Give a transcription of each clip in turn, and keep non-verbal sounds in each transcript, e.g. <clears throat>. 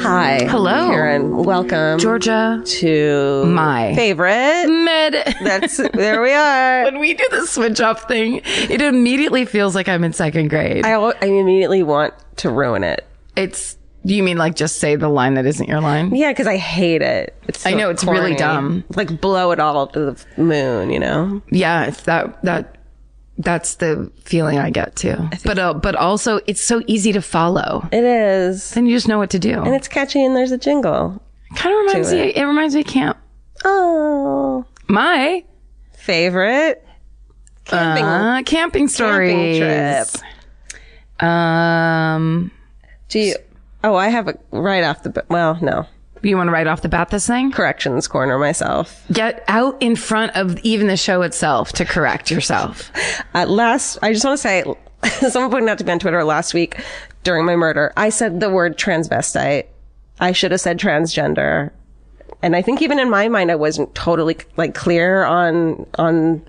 Hi. Hello. Karen. Welcome Georgia, to My. Mm. favorite. mid. <laughs> That's there we are. When we do the switch up thing, it immediately feels like I'm in second grade. I, al- I immediately want to ruin it. it's, you mean like just say the line that isn't your line? Yeah, because I hate it. It's I so know, it's really corny. dumb. Like blow it all to the f- moon, you know? Yeah, it's that, that, that's the feeling I get too. but, uh, but also it's so easy to follow. It is. Then you just know what to do. And it's catchy, and there's a jingle. kind of reminds me, it reminds me of camp. Oh, My favorite camping uh, camping stories. camping trip. Um, Do you? Oh, I have a right off the. ba- Well, no. you want to write off the bat this thing? Corrections corner myself. Get out in front of even the show itself to correct yourself. Uh, last, I just want to say, <laughs> someone pointed out to me on Twitter last week during my murder, I said the word transvestite. I should have said transgender. And I think even in my mind, I wasn't totally like clear on, on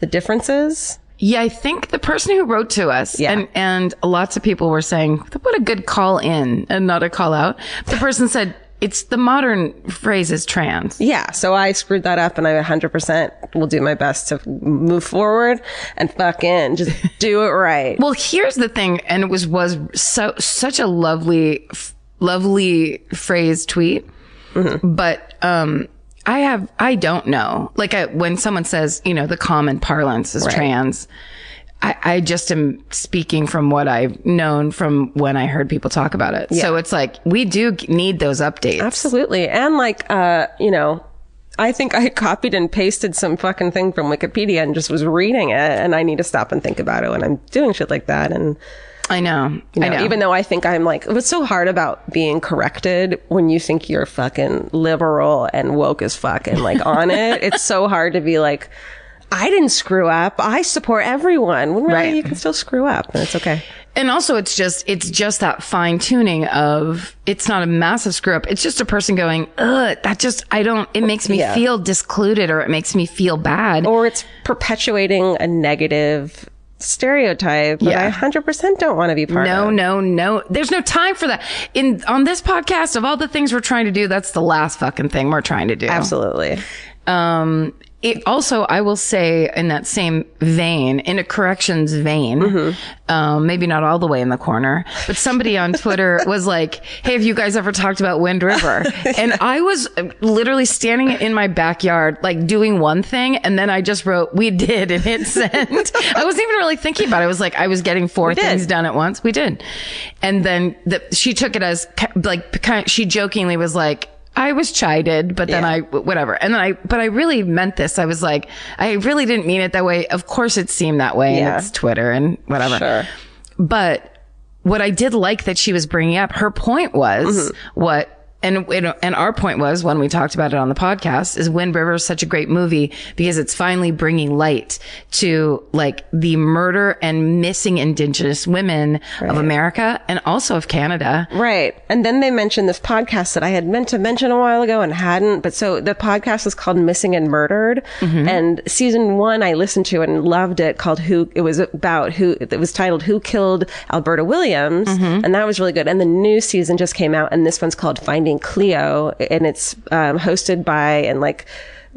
the differences. Yeah, I think the person who wrote to us, Yeah. and, and lots of people were saying, what a good call in and not a call out. The person said, it's the modern phrase is trans. Yeah. So I screwed that up and I 100% will do my best to move forward and fucking just do it right. Well, here's the thing, and it was was so such a lovely, f- lovely phrase tweet, Mm-hmm. but um, I have I don't know. Like I, when someone says, you know, the common parlance is trans. I, I just am speaking from what I've known from when I heard people talk about it. So it's like we do g- need those updates. Absolutely. And like, uh, you know, I think I copied and pasted some fucking thing from Wikipedia and just was reading it. And I need to stop and think about it when I'm doing shit like that. And I know. you I know, know. even though I think I'm like, what's so hard about being corrected when you think you're fucking liberal and woke as fuck and like on <laughs> it? It's so hard to be like, I didn't screw up. I support everyone. When really Right. you can still screw up and it's okay. And also, it's just it's just that fine tuning of it's not a massive screw up. It's just a person going, ugh, that just I don't. It makes me Yeah. feel discluded, or it makes me feel bad. or it's perpetuating a negative stereotype that Yeah. I 100% don't want to be part no, of. no, no. There's no time for that. In on this podcast, of all the things we're trying to do, that's the last fucking thing we're trying to do. Absolutely. Um, it also, I will say in that same vein, in a corrections vein, um, maybe not all the way in the corner, but somebody on Twitter was like, Hey, have you guys ever talked about Wind River? And I was literally standing in my backyard, like doing one thing. And then I just wrote, we did and hit send. I wasn't even really thinking about it. I was like, I was getting four did. things done at once. We did. And then the, she took it as ki- like, kind she jokingly was like, I was chided, but then I, whatever. And then I, but I really meant this. I was like, I really didn't mean it that way. Of course it seemed that way. And Yeah. it's Twitter and whatever. Sure. But what I did like that she was bringing up, her point was Mm-hmm. what, and, and and our point was when we talked about it on the podcast is Wind River is such a great movie because it's finally bringing light to like the murder and missing indigenous women of America and also of Canada. Right. And then they mentioned this podcast that I had meant to mention a while ago and hadn't. But so the podcast is called Missing and Murdered. And season one, I listened to and loved it called Who, it was about who, it was titled Who Killed Alberta Williams. And that was really good. And the new season just came out and this one's called Finding Cleo and it's um, hosted by and like,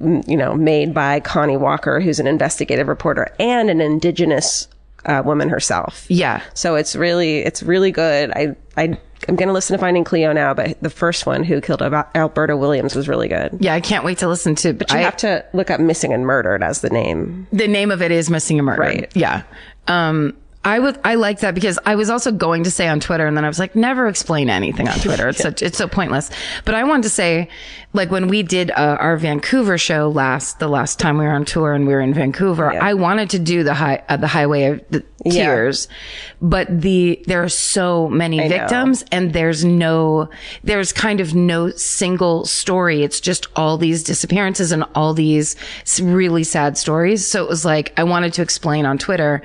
m- you know, made by Connie Walker, who's an investigative reporter and an indigenous uh, woman herself. Yeah. So it's really it's really good. I I I'm gonna listen to Finding Cleo now, but the first one who killed Al- Alberta Williams was really good. Yeah. I can't wait to listen to, but You have to look up "Missing and Murdered" as the name. the name of it is missing a murder. Right. Yeah. Um, I would, I like that because I was also going to say on Twitter and then I was like, never explain anything on Twitter. It's such, it's so pointless. But I wanted to say, like when we did uh, our Vancouver show last, the last time we were on tour and we were in Vancouver, I wanted to do the high, uh, the highway of the tears, but the, there are so many victims and there's no, there's kind of no single story. It's just all these disappearances and all these s- really sad stories. So it was like, I wanted to explain on Twitter,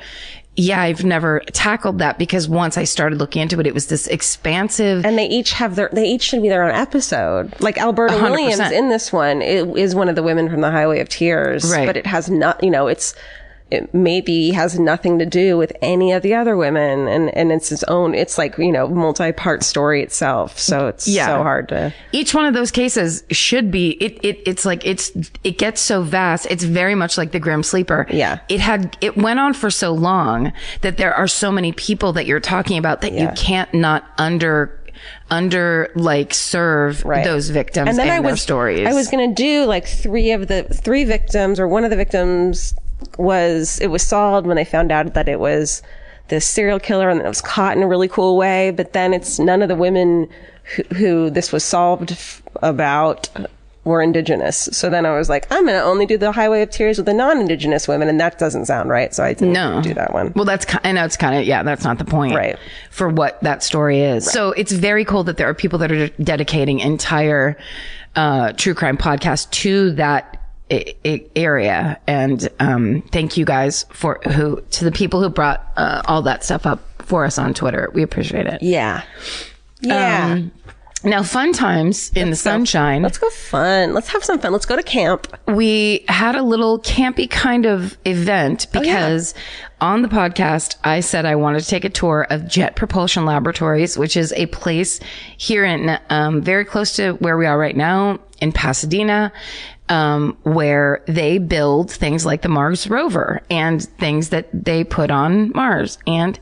yeah, I've never tackled that because once I started looking into it, it was this expansive. and they each have their they each should be their own episode like alberta williams 100%. in this one i- is one of the women from the highway of tears Right. but it has not you know it's it maybe has nothing to do with any of the other women and and it's its own it's like you know multi-part story itself so it's Yeah. so hard to each one of those cases should be it, it it's like it's it gets so vast it's very much like the grim sleeper Yeah. it had it went on for so long that there are so many people that you're talking about that you can't not under under like serve Right. those victims and, then I their was, stories I was going to do like three of the three victims, or one of the victims was it was solved when they found out that it was this serial killer, and it was caught in a really cool way. But then it's none of the women who, who this was solved f- about were indigenous. So then I was like, I'm going to only do the Highway of Tears with the non-indigenous women, and that doesn't sound right. So I didn't No. do that one. Uh-huh. Well, that's ki- I know it's kind of yeah, that's not the point, Right. For what that story is. So it's very cool that there are people that are dedicating entire uh, true crime podcasts to that I- I- area, and um, thank you guys for who to the people who brought uh, all that stuff up for us on Twitter. We appreciate it. Yeah, yeah. Um, Now, fun times in the sunshine. Let's go fun. Let's have some fun. Let's go to camp. we had a little campy kind of event because on the podcast I said I wanted to take a tour of Jet Propulsion Laboratories, which is a place here in um, very close to where we are right now in Pasadena. Um, where they build things like the Mars rover and things that they put on Mars and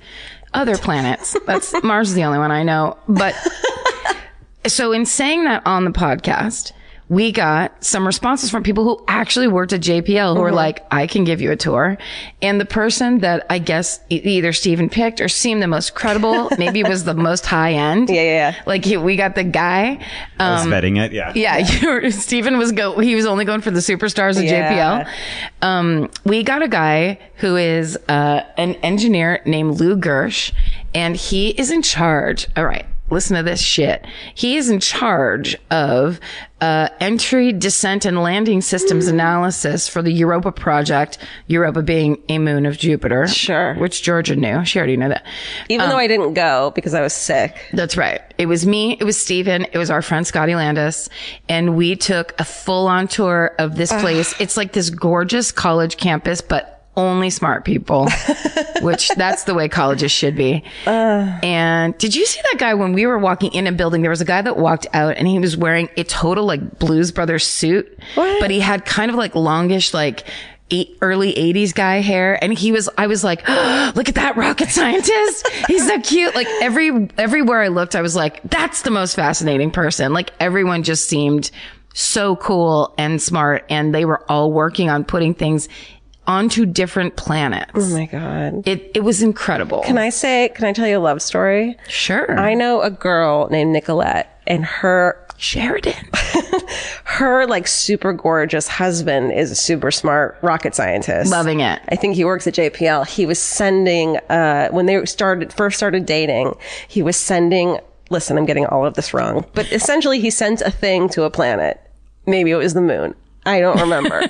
other planets. That's Mars is the only one I know, but so in saying that on the podcast, we got some responses from people who actually worked at JPL who were Mm-hmm. like, I can give you a tour. And the person that I guess e- either Steven picked or seemed the most credible, maybe was the <laughs> most high end. yeah, yeah. Like he, we got the guy. Um, was vetting it. Yeah. yeah, you were, Steven was go. He was only going for the superstars of Yeah. JPL. Um, we got a guy who is uh, an engineer named Lou Gersh, and he is in charge. All right, listen to this shit. He is in charge of uh, entry, descent, and landing systems analysis for the Europa project. Europa being a moon of Jupiter, Sure. which Georgia knew. She already knew that. Even um, though I didn't go because I was sick. That's right. It was me. It was Steven. It was our friend Scotty Landis. And we took a full on tour of this place. it's like this gorgeous college campus, but only smart people, which that's the way colleges should be. and did you see that guy when we were walking in a building? There was a guy that walked out and he was wearing a total like Blues Brothers suit, but he had kind of like longish, like, eight, early 80s guy hair and he was i was like <gasps> look at that rocket scientist he's so cute like every everywhere i looked i was like that's the most fascinating person like everyone just seemed so cool and smart and they were all working on putting things onto different planets Oh my god. it it was incredible Can I say, can I tell you a love story? sure I know a girl named Nicolette and her sheridan <laughs> her like super gorgeous husband is a super smart rocket scientist. Loving it. I think he works at JPL. He was sending uh when they started first started dating, he was sending listen, I'm getting all of this wrong. But essentially he sent a thing to a planet. Maybe it was the moon. I don't remember.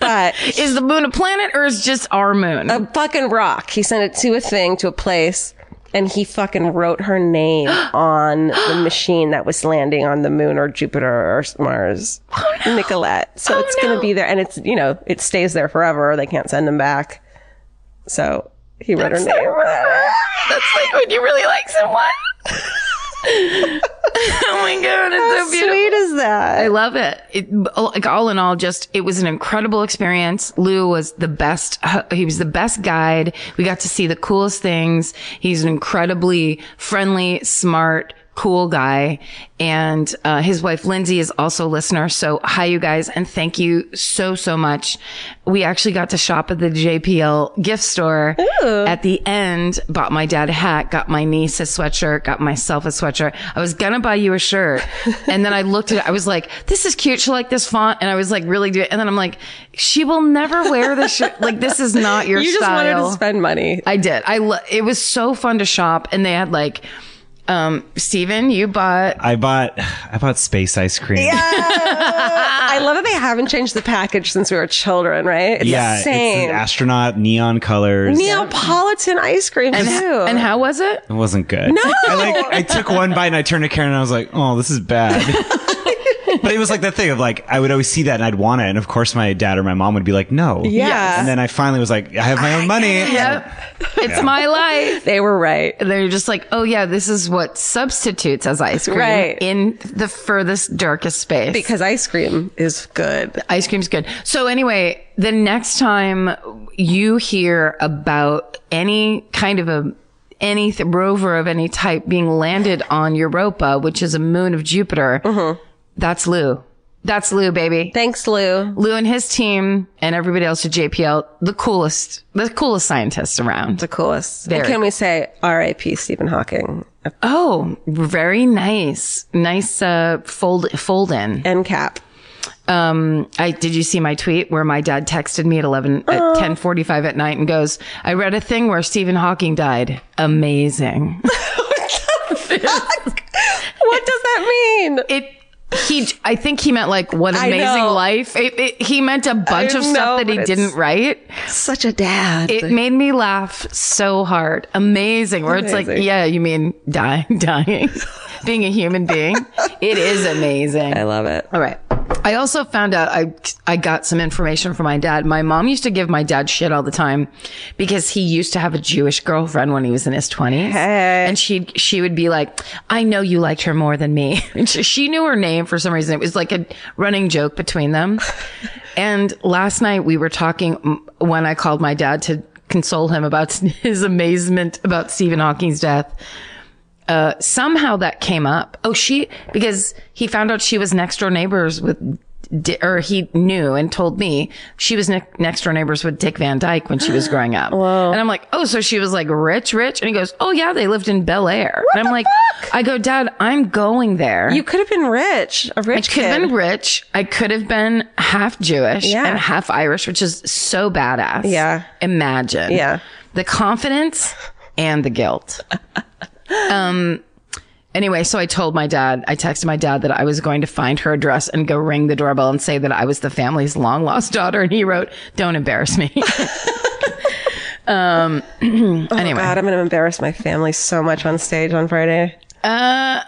but is the moon a planet or is just our moon <laughs> a fucking rock. He sent it to a thing, to a place, and he fucking wrote her <gasps> name on <gasps> the machine that was landing on the moon or Jupiter or s- Mars. Nicolette. So it's going to be there, and it's you know it stays there forever. They can't send them back. So he wrote her name. that's like when you really like someone oh my god it's so beautiful Sweet is I that? love it. it. Like all in all, just it was an incredible experience. Lou was the best. He was the best guide. We got to see the coolest things. He's an incredibly friendly, smart, cool guy, and uh, his wife Lindsay is also a listener. So hi, you guys, and thank you so so much. We actually got to shop at the JPL gift store at the end. Bought my dad a hat, got my niece a sweatshirt, got myself a sweatshirt. I was gonna buy you a shirt, <laughs> and then I looked at it. I was like, "This is cute. She like this font," and I was like, "Really do it." And then I'm like, "She will never wear <laughs> this shirt. Like this is not your You just style." wanted to spend money. I did. I lo- it was so fun to shop, and they had like. Um, Steven, you bought I bought <sighs> I bought space ice cream. Yeah, <laughs> I love that they haven't changed the package since we were children, right? It's the it's an same. astronaut neon colors. Neapolitan ice cream and, too. and how was it? It wasn't good. No, I like I took one bite and I turned to Karen and I was like, "Oh, this <laughs> is bad." but it was like that thing of like I would always see that and I'd want it, and of course my dad or my mom would be like, "No." Yeah. And then I finally was like, "I have my own money." Yep. It's my life. they were right. They're just like, oh yeah, this is what substitutes as ice cream Right. in the furthest, darkest space. Because ice cream is good. ice cream's good. So anyway, the next time you hear about any kind of a any th- rover of any type being landed on Europa, which is a moon of Jupiter, Mm-hmm. that's Lou. That's Lou, baby. Thanks, Lou. Lou and his team and everybody else at JPL, the coolest, the coolest scientists around. The coolest. Very. And can we say R.I.P. Stephen Hawking Oh, very nice. Nice uh fold fold in. and <laughs> Cap? Um I did you see my tweet where my dad texted me at 11 at Oh. 10:45 at night and goes, "I read a thing where Stephen Hawking died. <laughs> Amazing." What does that mean? It he I think he meant like what I amazing know. life. It, it, he meant a bunch I of know, stuff that but he it's- didn't write. Such a dad. It made me laugh so hard. Amazing. Where it's like, Amazing. yeah, you mean die, <laughs> dying, being a human being. It is amazing. I love it. All right. I also found out I I got some information from my dad. My mom used to give my dad shit all the time because he used to have a Jewish girlfriend when he was in his 20s. And she she would be like, "I know you liked her more than me." <laughs> And she, she knew her name for some reason. It was like a running joke between them. and last night we were talking m- when I called my dad to console him about <laughs> his amazement about Stephen Hawking's death somehow that came up. Oh, she because he found out she was next door neighbors with, Di- or he knew and told me she was ne- next door neighbors with Dick Van Dyke when she was growing up. And I'm like, oh, so she was like rich, rich, and he goes, oh yeah, they lived in Bel Air. And I'm like, I go, Dad, I'm going there. You could have been rich. A I rich could have kid. been rich. I could have been half Jewish Yeah. and half Irish, which is so badass. Yeah. Imagine. Yeah. The confidence and <laughs> the guilt. um, anyway, so I told my dad, I texted my dad that I was going to find her address and go ring the doorbell and say that I was the family's long lost <laughs> daughter. And he wrote, don't <laughs> embarrass me. um, anyway. Oh God, I'm going to embarrass my family so much on stage on Friday. Uh,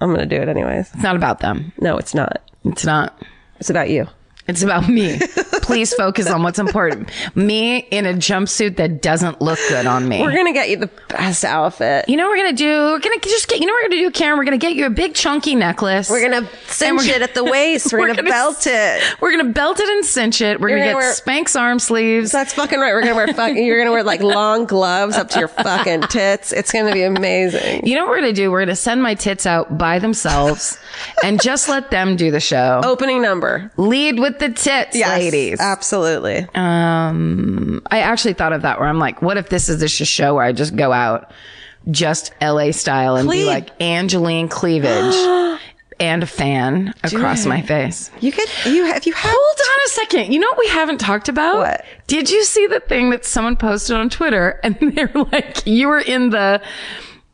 I'm going to do it anyways. it's not about them. No, it's not. It's not. It's about you. It's about me. Please focus on what's important. Me in a jumpsuit that doesn't look good on me. We're going to get you the best outfit. you know what we're gonna do? We're gonna just get. You know what we're gonna do, Karen? We're gonna get you a big chunky necklace. We're going to cinch we're- it at the waist. <laughs> We're, We're going to gonna- belt it. We're gonna belt it and cinch it. We're gonna You're get gonna Spanx arm sleeves. That's fucking right. We're going to wear fucking, you're going to wear like long gloves up to your fucking tits. It's going to be amazing. You know what we're gonna do? We're gonna send my tits out by <laughs> themselves and just let them do the show. Opening number. Lead with the tits, Oh. Yes, ladies. Absolutely. Um, I actually thought of that where I'm like, what if this is just a show where I just go out just LA style and be Cleve. like <gasps> Angeline cleavage and a fan across my face. You could, you have, you have. Hold on a second. You know what we haven't talked about? What? Did you see the thing that someone posted on Twitter <laughs> and they're like, you were in the,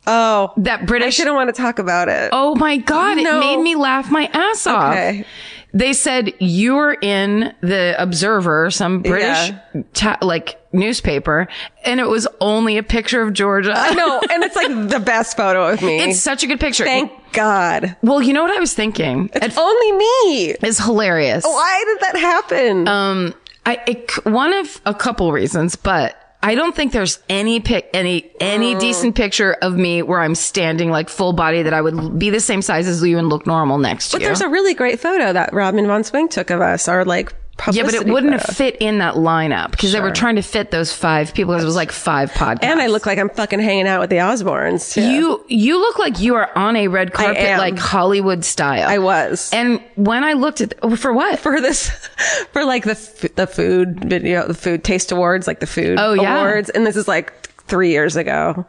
Oh, that I British. shouldn't want to talk about it. Oh my God. No. It made me laugh my ass off. Okay. They said you were in the Observer, some British ta- like newspaper, and it was only a picture of Georgia. I No, <laughs> and it's like the best photo of me. It's such a good picture. Thank God. well, you know what I was thinking? It's, Only me. it's hilarious. Why did that happen? um, I it, c- one of a couple reasons, but I don't think there's any pic, any any Oh. decent picture of me where I'm standing like full body that I would l- be the same size as you and look normal next but to you. there's a really great photo that Robin von Swing took of us, our like yeah, publicity. but it wouldn't photo. have fit in that lineup because they were trying to fit those five people. 'cause It was like five podcasts. And I look like I'm fucking hanging out with the Osbournes. Too. You you look like you are on a red carpet am. like Hollywood style. I was. And when I looked at oh, for what? for this, for like the f- the food video, the food taste awards, like the food Oh, yeah. awards, and this is like three years ago,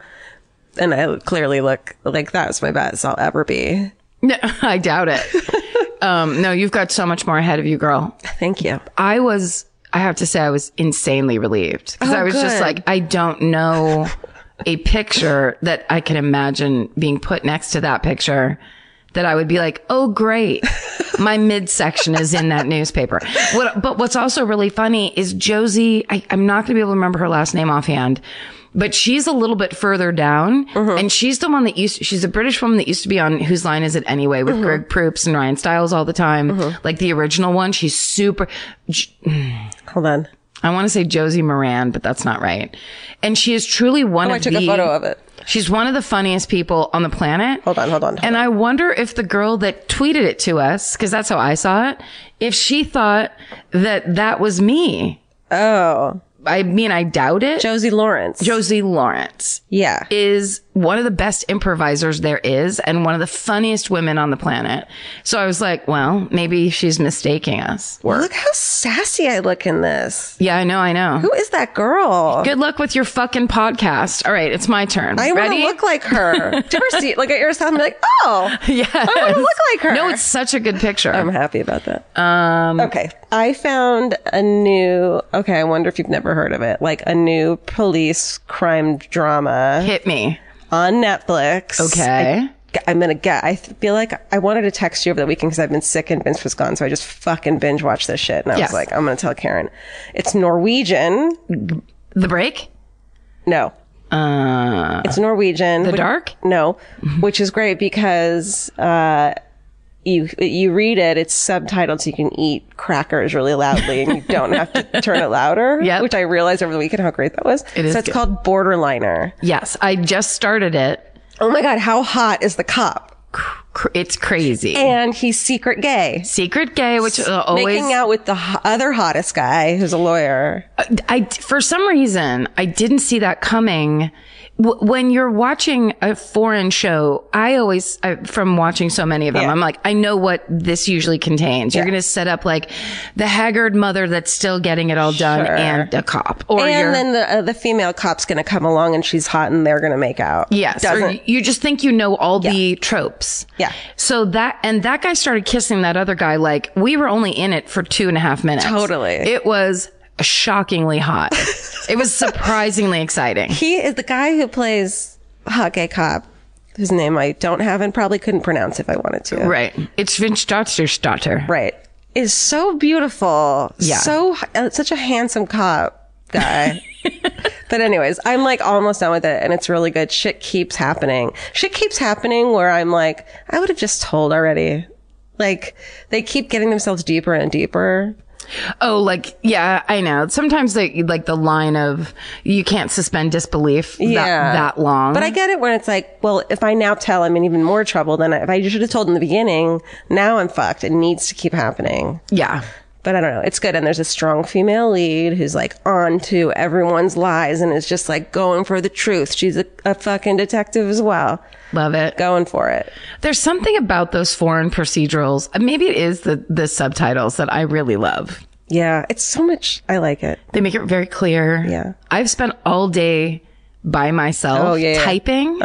and I clearly look like that's my best I'll ever be. <laughs> No, I doubt <laughs> it. um no, you've got so much more ahead of you, girl. Thank you. I was I have to say I was insanely relieved cuz I was just good. like I don't know a picture that I can imagine being put next to that picture that I would be like, oh, great. My midsection is in that newspaper. What, but what's also really funny is Josie, I, I'm not going to be able to remember her last name offhand, but she's a little bit further down Mm-hmm. and she's the one that used, she's a British woman that used to be on Whose Line Is It Anyway Mm-hmm. with Greg Proops and Ryan Stiles all the time. Like the original one. She's super, Hold on. I want to say Josie Moran, but that's not right. And she is truly one Oh, of I took the, a photo of it. She's one of the funniest people on the planet. Hold on, hold on, hold and I wonder if the girl that tweeted it to us, because that's how I saw it, if she thought that that was me. Oh, I mean, I doubt it. Josie Lawrence. Josie Lawrence yeah. is one of the best improvisers there is and one of the funniest women on the planet. So I was like, well, maybe she's mistaking us. Or, Look how sassy I look in this. yeah, I know, I know. Who is that girl? Good luck with your fucking podcast. All right, it's my turn. I want to Ready? look like her. Do you ever see, like at yourself and be like, oh, yeah. I want to look like her. No, it's such a good picture. I'm happy about that. Um, okay. I found a new, okay, I wonder if you've never heard of it, like a new police crime drama Hit me. on Netflix. Okay. I, am going to get, I feel like I wanted to text you over the weekend because I've been sick and Vince was gone. So I just fucking binge watched this shit. And I Yes. was like, I'm going to tell Karen. It's Norwegian. The break? No. Uh, it's Norwegian. The Dark? No, which is great because uh, you you read it. It's subtitled, so you can eat crackers really loudly, <laughs> and you don't have to turn it louder. Yep. which I realized over the weekend how great that was. It is so it's good. called Borderliner. Yes. I just started it. Oh my god, how hot is the cop? Cr- It's crazy. And he's secret gay, Secret gay, which uh, always. making out with the ho- other hottest guy who's a lawyer. I, for some reason, I didn't see that coming. W- When you're watching a foreign show, I always, I, from watching so many of them, Yeah. I'm like, I know what this usually contains. You're going to set up like the haggard mother that's still getting it all done and a cop. Or you're, and then the uh, the female cop's gonna come along and she's hot and they're gonna make out. Yes. Or doesn't y- you just think you know all the tropes. Yeah. So that, and that guy started kissing that other guy. Like we were only in it for two and a half minutes. Totally. It was shockingly hot. it was surprisingly exciting. He is the guy who plays Hot Gay Cop, whose name I don't have and probably couldn't pronounce if I wanted to. Right. It's Vince Dotter's daughter. Right. Is so beautiful. Yeah. So, uh, such a handsome cop <laughs> guy. but, anyways, I'm like almost done with it and it's really good. Shit keeps happening. Shit keeps happening where I'm like, I would have just told already. Like, they keep getting themselves deeper and deeper. Oh, like, yeah, I know. Sometimes they, like the line of you can't suspend disbelief Yeah. that, that long. But I get it when it's like, well, if I now tell, I'm in even more trouble than I, if I should have told in the beginning. Now I'm fucked. It needs to keep happening. yeah. But I don't know. It's good. And there's a strong female lead who's like on to everyone's lies and is just like going for the truth. She's a, a fucking detective as well, Love it. going for it. There's something about those foreign procedurals. uh, Maybe it is the, the subtitles that I really love. Yeah. It's so much. I like it. They make it very clear. Yeah. I've spent all day by myself Oh, yeah, yeah. typing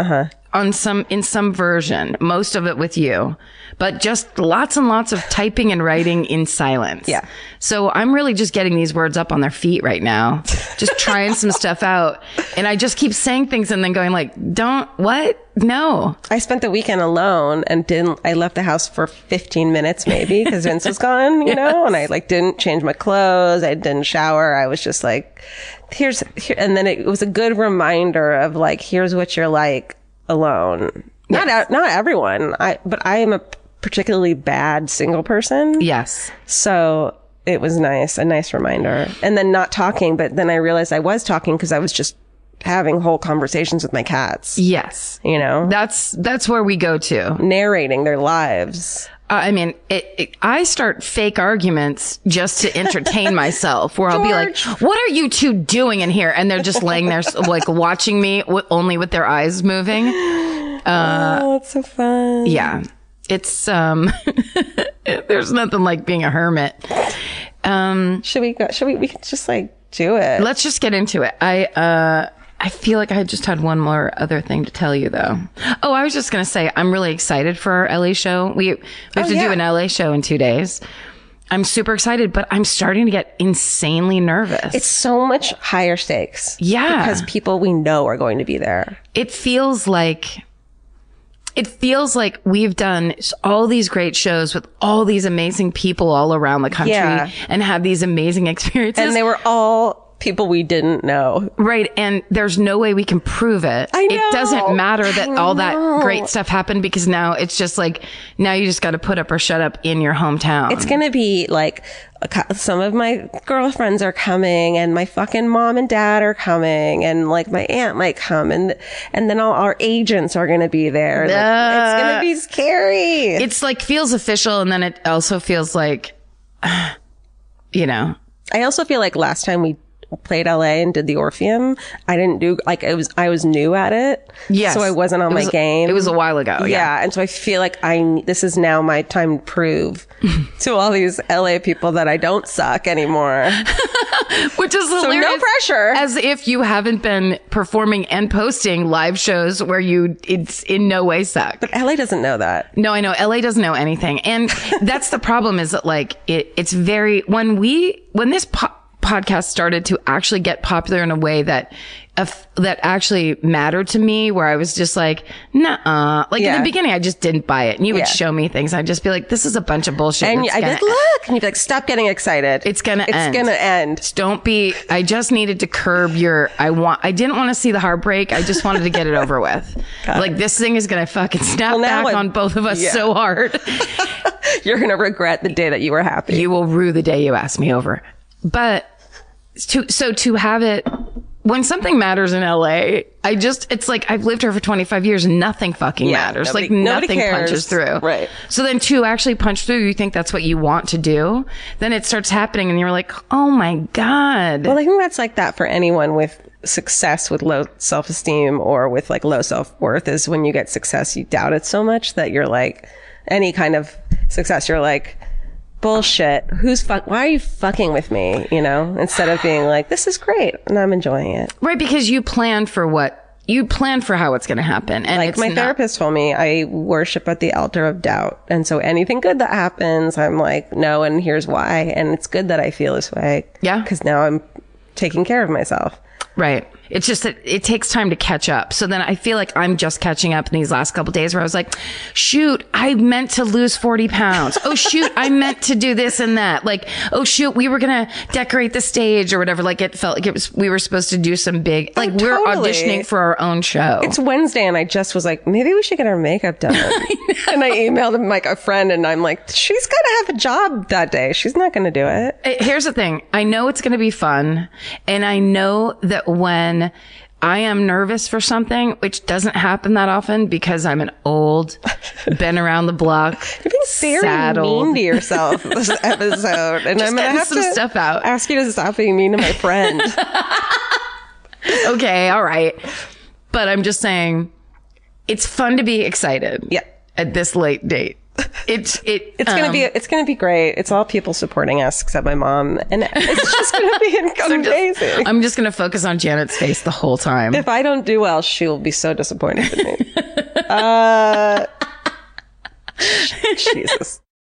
on some in some version, most of it with you, but just lots and lots of typing and writing in silence. Yeah. So I'm really just getting these words up on their feet right now. <laughs> Just trying some stuff out. And I just keep saying things and then going like, don't what? No. I spent the weekend alone and didn't, I left the house for 15 minutes maybe because Vince was gone, you know, and I like didn't change my clothes. I didn't shower. I was just like, here's, here, and then it was a good reminder of like, here's what you're like alone. Not, out, not everyone. I, but I am a particularly bad single person. Yes. So it was nice, a nice reminder. And then not talking, but then I realized I was talking because I was just having whole conversations with my cats, Yes. you know? That's that's where we go to. narrating their lives. Uh, I mean, it, it, I start fake arguments just to entertain myself, where I'll be like, "What are you two doing in here?" And they're just laying there, s- like watching me, w- only with their eyes moving. oh, it's so fun. Yeah, it's um, <laughs> there's nothing like being a hermit. Um, Should we go? Should we? We could just like do it. let's just get into it. I uh, I feel like I just had one more other thing to tell you, though. Oh, I was just gonna say, I'm really excited for our LA show. We we have to Oh, yeah. do an LA show in two days. I'm super excited, but I'm starting to get insanely nervous. It's so much higher stakes. Yeah. Because people we know are going to be there. it feels like it feels like we've done s- all these great shows with all these amazing people all around the country Yeah. and had these amazing experiences. And they were all people we didn't know. right. And there's no way we can prove it. I know. It doesn't matter that all know. that great stuff happened because now it's just like, now you just got to put up or shut up in your hometown. It's going to be like a cou- some of my girlfriends are coming and my fucking mom and dad are coming and like my aunt might come and and then all our agents are going to be there. Like, it's going to be scary. it's like feels official. And then it also feels like, <sighs> you know, I also feel like last time we played LA and did the Orpheum, I didn't do like it was I was new at it. Yes. So I wasn't on It my was- game. it was a while ago, yeah. and so I feel like I this is now my time to prove <laughs> to all these LA people that I don't suck anymore. Which is hilarious. pressure. As if you haven't been performing and posting live shows where you it's in no way suck. LA doesn't know that. No, I know LA doesn't know anything, and that's the problem. Is that like it? It's very when we when this po- podcast started to actually get popular in a way that. aff- that actually mattered to me where I was just like, nah, like in Yeah. the beginning, I just didn't buy it. And you would Yeah. show me things. I'd just be like, this is a bunch of bullshit. And It's I'd be gonna like, look, and you'd be like, stop getting excited. It's gonna It's end. gonna end. don't be i just needed to curb your i want i didn't want to see the heartbreak i just wanted to get it <laughs> over with like this thing is gonna fucking snap now back I- on both of us Yeah. so hard You're gonna regret the day that you were happy. you will rue the day you asked me over but to so to have it when something matters in LA, I just, it's like I've lived here for 25 years and nothing fucking Yeah, matters. nobody- like nobody nothing cares. punches through. Right. So then to actually punch through, you think that's what you want to do. Then it starts happening and you're like, oh my God. Well, I think that's like that for anyone with success with low self esteem or with like low self worth is when you get success, you doubt it so much that you're like, any kind of success, you're like, bullshit. Who's fuck? Why are you fucking with me? You know, instead of being like, this is great and I'm enjoying it. Right, because you plan for what you plan for how it's going to happen, and Like it's my not- therapist told me, I worship at the altar of doubt. And so anything good that happens, I'm like, no, and here's why. And it's good that I feel this way. Yeah. Cause now I'm taking care of myself. Right, it's just that it takes time to catch up. So then I feel like I'm just catching up in these last couple days, where I was like, "Shoot, I meant to lose forty pounds. Oh shoot, I meant to do this and that. Like, oh shoot, we were gonna decorate the stage or whatever. Like, it felt like it was we were supposed to do some big. Like, we're Oh, totally. auditioning for our own show. It's Wednesday, and I just was like, maybe we should get our makeup <laughs> done. and I emailed him like a friend, and I'm like, she's got to have a job that day. She's not going to do it. Uh, Here's the thing. I know it's going to be fun. And I know that when I am nervous for something, which doesn't happen that often because I'm an <laughs> old, been around the block. You're being very saddled- mean to yourself this <laughs> episode, and I'm going getting to have some to stuff out. ask you to stop being mean to my <laughs> friend. Okay. All right. But I'm just saying it's fun to be excited. Yeah. At this late date. It's, it, <laughs> um, It's gonna be it's gonna be great. It's all people supporting us except my mom, and it's just gonna <laughs> be amazing. I'm just going to focus on Janet's face the whole time. if I don't do well, she will be so disappointed in <laughs> me. uh, <laughs> Jesus.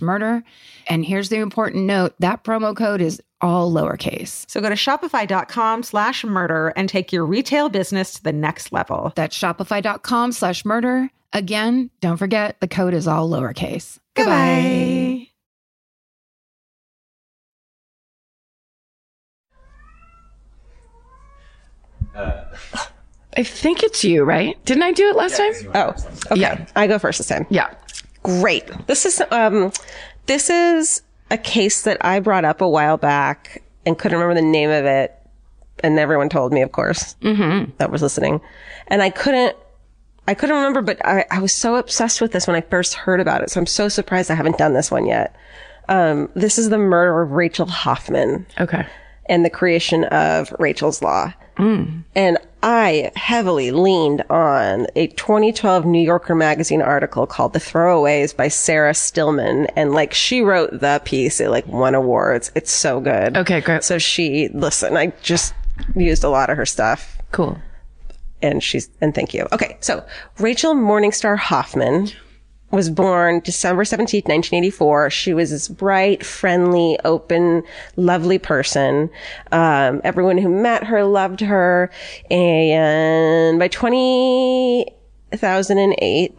murder. And here's the important note that promo code is all lowercase. So go to shopify.com slash murder and take your retail business to the next level. That's shopify.com slash murder. Again, don't forget the code is all lowercase. Goodbye. I think it's you, right? Didn't I do it last time? Oh, okay. Yeah. I go first this time. Yeah. Great. This is um, this is a case that I brought up a while back and couldn't remember the name of it, and everyone told me, of course, mm-hmm. that was listening, and I couldn't. I couldn't remember, but I, I was so obsessed with this when I first heard about it. So I'm so surprised I haven't done this one yet. Um, this is the murder of Rachel Hoffman Okay. and the creation of Rachel's Law. Mm. And I heavily leaned on a 2012 New Yorker magazine article called The Throwaways by Sarah Stillman. And like she wrote the piece, it like won awards. It's so good. Okay, great. So she, listen, I just used a lot of her stuff Cool. and she's and thank you. Okay, so Rachel Morningstar Hoffman was born December 17th, 1984. She was this bright, friendly, open, lovely person. Um, everyone who met her loved her. And by 2008,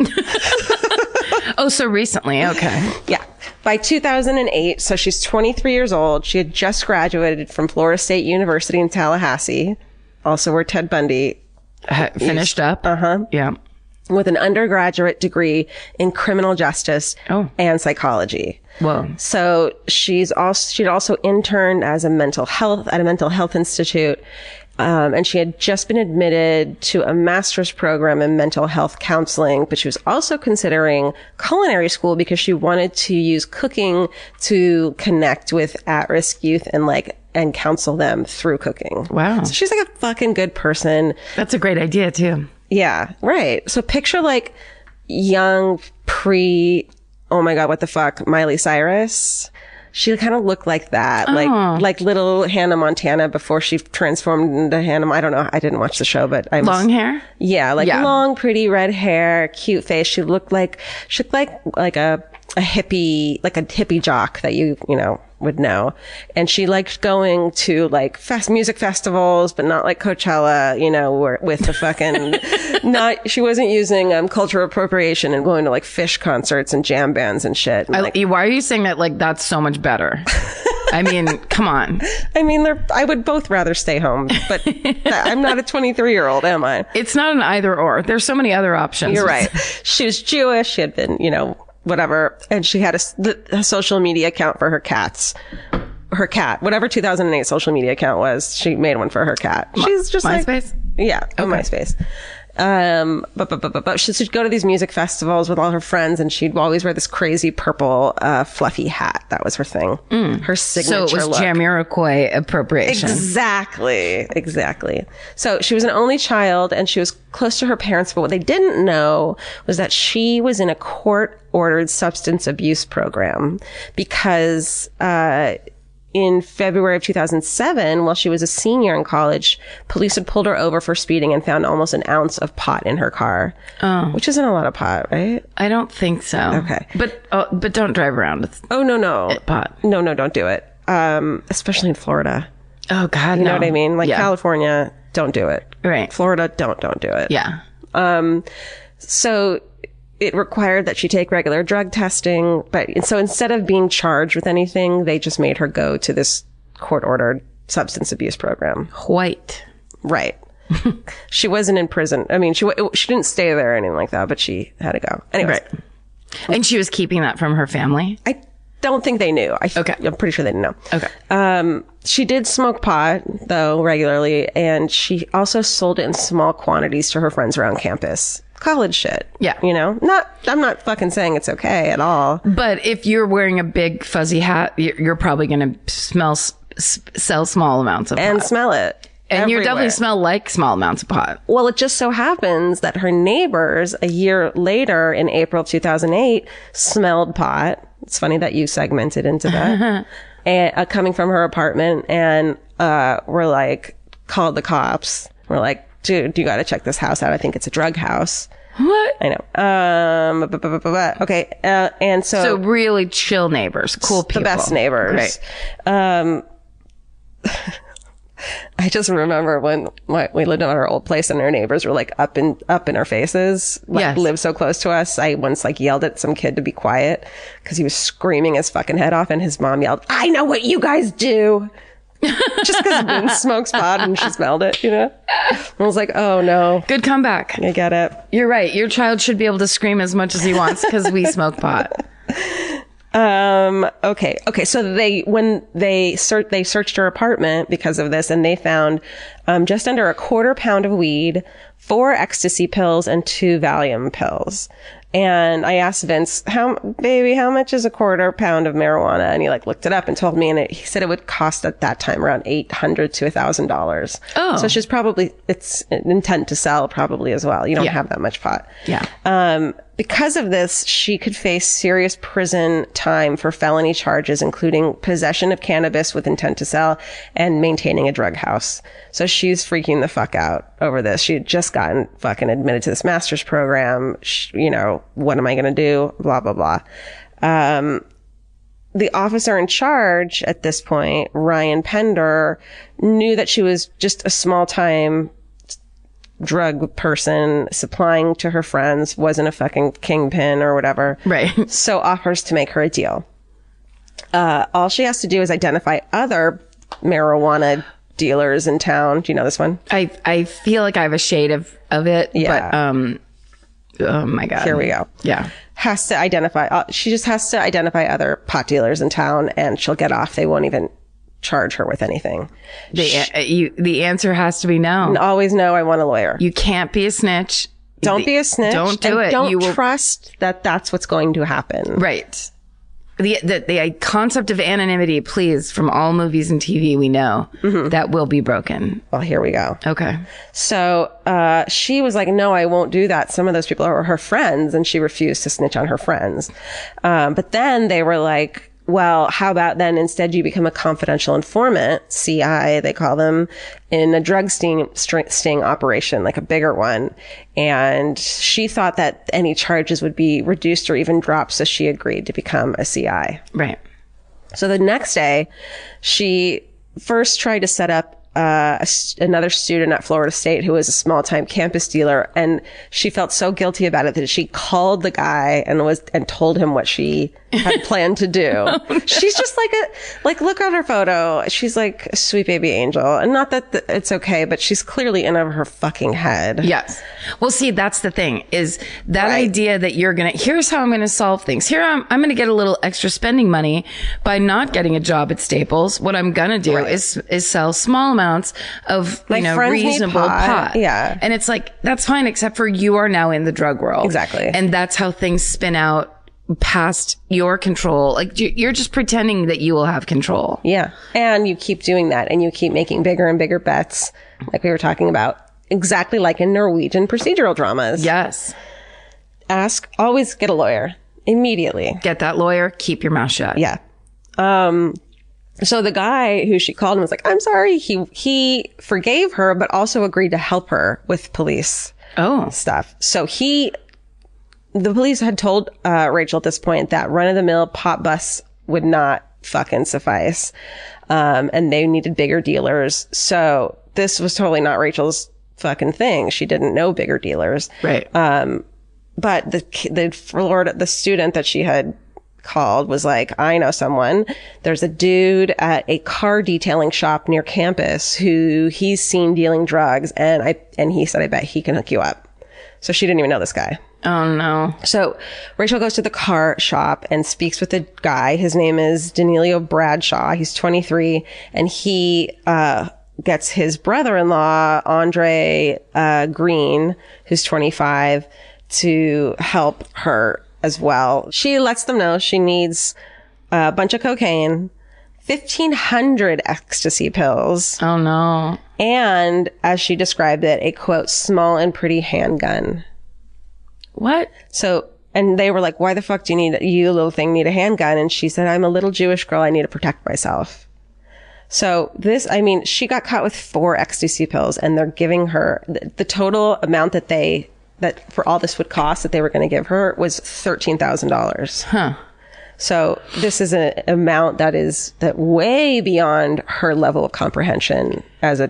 Oh, so recently. Okay. <laughs> Yeah. By 2008, so she's 23 years old. She had just graduated from Florida State University in Tallahassee, also where Ted Bundy Uh, finished up. Uh-huh. Uh huh. Yeah. with an undergraduate degree in criminal justice Oh. and psychology. Whoa. So she's also she'd also interned as a mental health at a mental health institute, um, and she had just been admitted to a master's program in mental health counseling. But she was also considering culinary school because she wanted to use cooking to connect with at-risk youth and like and counsel them through cooking. Wow. So she's like a fucking good person. That's a great idea too. Yeah, right. So picture like young pre oh my god, what the fuck, Miley Cyrus. She kind of looked like that, like like little Hannah Montana before she transformed into Hannah. I don't know. I didn't watch the show, but I'm Long hair. Yeah, like Yeah. long, pretty red hair, cute face. She looked like she looked like like a a hippie, like a hippie jock that you you know would know. And she liked going to like fest music festivals, but not like Coachella, you know, where, with the <laughs> fucking not. She wasn't using um cultural appropriation and going to like fish concerts and jam bands and shit. And, I, like, why are you saying that? Like that's so much better. I <laughs> mean, come on. I mean, they're, I would both rather stay home, <laughs> but I'm not a 23 year old, am I? It's not an either or. There's so many other options. You're right. she was Jewish. She had been, you know, whatever. And she had a, s- th- a social media account for her cats. her cat, whatever 2008 social media account was, she made one for her cat. She's just like, MySpace? yeah, on MySpace. Um, but, but, but, but, but she would go to these music festivals with all her friends and she'd always wear this crazy purple, uh, fluffy hat. That was her thing. Her Mm. So signature it was look. Jamiroquai appropriation. Exactly. Exactly. So she was an only child and she was close to her parents, but what they didn't know was that she was in a court ordered substance abuse program because, uh, in February of 2007, while she was a senior in college, police had pulled her over for speeding and found almost an ounce of pot in her car. Oh. Which isn't a lot of pot, right? I don't think so. Okay. But oh, but don't drive around with Oh, no, no. Eh, pot. No, no, don't do it. Um, especially in Florida. Oh God, You know what I mean? Like yeah. California, don't do it. Right. Florida, don't don't do it. Yeah. So it required that she take regular drug testing, but and so instead of being charged with anything, they just made her go to this court-ordered substance abuse program. White. Right. she wasn't in prison. I mean, she wa- she didn't stay there or anything like that, but she had to go. Anyways, And she was keeping that from her family. I don't think they knew. I okay. I'm pretty sure they didn't know. Okay. Um, she did smoke pot though regularly, and she also sold it in small quantities to her friends around campus. College shit. Yeah. You know, not, I'm not fucking saying it's okay at all. But if you're wearing a big fuzzy hat, you're, you're probably going to smell s- s- sell small amounts of And pot. smell it. And you everywhere. definitely smell like small amounts of pot. Well, it just so happens that her neighbors a year later in April of 2008 smelled pot. It's funny that you segmented into <laughs> that. and, uh, coming from her apartment and uh, were like, called the cops. We're like, dude, you got to check this house out. I think it's a drug house. What? I know. Um, bu- bu- bu- bu- bu- okay. Uh, and so, So really chill neighbors, cool people. the best neighbors. Right. Um, <laughs> I just remember when my, we lived in our old place and our neighbors were like up in up in our faces, like Yes. lived so close to us. I once like yelled at some kid to be quiet because he was screaming his fucking head off, and his mom yelled, "I know what you guys do." just because <laughs> Lynn smokes pot and she smelled it, you know. I was like, "Oh no, Good comeback. I get it." You're right. Your child should be able to scream as much as he wants because we <laughs> smoke pot. Um, okay. Okay. So they, when they search, they searched her apartment because of this and they found, um, just under a quarter pound of weed, four ecstasy pills and two Valium pills. And I asked Vince, how, baby, how much is a quarter pound of marijuana? And he like looked it up and told me, and it, he said it would cost at that time around 800 to a thousand dollars. Oh. So she's probably, it's an intent to sell probably as well. You don't have that much pot. Yeah. Um, because of this, she could face serious prison time for felony charges, including possession of cannabis with intent to sell and maintaining a drug house. So she's freaking the fuck out over this. She had just gotten fucking admitted to this master's program. Sh you know, what am I going to do? Blah, blah, blah. Um, the officer in charge at this point, Ryan Pender, knew that she was just a small time drug person supplying to her friends, wasn't a fucking kingpin or whatever. Right. So offers to make her a deal. Uh, all she has to do is identify other marijuana dealers in town. Do you know this one? I I feel like I have a shade of of it. Yeah. But um, oh my god. Here we go. Yeah. Has to identify, uh, she just has to identify other pot dealers in town and she'll get off. They won't even charge her with anything. The a- you the answer has to be no. Always know I want a lawyer. You can't be a snitch. don't be a snitch. Don't do and it. Don't you will trust that that's what's going to happen. Right. The, the the concept of anonymity, please, from all movies and TV, we know Mm-hmm. that will be broken. Well, here we go. Okay. So uh, she was like, "No, I won't do that." Some of those people are her friends, and she refused to snitch on her friends. Um, but then they were like, "Well, how about then instead you become a confidential informant (CI) they call them in a drug sting, string, sting operation, like a bigger one." And she thought that any charges would be reduced or even dropped, so she agreed to become a CI. Right. So the next day, she first tried to set up uh, a st- another student at Florida State who was a small time campus dealer, and she felt so guilty about it that she called the guy and was and told him what she had planned to do. She's just like a like look at her photo. She's like a sweet baby angel, and not that th- it's okay, but she's clearly in over her fucking head. Yes. Well, see, that's the thing is that idea that you're going to, here's how I'm going to solve things. Here, I'm, I'm going to get a little extra spending money by not getting a job at Staples. What I'm going to do is, is sell small amounts of, My you know, friends need reasonable pot. pot. Yeah. And it's like, that's fine, except for you are now in the drug world. Exactly. And that's how things spin out past your control. Like you- you're just pretending that you will have control. Yeah. And you keep doing that and you keep making bigger and bigger bets, like we were talking about, exactly like in Norwegian procedural dramas. Yes. Ask, always get a lawyer immediately. Get that lawyer. Keep your mouth shut. Yeah. Um, so the guy who she called and was like, I'm sorry. He, he forgave her, but also agreed to help her with police Oh. stuff. So he, the police had told uh, Rachel at this point that run of the mill pop bus would not fucking suffice. Um, and they needed bigger dealers. So this was totally not Rachel's fucking thing. She didn't know bigger dealers. Um, Right. But the, ki- the Florida, the student that she had called was like, I know someone. There's a dude at a car detailing shop near campus who he's seen dealing drugs. And I, and he said, I bet he can hook you up. So she didn't even know this guy. oh no. So Rachel goes to the car shop and speaks with a guy. His name is Danilo Bradshaw. He's 23 and he, uh, gets his brother-in-law, Andre, uh, Green, who's 25 to help her as well. She lets them know she needs a bunch of cocaine, 1500 ecstasy pills, Oh no. and as she described it, a quote, small and pretty handgun. What? So, and they were like, why the fuck do you need, you little thing need a handgun? And she said, I'm a little Jewish girl. I need to protect myself. So this, I mean, she got caught with four ecstasy pills and they're giving her the, the total amount that they, that for all this would cost that they were going to give her was $13,000. Huh. So this is an amount that is that way beyond her level of comprehension as a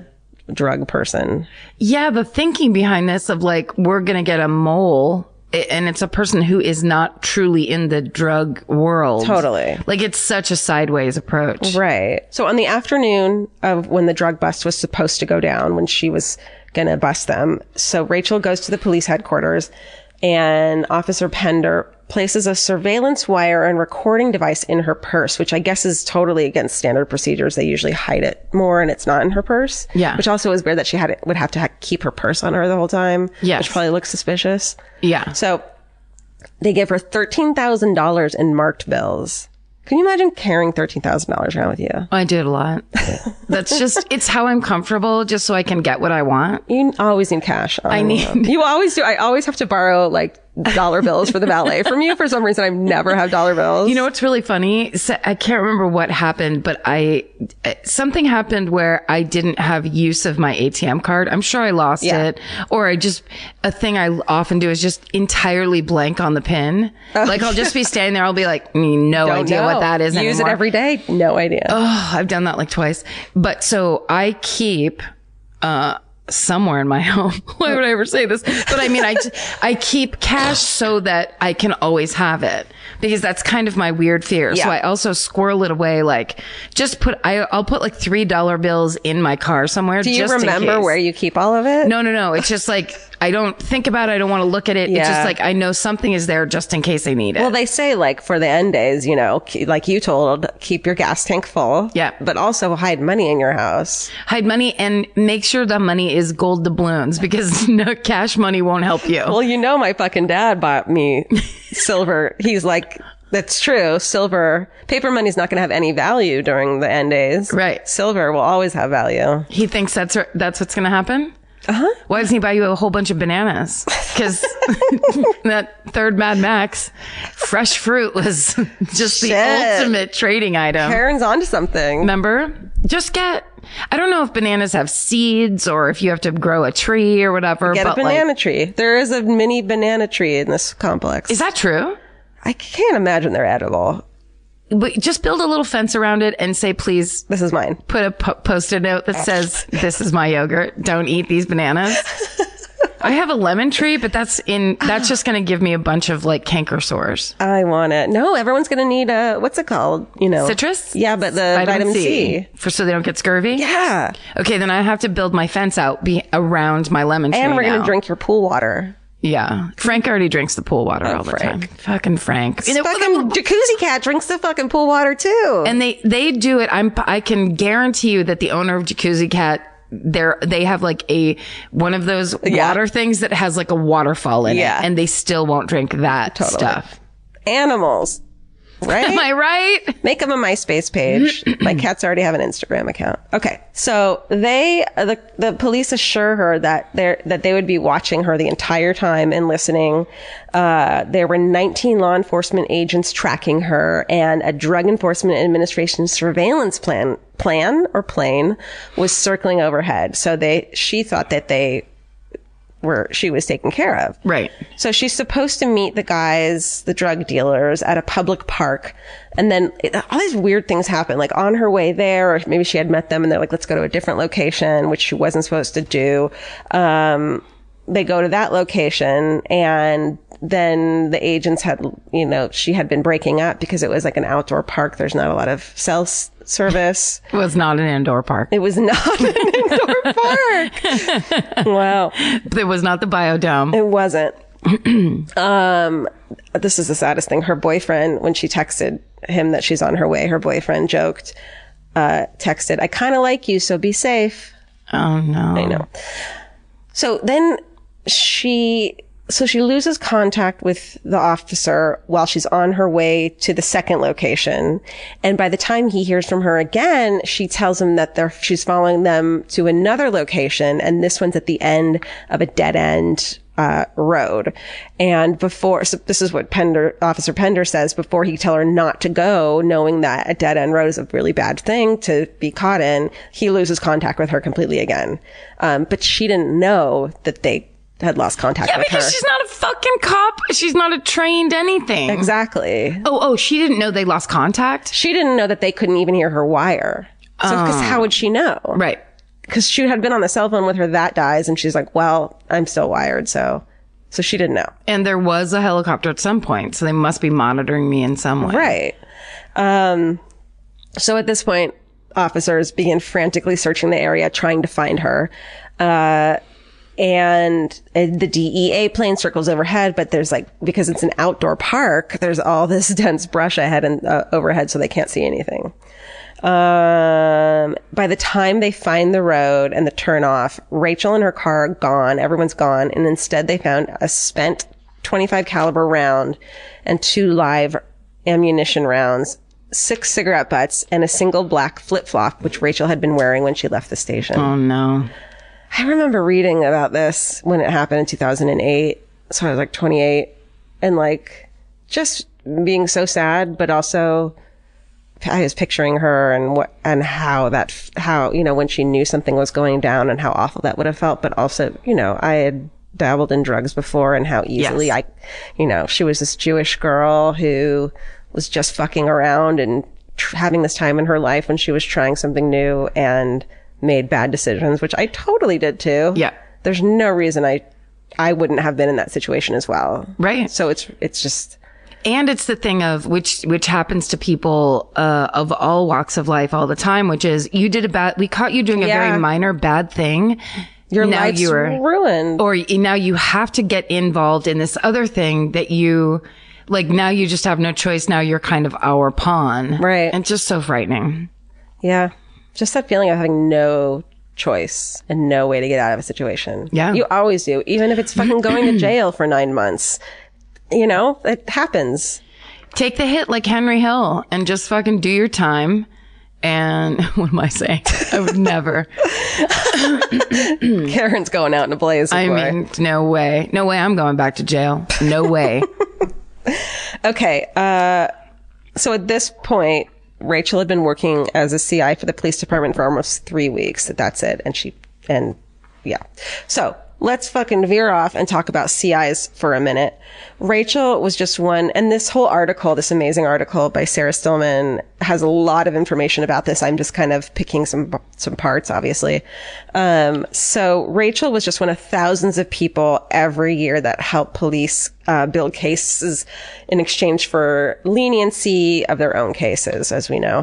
drug person. Yeah, the thinking behind this of like, we're going to get a mole i- and it's a person who is not truly in the drug world. Totally. Like it's such a sideways approach. Right. So on the afternoon of when the drug bust was supposed to go down, when she was going to bust them, so Rachel goes to the police headquarters and Officer Pender places a surveillance wire and recording device in her purse, which I guess is totally against standard procedures. They usually hide it more and it's not in her purse. Yeah. Which also is weird that she had it, would have to ha- keep her purse on her the whole time. Yes. Which probably looks suspicious. Yeah. So they gave her $13,000 in marked bills. Can you imagine carrying $13,000 around with you? I do it <laughs> a lot. That's just, it's how I'm comfortable just so I can get what I want. You always need cash. I need- You always do. I always have to borrow like dollar bills for the ballet from you. For some reason, I never have dollar bills. You know what's really funny? So I can't remember what happened, but I uh, something happened where I didn't have use of my ATM card. I'm sure I lost Yeah. it, or I just a thing I often do is just entirely blank on the pin. like I'll just be standing there, I'll be like, "Mm, no Oh. Don't idea know. what that is. Use anymore. it every day. No idea. Oh, I've done that like twice. But so I keep, uh, somewhere in my <laughs> home. Why would I ever say this? But I mean, I, <laughs> I keep cash so that I can always have it because that's kind of my weird fear. So I also squirrel it away. Like just put, I, I'll put like $3 bills in my car somewhere. do you just in remember case. where you keep all of it? No, no, no. It's just like, I don't think about it. I don't want to look at it. It's Yeah. just like, I know something is there just in case I need it. Well, they say like for the end days, you know, ke- like you told, keep your gas tank full. Yeah. But also hide money in your house. hide money and make sure the money is gold doubloons because <laughs> no cash money won't help you. Well, you know, my fucking dad bought <laughs> me silver. He's like, that's true. Silver, paper money's not going to have any value during the end days. Right. Silver will always have value. he thinks that's r- that's what's going to happen. Uh-huh. Why doesn't he buy you a whole bunch of <laughs> bananas? Because <laughs> that third Mad Max, fresh fruit was <laughs> just the Shit. ultimate trading item. Karen's onto something. Remember? Just get. I don't know if bananas have seeds or if you have to grow a tree or whatever. Get but a banana Like, tree. There is a mini banana tree in this complex. is that true? I can't imagine they're edible. but just build a little fence around it and say, please This is mine. put a po- post-it note that says, "This is my yogurt. Don't eat these bananas." I have a lemon tree, but that's in that's just going to give me a bunch of like canker sores. I want it. No, everyone's going to need a, what's it called? You know, Citrus? Yeah, but the vitamin, C. for so they don't get scurvy. Yeah. Okay, then I have to build my fence out be around my lemon tree. And we're going now. to drink your pool water. Yeah, Frank already drinks the pool water all the time. Fucking Frank. And, it- Oh, fucking jacuzzi cat drinks the fucking pool water too. and they they do it. I'm I can guarantee you that the owner of Jacuzzi Cat. They're, they have like a one of those water things that has like a waterfall in Yeah. it, and they still won't drink that stuff. Animals. <laughs> Am Right? I right? Make them a MySpace page. My cats already have an Instagram account. Okay. So they, the, the police assure her that they're, that they would be watching her the entire time and listening. Uh, there were 19 law enforcement agents tracking her and a drug enforcement administration surveillance plan, plan or plane was circling overhead. So they, she thought that they were, she was taken care of. Right. So she's supposed to meet the guys, the drug dealers at a public park. And then it, all these weird things happen. Like on her way there, or maybe she had met them and they're like, let's go to a different location, which she wasn't supposed to do. Um, they go to that location and then the agents had, you know, she had been breaking up because it was like an outdoor park. There's not a lot of cell s- service. <laughs> It was not an indoor park. It was not an <laughs> indoor park. wow. It was not the biodome. It wasn't. um, this is the saddest thing. Her boyfriend, when she texted him that she's on her way, her boyfriend joked, uh, texted, I kind of like you, so be safe. Oh no. You know. So then she, so she loses contact with the officer while she's on her way to the second location. And by the time he hears from her again, she tells him that they're, she's following them to another location. And this one's at the end of a dead end. Uh, road. And before, so this is what Pender, Officer Pender says before he tell her not to go, knowing that a dead end road is a really bad thing to be caught in, he loses contact with her completely again. Um, but she didn't know that they had lost contact Yeah, with her. because she's not a fucking cop. She's not a trained anything. exactly. Oh, oh, she didn't know they lost contact. She didn't know that they couldn't even hear her wire. So, Ah. because how would she know? Right. Because she had been on the cell phone with her that dies, and she's like, well, I'm still wired, so. So she didn't know. And there was a helicopter at some point, so they must be monitoring me in some way. Right. Um, so at this point, officers begin frantically searching the area, trying to find her. Uh, and uh, the DEA plane circles overhead, but there's like, because it's an outdoor park, there's all this <laughs> dense brush ahead and uh, overhead, so they can't see anything. Um, by the time they find the road and the turnoff, Rachel and her car are gone. Everyone's gone. And instead they found a spent 25 caliber round and two live ammunition rounds, six cigarette butts, and a single black flip flop, which Rachel had been wearing when she left the station. Oh no. I remember reading about this when it happened in 2008. So I was like 28 and like just being so sad, but also I was picturing her and what, and how that, f- how, you know, when she knew something was going down and how awful that would have felt. But also, you know, I had dabbled in drugs before and how easily I, you know, she was this Jewish girl who was just fucking around and tr- having this time in her life when she was trying something new and made bad decisions, which I totally did too. Yeah. There's no reason I, I wouldn't have been in that situation as well. Right. So it's, it's just, And it's the thing of which which happens to people uh, of all walks of life all the time, which is you did a bad. We caught you doing a Yeah. very minor bad thing. your now life's you are ruined. or y- now you have to get involved in this other thing that you like. Now you just have no choice. Now you're kind of our pawn. Right. And just so frightening. Yeah. Just that feeling of having no choice and no way to get out of a situation. Yeah. You always do, even if it's fucking going to jail for nine months. You know, it happens. take the hit like Henry Hill and just fucking do your time. And <laughs> what am I saying? I would <laughs> never. Karen's going out in a blaze. I boy. mean, no way. No way I'm going back to jail. No way. okay. Uh, so at this point, Rachel had been working as a CI for the police department for almost three weeks. That's it. And she, and yeah. So let's fucking veer off and talk about CIs for a minute. Rachel was just one, and this whole article, this amazing article by Sarah Stillman, has a lot of information about this. I'm just kind of picking some some parts, obviously. Um, so Rachel was just one of thousands of people every year that help police uh, build cases in exchange for leniency of their own cases, as we know.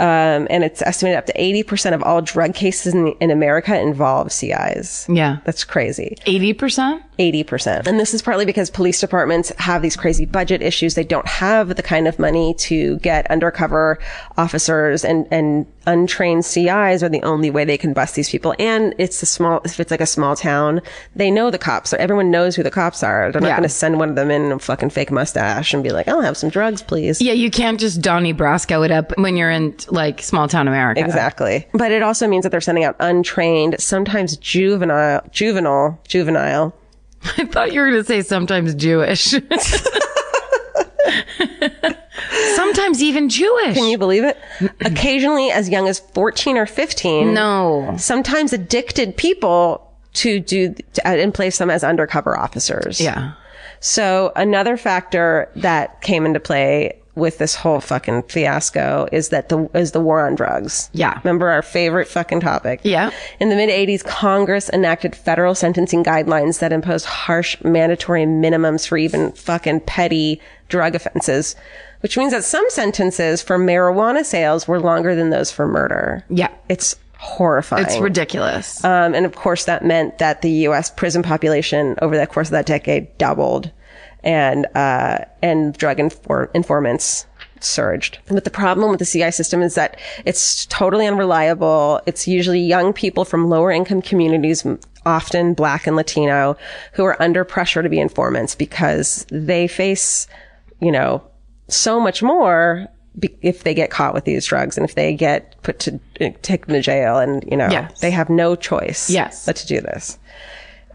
Um, and it's estimated up to 80% of all drug cases in, in America involve CIs. Yeah. That's crazy. 80%? 80%. And this is partly because police departments have these crazy budget issues. They don't have the kind of money to get undercover officers and, and untrained CIs are the only way they can bust these people. And it's a small, if it's like a small town, they know the cops or everyone knows who the cops are. They're not Yeah. going to send one of them in a fucking fake mustache and be like, I'll have some drugs, please. Yeah, you can't just Donnie Brasco it up when you're in like small town America. Exactly. But it also means that they're sending out untrained, sometimes juvenile, juvenile, juvenile <laughs> I thought you were going to say sometimes Jewish. <laughs> sometimes even Jewish. Can you believe <clears throat> it? Occasionally as young as 14 or 15. No. Sometimes addicted people to do, to, uh, and place them as undercover officers. Yeah. So another factor that came into play with this whole fucking fiasco is that the, is the war on drugs. Yeah. Remember our favorite fucking topic. Yeah. In the mid 80s, Congress enacted federal sentencing guidelines that imposed harsh mandatory minimums for even fucking petty drug offenses, which means that some sentences for marijuana sales were longer than those for murder. Yeah. It's horrifying. It's ridiculous. Um, and of course, that meant that the U.S. prison population over the course of that decade doubled, and uh, and drug infor- informants surged. But the problem with the CI system is that it's totally unreliable. It's usually young people from lower income communities, m- often Black and Latino, who are under pressure to be informants because they face, you know, so much more. be- If they get caught with these drugs and if they get put to taken to jail and you know Yes. they have no choice Yes. but to do this.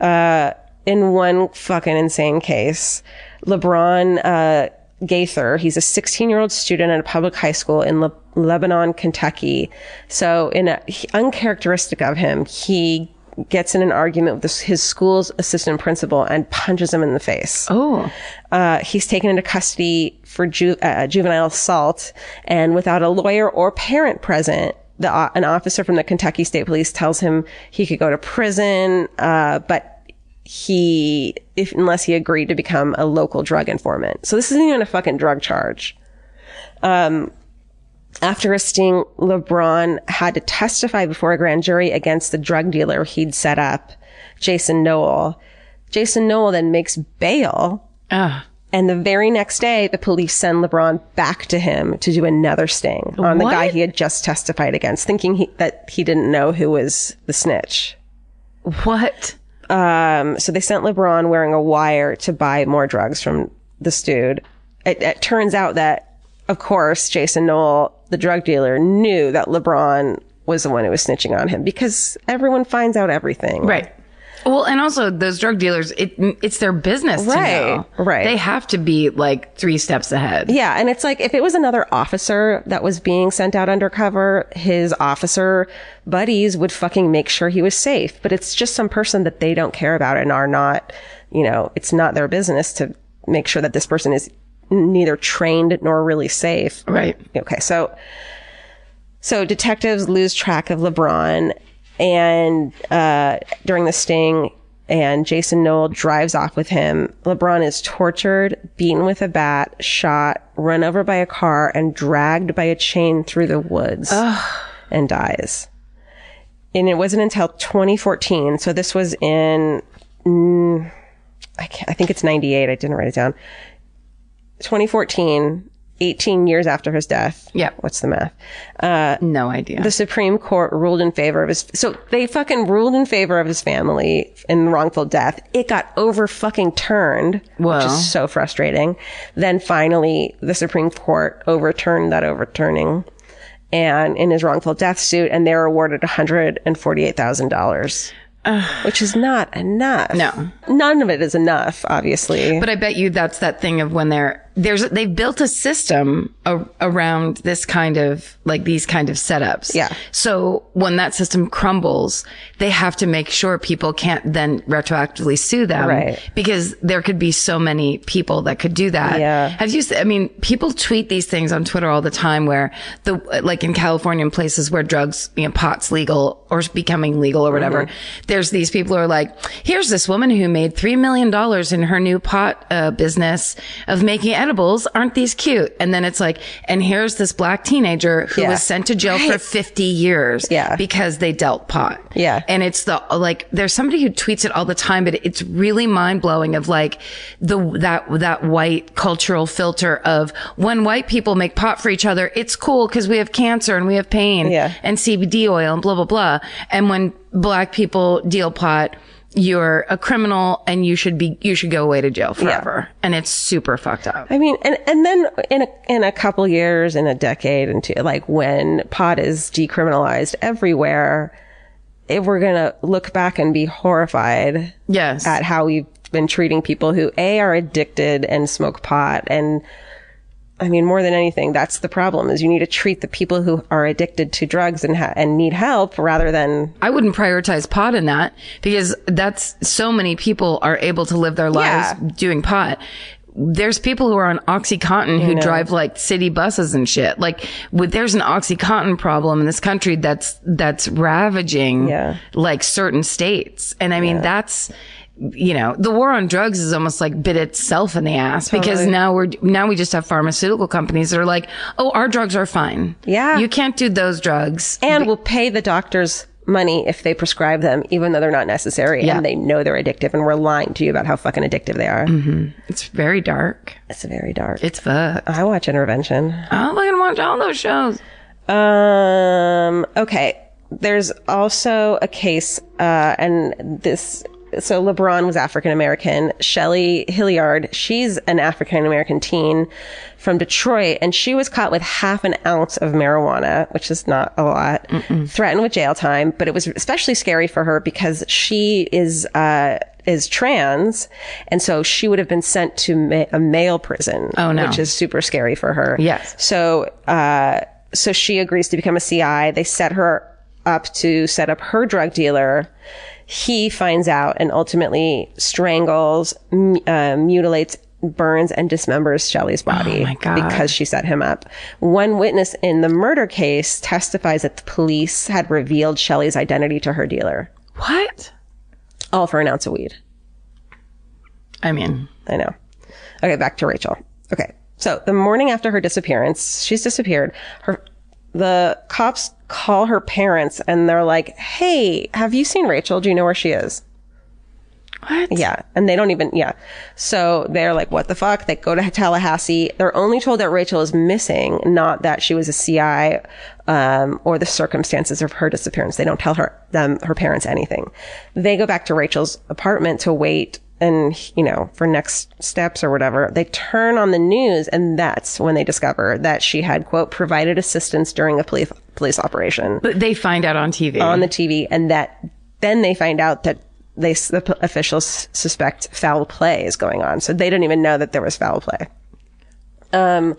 Uh, in one fucking insane case, LeBron uh, Gaither, he's a 16 year old student at a public high school in Le- Lebanon, Kentucky. So, in a he- uncharacteristic of him, he gets in an argument with this, his school's assistant principal and punches him in the face. oh. Uh, he's taken into custody for ju- uh, juvenile assault, and without a lawyer or parent present, the, o an officer from the Kentucky State Police tells him he could go to prison, uh, but he, if unless he agreed to become a local drug informant. So this isn't even a fucking drug charge. Um, After a sting, LeBron had to testify before a grand jury against the drug dealer he'd set up, Jason Noel. Jason Noel then makes bail Ugh. and the very next day, the police send LeBron back to him to do another sting on the What? guy he had just testified against, thinking he, that he didn't know who was the snitch. What? Um, so they sent LeBron wearing a wire to buy more drugs from this dude. It, it turns out that, of course, Jason Noel, the drug dealer, knew that LeBron was the one who was snitching on him because everyone finds out everything. Right. Well, and also those drug dealers, it it's their business Right, to know. right. They have to be like three steps ahead. Yeah, and it's like if it was another officer that was being sent out undercover, his officer buddies would fucking make sure he was safe. But it's just some person that they don't care about and are not, you know, it's not their business to make sure that this person is neither trained nor really safe. Right. Okay, so so detectives lose track of LeBron, and uh, during the sting, and Jason Noel drives off with him. LeBron is tortured, beaten with a bat, shot, run over by a car, and dragged by a chain through the woods, and dies. And it wasn't until 2014. So this was in, mm, I, can't, I think it's 98. I didn't write it down. 2014, 18 years after his death. Yep. What's the math? No idea. The Supreme Court ruled in favor of his, so they fucking ruled in favor of his family in wrongful death. It got over fucking turned, which Well. is so frustrating. Then finally, the Supreme Court overturned that overturning and in his wrongful death suit, and they were awarded $148,000. Which is not enough. No. None of it is enough, obviously. but I bet you that's that thing of when they're there's they've built a system a, around this kind of like these kind of setups. Yeah. So when that system crumbles, they have to make sure people can't then retroactively sue them, Right. Because there could be so many people that could do that. Yeah. Have you? se- I mean, people tweet these things on Twitter all the time, where the like in California, in places where drugs, you know, pot's legal or is becoming legal or whatever. Mm-hmm. There's these people who are like, here's this woman who made three million dollars in her new pot uh, business of making edibles. Aren't these cute? And then it's like, and here's this black teenager who Yeah. was sent to jail for 50 years Yeah. because they dealt pot. Yeah. And it's the, like, there's somebody who tweets it all the time, but it's really mind blowing of like the, that, that white cultural filter of when white people make pot for each other, it's cool because we have cancer and we have pain Yeah. and CBD oil and blah, blah, blah. And when black people deal pot, you're a criminal and you should be, you should go away to jail forever. And it's super fucked up. I mean, and, and then in a, in a couple years, in a decade, and two, like when pot is decriminalized everywhere, if we're gonna look back and be horrified Yes. at how we've been treating people who a are addicted and smoke pot and I mean, more than anything, that's the problem is you need to treat the people who are addicted to drugs and, ha- and need help rather than I wouldn't prioritize pot in that because that's so many people are able to live their lives Yeah. doing pot. There's people who are on OxyContin who drive like city buses and shit. Like, with, there's an OxyContin problem in this country that's that's ravaging Yeah. like certain states, and I mean that's you know the war on drugs is almost like bit itself in the ass because now we're now we just have pharmaceutical companies that are like, oh, our drugs are fine. Yeah. you can't do those drugs. and will pay the doctors money if they prescribe them, even though they're not necessary Yeah. and they know they're addictive and we're lying to you about how fucking addictive they are. It's very dark. It's very dark. It's fucked. I watch Intervention. I don't fucking watch all those shows. Um, okay. There's also a case, uh, and this, so LeBron was African American. Shelly Hilliard, she's an African American teen from Detroit, and she was caught with half an ounce of marijuana, which is not a lot, threatened with jail time, but it was especially scary for her because she is, uh, is trans, and so she would have been sent to ma- a male prison, oh, no. which is super scary for her. Yes. So, uh, so she agrees to become a CI. They set her up to set up her drug dealer. He finds out and ultimately strangles, m- uh, mutilates, burns, and dismembers Shelley's body Oh my God. because she set him up. One witness in the murder case testifies that the police had revealed Shelley's identity to her dealer, What? all for an ounce of weed. I mean, I know. Okay, back to Rachel. Okay. So the morning after her disappearance, she's disappeared. Her the cops call her parents and they're like, Hey, have you seen Rachel? Do you know where she is? what? Yeah. And they don't even yeah. So they're like, What the fuck? They go to Tallahassee. They're only told that Rachel is missing, not that she was a CI um, or the circumstances of her disappearance. They don't tell her them her parents anything. They go back to Rachel's apartment to wait and you know for next steps or whatever they turn on the news and that's when they discover that she had quote provided assistance during a police police operation But they find out on TV. on the TV, and that then they find out that they s- the p- officials s- suspect foul play is going on. So they didn't even know that there was foul play. Um,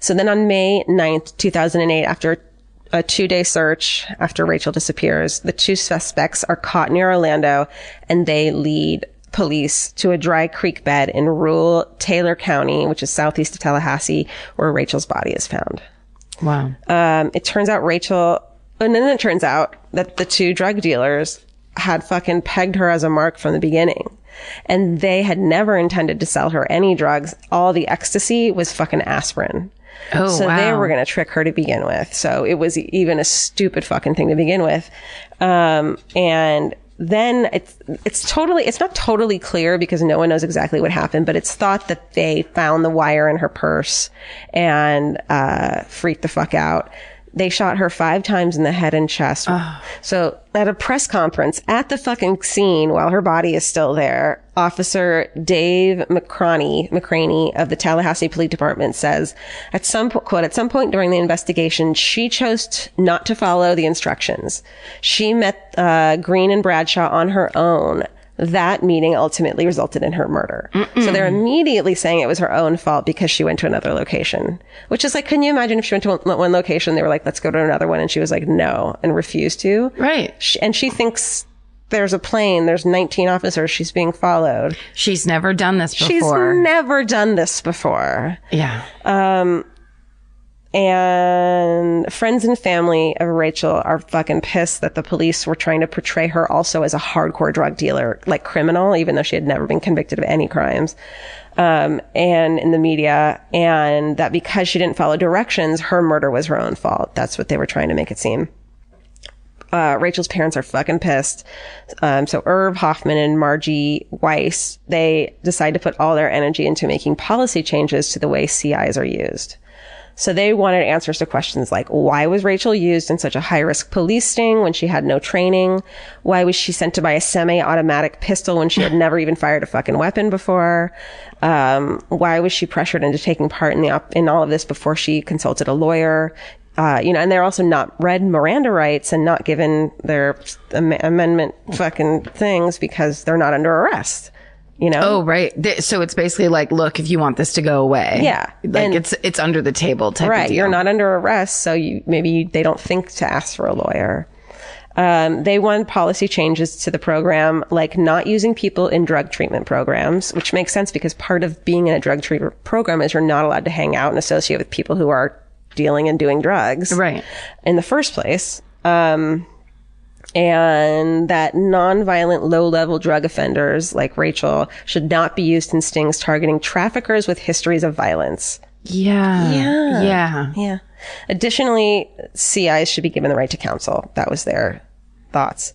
so then on May 9th, 2008, after a two day search after Rachel disappears, the two suspects are caught near Orlando and they lead police to a dry creek bed in rural Taylor County, which is southeast of Tallahassee, where Rachel's body is found wow. um, it turns out Rachel, and then it turns out that the two drug dealers had fucking pegged her as a mark from the beginning. And they had never intended to sell her any drugs. All the ecstasy was fucking aspirin. oh, so wow. they were going to trick her to begin with. So it was even a stupid fucking thing to begin with. Um, and then it's it's totally it's not totally clear because no one knows exactly what happened, but it's thought that they found the wire in her purse and uh, freaked the fuck out. They shot her five times in the head and chest. So at a press conference at the fucking scene while her body is still there, Officer Dave McCraney, McCraney of the Tallahassee Police Department says, at some po- quote, at some point during the investigation, she chose t- not to follow the instructions. She met uh, Green and Bradshaw on her own. that meeting ultimately resulted in her murder. So they're immediately saying it was her own fault because she went to another location, which is like, can you imagine if she went to one, one location? They were like, let's go to another one. And she was like, no, and refused to. Right. She, and she thinks there's a plane, there's 19 officers, she's being followed. She's never done this She's before. never done this before. yeah. And friends and family of Rachel are fucking pissed that the police were trying to portray her also as a hardcore drug dealer, like criminal, even though she had never been convicted of any crimes. Um, and in the media, and that because she didn't follow directions, her murder was her own fault. That's what they were trying to make it seem uh, Rachel's parents are fucking pissed. Um, so Irv Hoffman and Margie Weiss, they decide to put all their energy into making policy changes to the way CIs are used. So they wanted answers to questions like, why was Rachel used in such a high risk police sting when she had no training? Why was she sent to buy a semi automatic pistol when she had never even fired a fucking weapon before? Um, why was she pressured into taking part in the, op- in all of this before she consulted a lawyer? uh, you know, and they're also not read Miranda rights and not given their am- amendment fucking things because they're not under arrest. You know? Oh, right. Th- So it's basically like, look, if you want this to go away, Yeah. like And- it's it's under the table type. Of right. deal. You're not under arrest, so you, maybe you, they don't think to ask for a lawyer. Um, they want policy changes to the program, like not using people in drug treatment programs, which makes sense because part of being in a drug treatment program is you're not allowed to hang out and associate with people who are dealing and doing drugs. Right. in the first place. Um, and that nonviolent low level drug offenders like Rachel should not be used in stings targeting traffickers with histories of violence. Yeah. Yeah. Yeah. Yeah. Additionally, CIs should be given the right to counsel. That was their thoughts.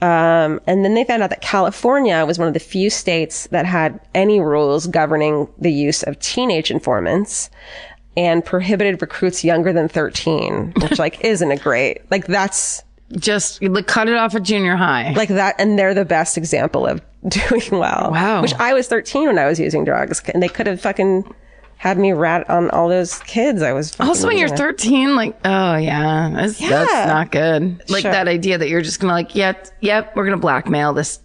Um, and then they found out that California was one of the few states that had any rules governing the use of teenage informants and prohibited recruits younger than 13, which <laughs> like isn't a great, like that's Just like, cut it off at junior high. like that. And they're the best example of <laughs> doing well. Wow. Which I was 13 when I was using drugs and they could have fucking had me rat on all those kids. I was fucking also, when you're using. 13, like, oh yeah, that's, Yeah. that's not good. Like Sure. that idea that you're just gonna like, yep, yep, we're gonna blackmail this,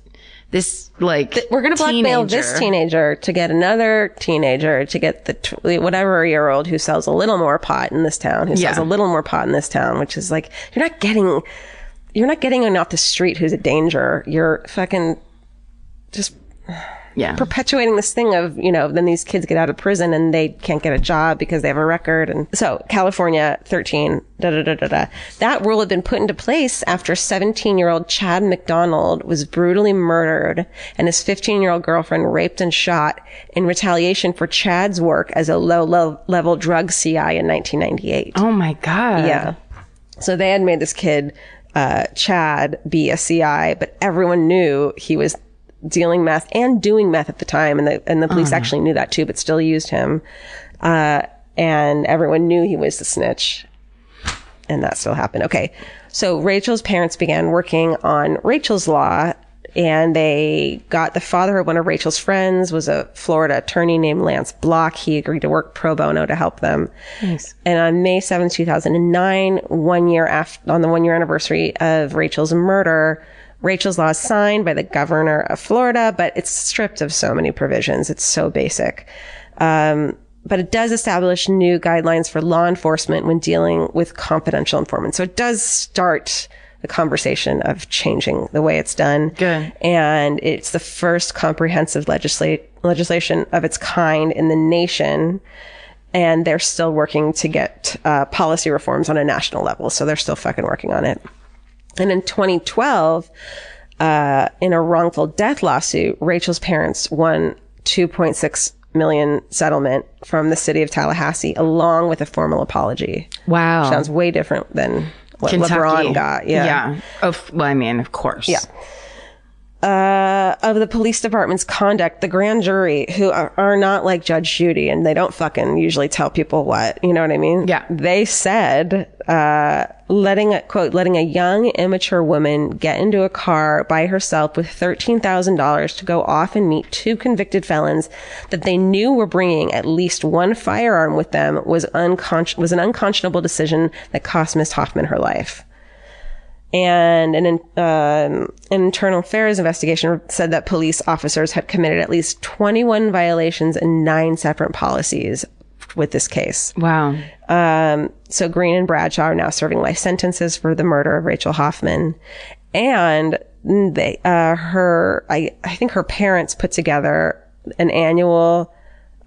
this like we're going to blackmail teenager. this teenager to get another teenager to get the tw- whatever year old who sells a little more pot in this town, who sells Yeah. a little more pot in this town, which is like you're not getting you're not getting anyone off the street who's a danger. You're fucking just Yeah. perpetuating this thing of you know then these kids get out of prison and they can't get a job because they have a record and so california 13 da da da da da that rule had been put into place after 17 year old chad mcdonald was brutally murdered and his 15 year old girlfriend raped and shot in retaliation for chad's work as a low, low level drug ci in 1998 oh my god. yeah. So they had made this kid, uh, Chad, be a CI, but everyone knew he was dealing meth and doing meth at the time, and the and the police actually knew that too, but still used him. Uh, and everyone knew he was the snitch, and that still happened. Okay, so Rachel's parents began working on Rachel's law. And they got the father of one of Rachel's friends was a Florida attorney named Lance Block. He agreed to work pro bono to help them. And on May seventh, two 2009, one year after, on the one year anniversary of Rachel's murder, Rachel's law is signed by the governor of Florida, but it's stripped of so many provisions. It's so basic. Um, but it does establish new guidelines for law enforcement when dealing with confidential informants. So it does start the conversation of changing the way it's done. Good. And it's the first comprehensive legisla- legislation of its kind in the nation. And they're still working to get uh, policy reforms on a national level. So they're still fucking working on it. And in 2012, uh, in a wrongful death lawsuit, Rachel's parents won 2.6 million settlement from the city of Tallahassee, along with a formal apology. Wow. Sounds way different than what Kentucky. LeBron got. Yeah. Yeah. Of, well, I mean, of course. Yeah. uh, of the police department's conduct, the grand jury, who are, are not like Judge Judy and they don't fucking usually tell people what, you know what I mean? Yeah. They said, uh, letting a quote, letting a young, immature woman get into a car by herself with $13,000 to go off and meet two convicted felons that they knew were bringing at least one firearm with them was unconscious, was an unconscionable decision that cost Miss Hoffman her life. and an, in- um, an internal affairs investigation said that police officers had committed at least 21 violations and nine separate policies with this case. Wow. Um, so Green and Bradshaw are now serving life sentences for the murder of Rachel Hoffman. And they, uh, her, I, I think her parents put together an annual,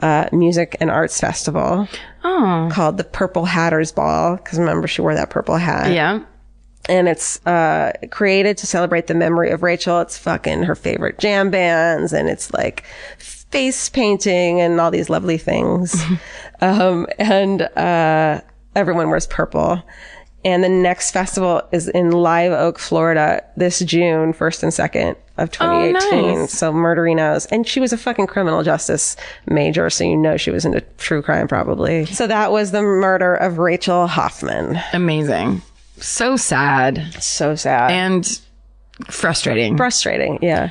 uh, music and arts festival called the Purple Hatters Ball. Cause remember she wore that purple hat Yeah. and it's uh, created to celebrate the memory of Rachel. It's fucking her favorite jam bands, and it's like face painting and all these lovely things. um, and uh, everyone wears purple. And the next festival is in Live Oak, Florida, this June, first and second of 2018. So murderinos, and she was a fucking criminal justice major, so you know she was into true crime probably. So that was the murder of Rachel Hoffman. Amazing. So sad So sad. and frustrating. frustrating. Yeah.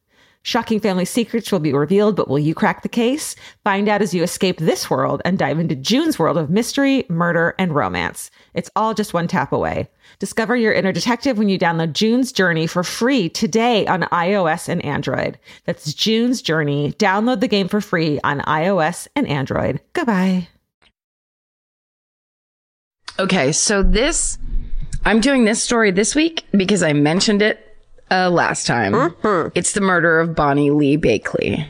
Shocking family secrets will be revealed, but will you crack the case? Find out as you escape this world and dive into June's world of mystery, murder, and romance. It's all just one tap away. Discover your inner detective when you download June's Journey for free today on iOS and Android. That's June's Journey. Download the game for free on iOS and Android. Goodbye. Okay, so this I'm doing this story this week because I mentioned it uh, last time. Mm-hmm. It's the murder of Bonnie Lee Bakley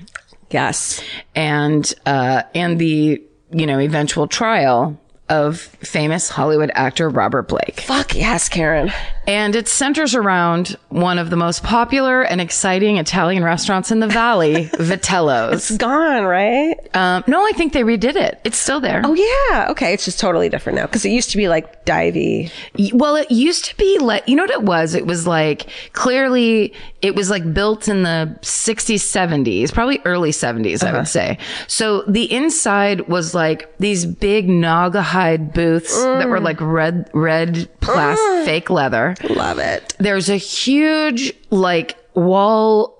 Yes. and uh, and the you know eventual trial of famous Hollywood actor Robert Blake. Fuck yes, Karen. And it centers around one of the most popular and exciting Italian restaurants in the <laughs> valley, Vitello's. Gone, right? Um, no, I think they redid it. It's still there. Oh yeah. Okay, it's just totally different now because it used to be like divey. Y- Well, it used to be like, you know what it was? It was like, clearly, it was like built in the 60s, 70s, probably early 70s, I would say. So the inside was like these big Naga hide booths that were like red, red plastic fake leather. Love it. There's a huge, like, wall,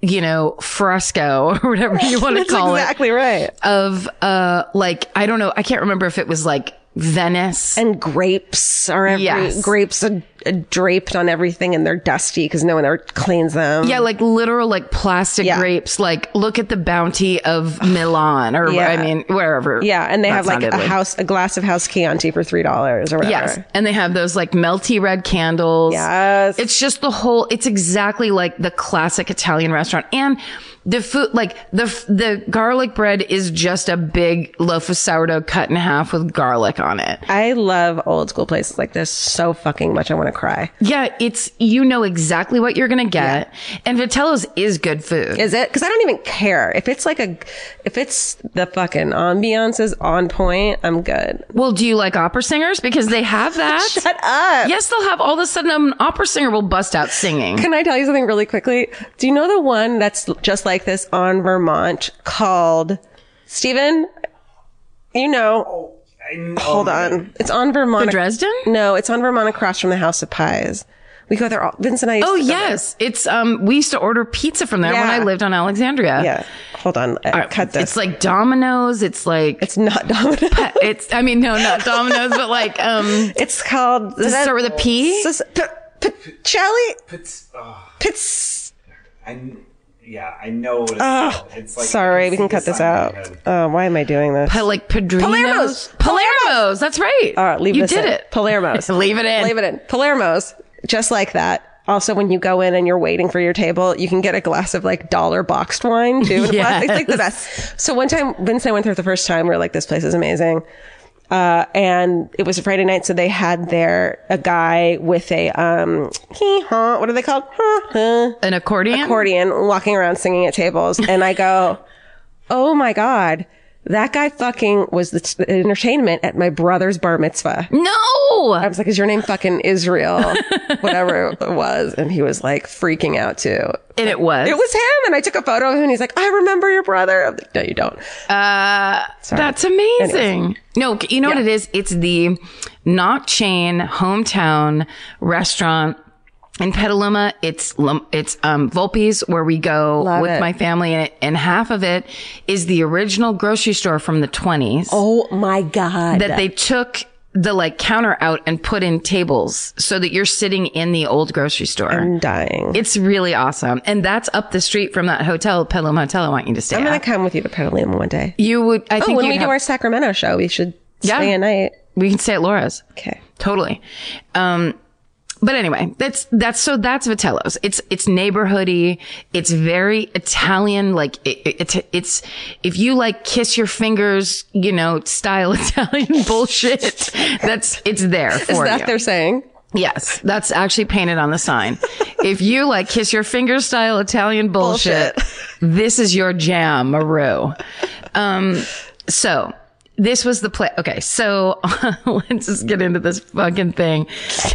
you know, fresco <laughs> or whatever you want to That's call it exactly right. of, uh, like, I don't know. I can't remember if it was like Venice. And grapes are every Yes. grapes and draped on everything and they're dusty because no one ever cleans them. Yeah, like literal like plastic Yeah. grapes. Like look at the bounty of <sighs> Milan or Yeah. I mean wherever. Yeah, and they That have like sounded a weird. house, a glass of house Chianti for three dollars or whatever. Yes, and they have those like melty red candles. Yes. It's just the whole. It's exactly like the classic Italian restaurant, and the food, like the f- the garlic bread, is just a big loaf of sourdough cut in half with garlic on it. I love old school places like this so fucking much. I want to cry. Yeah, it's you know exactly what you're gonna get, and Vitello's is good food. Is it? Because I don't even care if it's like a, if it's the fucking ambiance is on point. I'm good. well, do you like opera singers because they have that? <laughs> Shut up. Yes, they'll have all of a sudden um, an opera singer will bust out singing. Can I tell you something really quickly? Do you know the one that's just like this on Vermont called Stephen? You know. Hold on. It's on Vermont. The <laughs> Dresden? No, it's on Vermont across from the House of Pies. We go there all. Vincent and I. Used Oh to go there. yes, it's um. We used to order pizza from there when I Yeah. lived on Alexandria. Yeah. Hold on. I cut this. It's like Domino's. It's like it's not <laughs> Domino. it's. I mean, no, not Domino's, but like um. It's called. Does it start with a P? Sus- P- Picelli? It's, oh, Pits. I, yeah, I know what it's, called. It's like, Sorry, we can cut this out. Uh, why am I doing this? But like Padrino's. Palermo's! Palermo's. That's right. All right, leave you this did in. it. Palermo's. <laughs> leave it in. Leave it in. Palermo's, just like that. Also, when you go in and you're waiting for your table, you can get a glass of like dollar boxed wine too. in a glass. It's like the best. So one time, Vince and I went there for the first time. We are like, this place is amazing. Uh, and it was a Friday night, so they had there a guy with a um, hee haw. What are they called? Huh, huh. An accordion. accordion walking around singing at tables. And I go, <laughs> Oh my God, that guy fucking was the t- entertainment at my brother's bar mitzvah. I No. was like, Is your name fucking <laughs> Israel? Whatever it was. And he was like freaking out too. And it was. It was him. And I took a photo of him and he's like, I remember your brother. I'm like, no, you don't. That's amazing. No, you know what it is? It's the not chain hometown restaurant in Petaluma. It's Lum- it's um Volpe's where we go Love with it. my family, and, and half of it is the original grocery store from the twenties Oh my God. that they took the like counter out and put in tables so that you're sitting in the old grocery store. I'm dying. it's really awesome, and that's up the street from that hotel, Petaluma Hotel. I want you to stay I'm at. going to come with you to Petaluma one day. you would, I Oh, think when you'd we do have- our Sacramento show, we should Yeah. stay a night. we can stay at Laura's. Okay. Totally. Um, but anyway, that's, that's, so that's Vitello's. It's, it's neighborhoody. It's very Italian. Like it, it, it's, it's, if you like kiss your fingers, you know, style <laughs> Italian bullshit, that's, it's there for Is that you. they're saying? yes. That's actually painted on the sign. if you like kiss your fingers style Italian bullshit, this is your jam, Maru. Um, so this was the play. Okay, so <laughs> let's just get into this fucking thing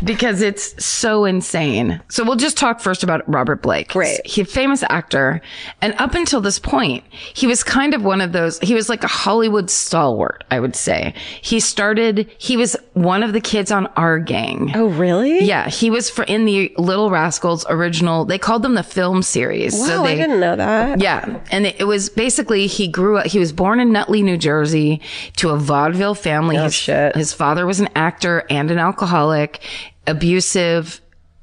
because it's so insane. So we'll just talk first about Robert Blake. Great. He famous actor. And up until this point, he was kind of one of those, he was like a Hollywood stalwart, I would say. He started, he was one of the kids on our gang. Oh, really? Yeah, he was for in the Little Rascals original. They called them the film series. Wow, so Oh, I they, didn't know that. yeah. And it, it was basically he grew up, he was born in Nutley, New Jersey to a vaudeville family. his, Oh, shit. his father was an actor and an alcoholic, abusive,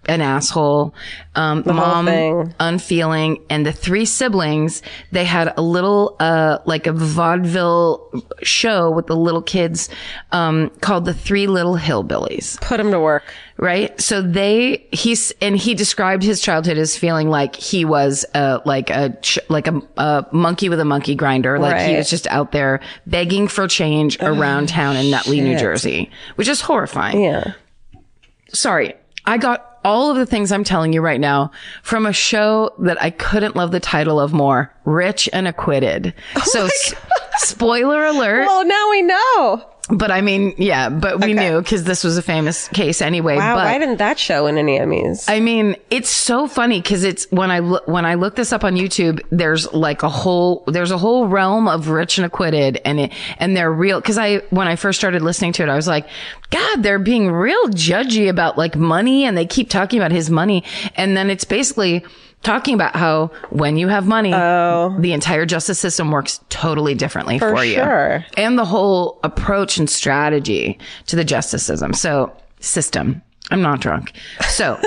an asshole, um, mom, thing. unfeeling. And the three siblings, they had a little, uh, like a vaudeville show with the little kids, um, called the Three Little Hillbillies Put him to work. right? So they he's and he described his childhood as feeling like he was uh like a ch- like a, a monkey with a monkey grinder, like he Right. Oh, was just out there begging for change around town in Nutley, New Jersey, which is horrifying. Yeah. Sorry, I got all of the things I'm telling you right now from a show that I couldn't love the title of more, Rich and Acquitted. so s- spoiler alert. Oh Well, now we know. But I mean, yeah, but we knew because this was a famous case anyway. Wow, but why didn't that show win any Emmys? I mean, it's so funny because it's when I look when I look this up on YouTube. There's like a whole there's a whole realm of rich and acquitted, and it and they're real. Because I when I first started listening to it, I was like, God, they're being real judgy about like money, and they keep talking about his money, and then it's basically talking about how when you have money, the entire justice system works totally differently for, you sure. and the whole approach and strategy to the justice system. So system. I'm not drunk. So,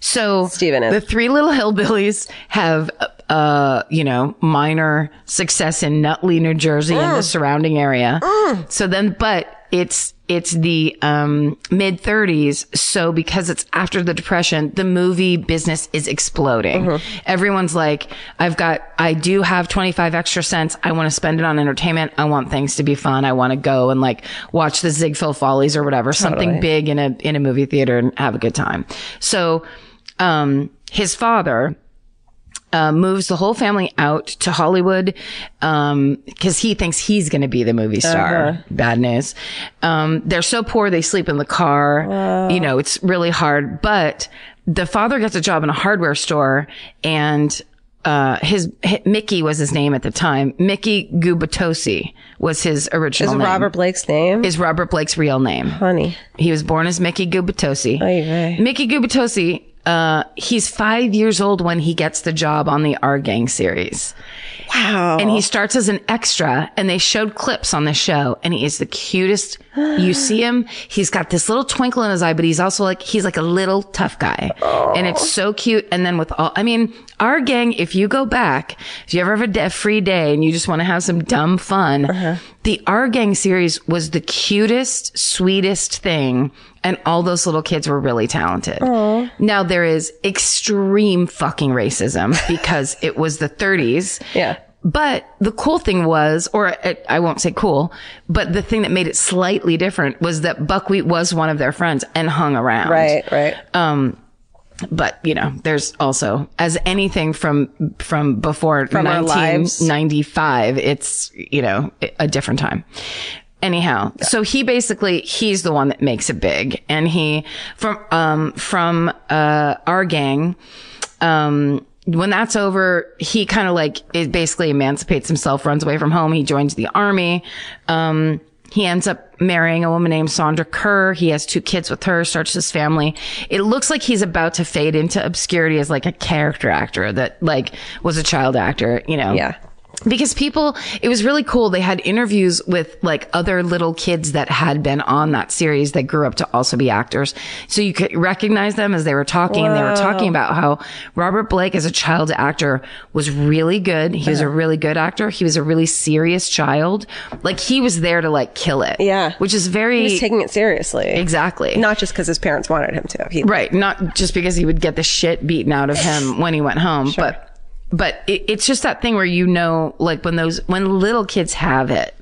so Steven is. the three little hillbillies have, uh, you know, minor success in Nutley, New Jersey Mm. and the surrounding area. So then, but it's, it's the, um, mid thirties. So because it's after the depression, the movie business is exploding. Everyone's like, I've got, I do have 25 extra cents. I want to spend it on entertainment. I want things to be fun. I want to go and like watch the Ziegfeld Follies or whatever, something big in a, in a movie theater and have a good time. So, um, his father, uh, moves the whole family out to Hollywood because he thinks he's going to be the movie star. Uh-huh. Bad news. Um, they're so poor they sleep in the car. You know, it's really hard. But the father gets a job in a hardware store and. Uh, his, hi Mickey was his name at the time. Mickey Gubatosi was his original Is name. Robert Blake's name? is Robert Blake's real name. Funny. He was born as Mickey Oh, Gubatosi. vey. Mickey Gubatosi, uh, he's five years old when he gets the job on the R Gang series. Wow. And he starts as an extra, and they showed clips on the show, and he is the cutest. you see him, he's got this little twinkle in his eye, but he's also like, he's like a little tough guy. And it's so cute. And then with all, I mean, our gang, if you go back, if you ever have a de- free day and you just want to have some dumb fun, the R Gang series was the cutest, sweetest thing. And all those little kids were really talented. Now there is extreme fucking racism because it was the 30s. Yeah. But the cool thing was, or it, I won't say cool, but the thing that made it slightly different was that Buckwheat was one of their friends and hung around. right, right. Um, but you know, there's also as anything from from before From our lives. 1995, it's you know a different time. Anyhow, so he basically he's the one that makes it big, and he from um from uh our gang, um. When that's over, he kind of like it basically emancipates himself, runs away from home. He joins the army. Um, he ends up marrying a woman named Sandra Kerr. He has two kids with her, starts his family. It looks like he's about to fade into obscurity as like a character actor that like was a child actor, you know? Yeah. Because people, it was really cool. They had interviews with like other little kids that had been on that series that grew up to also be actors. So you could recognize them as they were talking and they were talking about how Robert Blake as a child actor was really good. He was a really good actor. He was a really serious child. Like he was there to like kill it. Yeah. Which is very, He's taking it seriously. exactly. Not just because his parents wanted him to. He, Right. Not just because he would get the shit beaten out of him when he went home, but but it, it's just that thing where you know, like when those when little kids have it,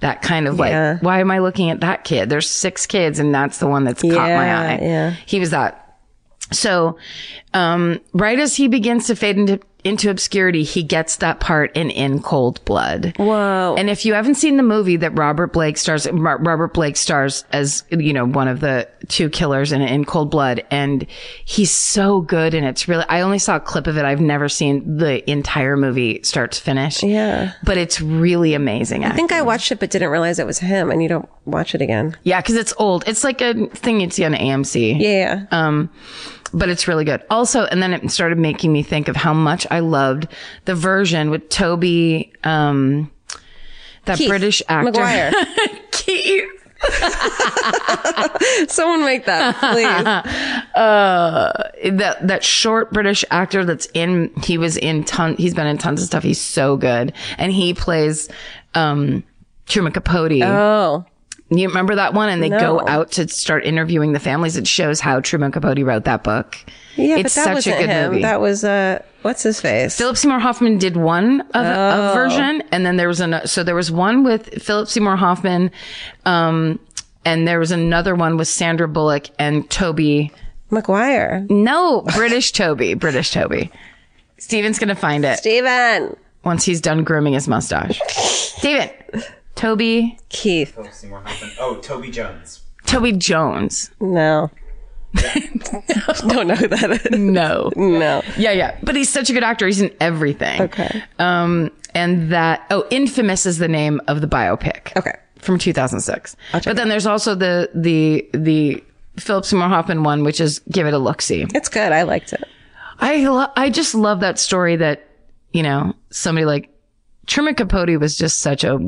that kind of like, Yeah. why am I looking at that kid? There's six kids, and that's the one that's caught Yeah, my eye. yeah. He was that so, um, right as he begins to fade into into obscurity, he gets that part in In Cold Blood. Whoa! And if you haven't seen the movie that Robert Blake stars, Ro- Robert Blake stars as you know one of the two killers in In Cold Blood, and he's so good, and it's really I only saw a clip of it. I've never seen the entire movie start to finish. Yeah. but it's really amazing. I think I watched it but didn't realize it was him, and you don't watch it again. yeah, because it's old. It's like a thing you'd see on AMC. Yeah. Um, <laughs> but it's really good. Also, and then it started making me think of how much I loved the version with Toby, um, that Keith British actor. McGuire. <laughs> Keith. <laughs> Someone make that, <laughs> please. That, that short British actor that's in, he was in ton, he's been in tons of stuff. He's so good. And he plays, um, Truman Capote. oh. You remember that one? And they go No. out to start interviewing the families. It shows how Truman Capote wrote that book. Yeah, it's but that such wasn't a good him. movie. That was, uh, what's his face? Philip Seymour Hoffman did one of Oh. a version, and then there was an so there was one with Philip Seymour Hoffman, um, and there was another one with Sandra Bullock and Toby. McGuire. No, British Toby, British Toby. Steven's gonna find it Steven. once he's done grooming his mustache. Steven, Toby, Keith. Oh, Toby Jones. Toby Jones. No. <laughs> don't know who that is. No, No. yeah, yeah, but he's such a good actor. He's in everything. Okay. Um, and that oh, infamous is the name of the biopic. Okay. from 2006. But then there's also the the the Philip Seymour Hoffman one, which is "Give It a Look See." It's good. I liked it. I lo- I just love that story that you know somebody like Truman Capote was just such a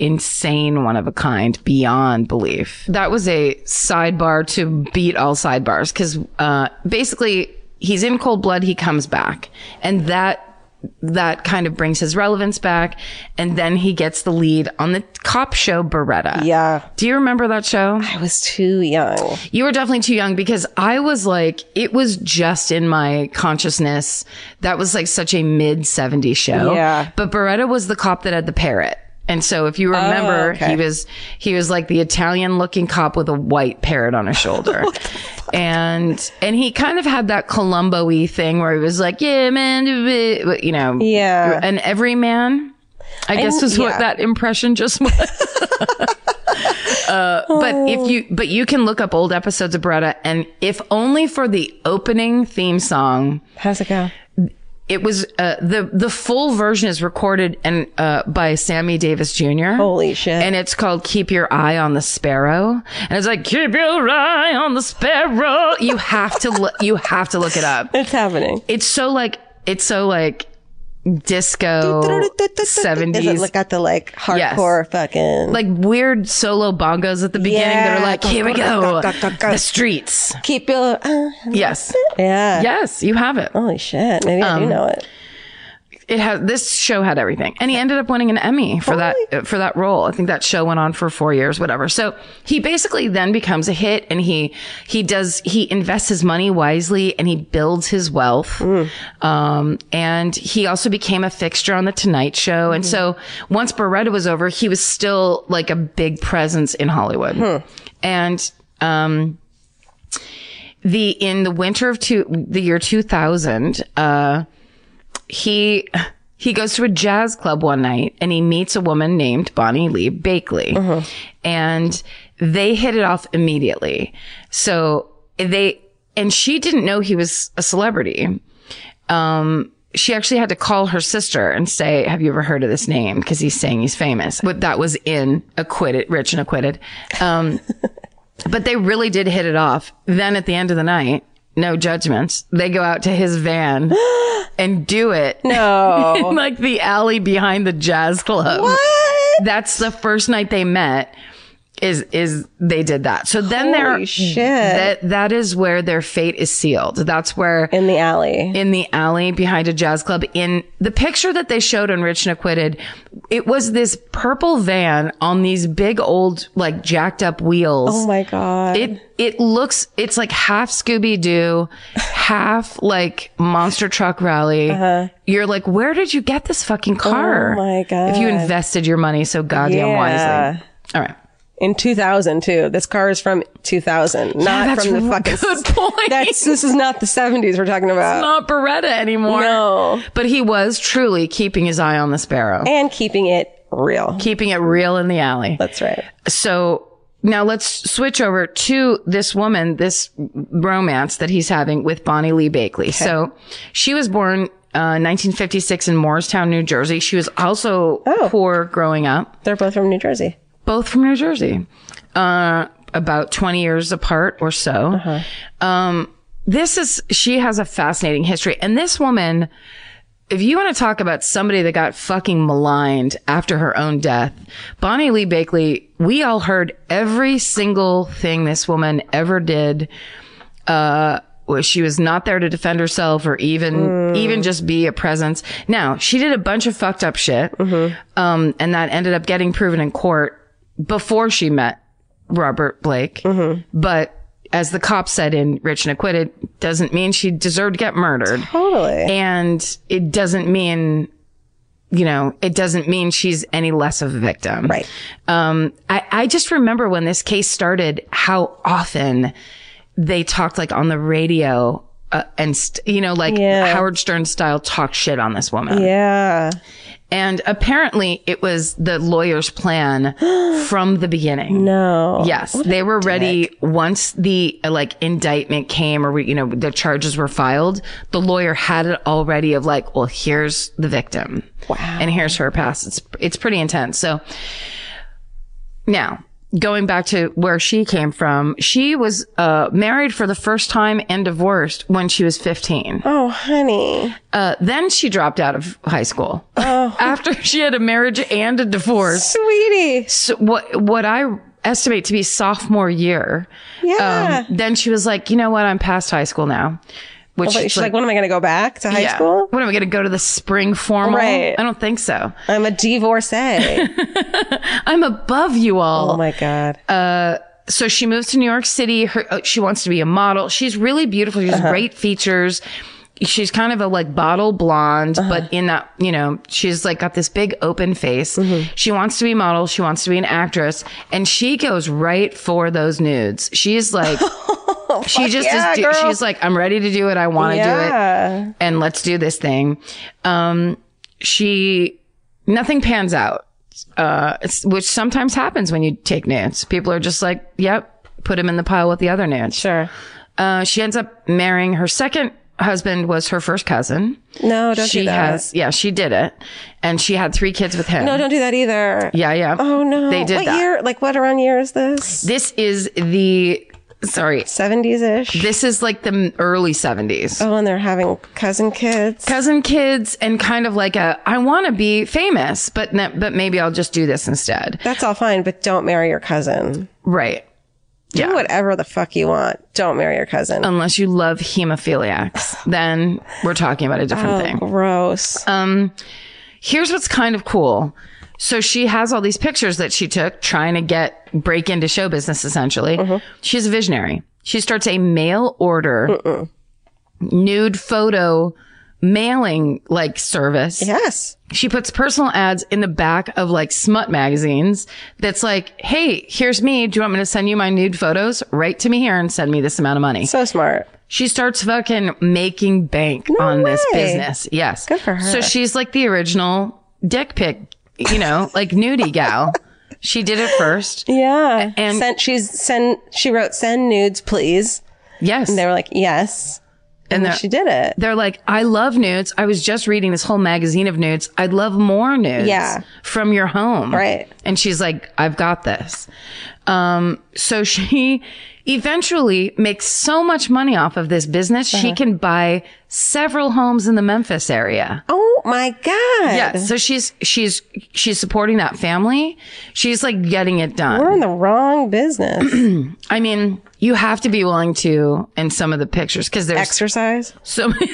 insane, one of a kind, beyond belief. That was a sidebar to beat all sidebars because uh, basically he's in cold blood. He comes back, and that that kind of brings his relevance back. And then he gets the lead on the cop show Beretta. Yeah. Do you remember that show? I was too young. You were definitely too young because I was like, it was just in my consciousness. That was like such a mid 70s show. Yeah. Oh, But Beretta was the cop that had the parrot. And so if you remember, he was, he was like the Italian looking cop with a white parrot on <laughs> his shoulder. and, and he kind of had that Columbo-y thing where he was like, yeah, man, you know, Yeah. an everyman. I guess is yeah. what that impression just was. But if you, but you can look up old episodes of Beretta, and if only for the opening theme song, How's it go? it was uh, the the full version is recorded and uh, by Sammy Davis Jr. Holy shit. And it's called "Keep Your Eye on the Sparrow," and it's like "Keep Your Eye on the Sparrow." You have to look. You have to look it up. It's happening. It's so like it's so like disco Is it seventies look at the like hardcore fucking like weird solo bongos at the beginning that Yeah. are like, here we go, the streets. keep your uh, Yes. yeah. Yes, you have it. Holy shit. Maybe I do Um, know it. It has this show had everything. And he ended up winning an Emmy for that uh, for that role. I think that show went on for 4 years whatever. So, he basically then becomes a hit and he he does he invests his money wisely and he builds his wealth. Um and he also became a fixture on the Tonight Show. And so, once Beretta was over, he was still like a big presence in Hollywood. And um the in the winter of two the year 2000 uh he he goes to a jazz club one night and he meets a woman named Bonnie Lee Bakley and they hit it off immediately so they and she didn't know he was a celebrity um she actually had to call her sister and say, "Have you ever heard of this name?" Because he's saying he's famous. But that was in acquitted, rich and acquitted. Um, <laughs> but they really did hit it off. Then at the end of the night, no judgments. They go out to his <gasps> van and do it. No. <laughs> in like the alley behind the jazz club. What? That's the first night they met is is they did that. So then they're shit. that that is where their fate is sealed. That's where In the alley. in the alley behind a jazz club. In the picture that they showed on Rich and Acquitted, it was this purple van on these big old, like jacked up wheels. oh my god. It it looks it's like half Scooby Doo, half like Monster Truck Rally. You're like, where did you get this fucking car? Uh-huh. Oh my God. If you invested your money so goddamn Yeah. wisely. All right. in 2000 too. This car is from 2000, not that's from the a fucking. good <laughs> point. <laughs> That's this is not the 70s we're talking about. Not Beretta anymore. No. But he was truly keeping his eye on the sparrow. and keeping it real. keeping it real in the alley. That's right. so now let's switch over to this woman, this romance that he's having with Bonnie Lee Bakley. So she was born uh, 1956 in Morristown, New Jersey. She was also poor growing up, They're both from New Jersey. both from New Jersey, uh, about 20 years apart or so. Um, this is, she has a fascinating history. And this woman, if you want to talk about somebody that got fucking maligned after her own death, Bonnie Lee Bakley, we all heard every single thing this woman ever did. Uh, well, she was not there to defend herself or even, even just be a presence. Now, she did a bunch of fucked up shit. Um, and that ended up getting proven in court before she met Robert Blake. Mm-hmm. But as the cop said in Rich and Acquitted, doesn't mean she deserved to get murdered. Totally. And it doesn't mean, you know, it doesn't mean she's any less of a victim. Right. Um, I, I just remember when this case started, how often they talked like on the radio uh, and, st- you know, like Yeah. Howard Stern style talk shit on this woman. Yeah. And apparently it was the lawyer's plan from the beginning. No. Yes, they were ready once the uh, like indictment came or we- you know the charges were filed. The lawyer had it already of like, well, here's the victim, wow, and here's her past. It's it's pretty intense. So now going back to where she came from, she was uh, married for the first time and divorced when she was 15. Oh, honey. Uh, then she dropped out of high school <laughs> after she had a marriage and a divorce. Sweetie. So what what I estimate to be sophomore year. um, Yeah. then she was like, you know what? I'm past high school now. Which But is she's like, when am I going to go back to high school? What am I going to go to the spring formal? Right. I don't think so. I'm a <laughs> divorcee. I'm above you all. oh my God. Uh, so she moves to New York City. Her, uh, she wants to be a model. She's really beautiful. She has Uh-huh. great features. She's kind of a like bottle blonde, Uh-huh. but in that, you know, she's like got this big open face. Mm-hmm. She wants to be a model. She wants to be an actress and she goes right for those nudes. <laughs> She's like, she just Oh, yeah, is, do- girl. she's like, I'm ready to do it. I want to do Yeah. it. And let's do this thing. Um, she, nothing pans out uh, it's- which sometimes happens when you take nudes. People are just like, yep, put him in the pile with the other nudes. sure. Uh, she ends up marrying her second husband was her first cousin. No, don't she do that. has, yeah, she did it. And she had three kids with him. no, don't do that either. Yeah, yeah. Oh no. They did what that. year? Like what around year is this? This is the, sorry, 70s ish. this is like the early 70s. Oh, and they're having cousin kids. Cousin kids and kind of like a, I want to be famous, but, ne- but maybe I'll just do this instead. That's all fine, but don't marry your cousin. Right. Do whatever the fuck you want. Don't marry your cousin. unless you love hemophiliacs, then we're talking about a different thing. Um, Gross. uh, Here's what's kind of cool. So she has all these pictures that she took trying to get break into show business essentially. She's a visionary. She starts a mail order nude photo mailing like service. yes. She puts personal ads in the back of like smut magazines that's like, "Hey, here's me. Do you want me to send you my nude photos? Write to me here and send me this amount of money." So smart. She starts fucking making bank on this way. business. Yes. Good for her. So she's like the original dick pic, <laughs> you know, like nudie gal. She did it first. Yeah. and- sent she's send she wrote send nudes please. Yes. They were like, "Yes." And, they're- then she did it. They're like, I love nudes. I was just reading this whole magazine of nudes. I'd love more nudes Yeah. from your home. Right. And she's like, I've got this. Um, so she eventually makes so much money off of this business. Uh-huh. She can buy several homes in the Memphis area. Oh my god. Yeah. So she's she's she's supporting that family. She's like getting it done. We're in the wrong <clears throat> business. I mean, you have to be willing to in some of the pictures because there's Exercise. so many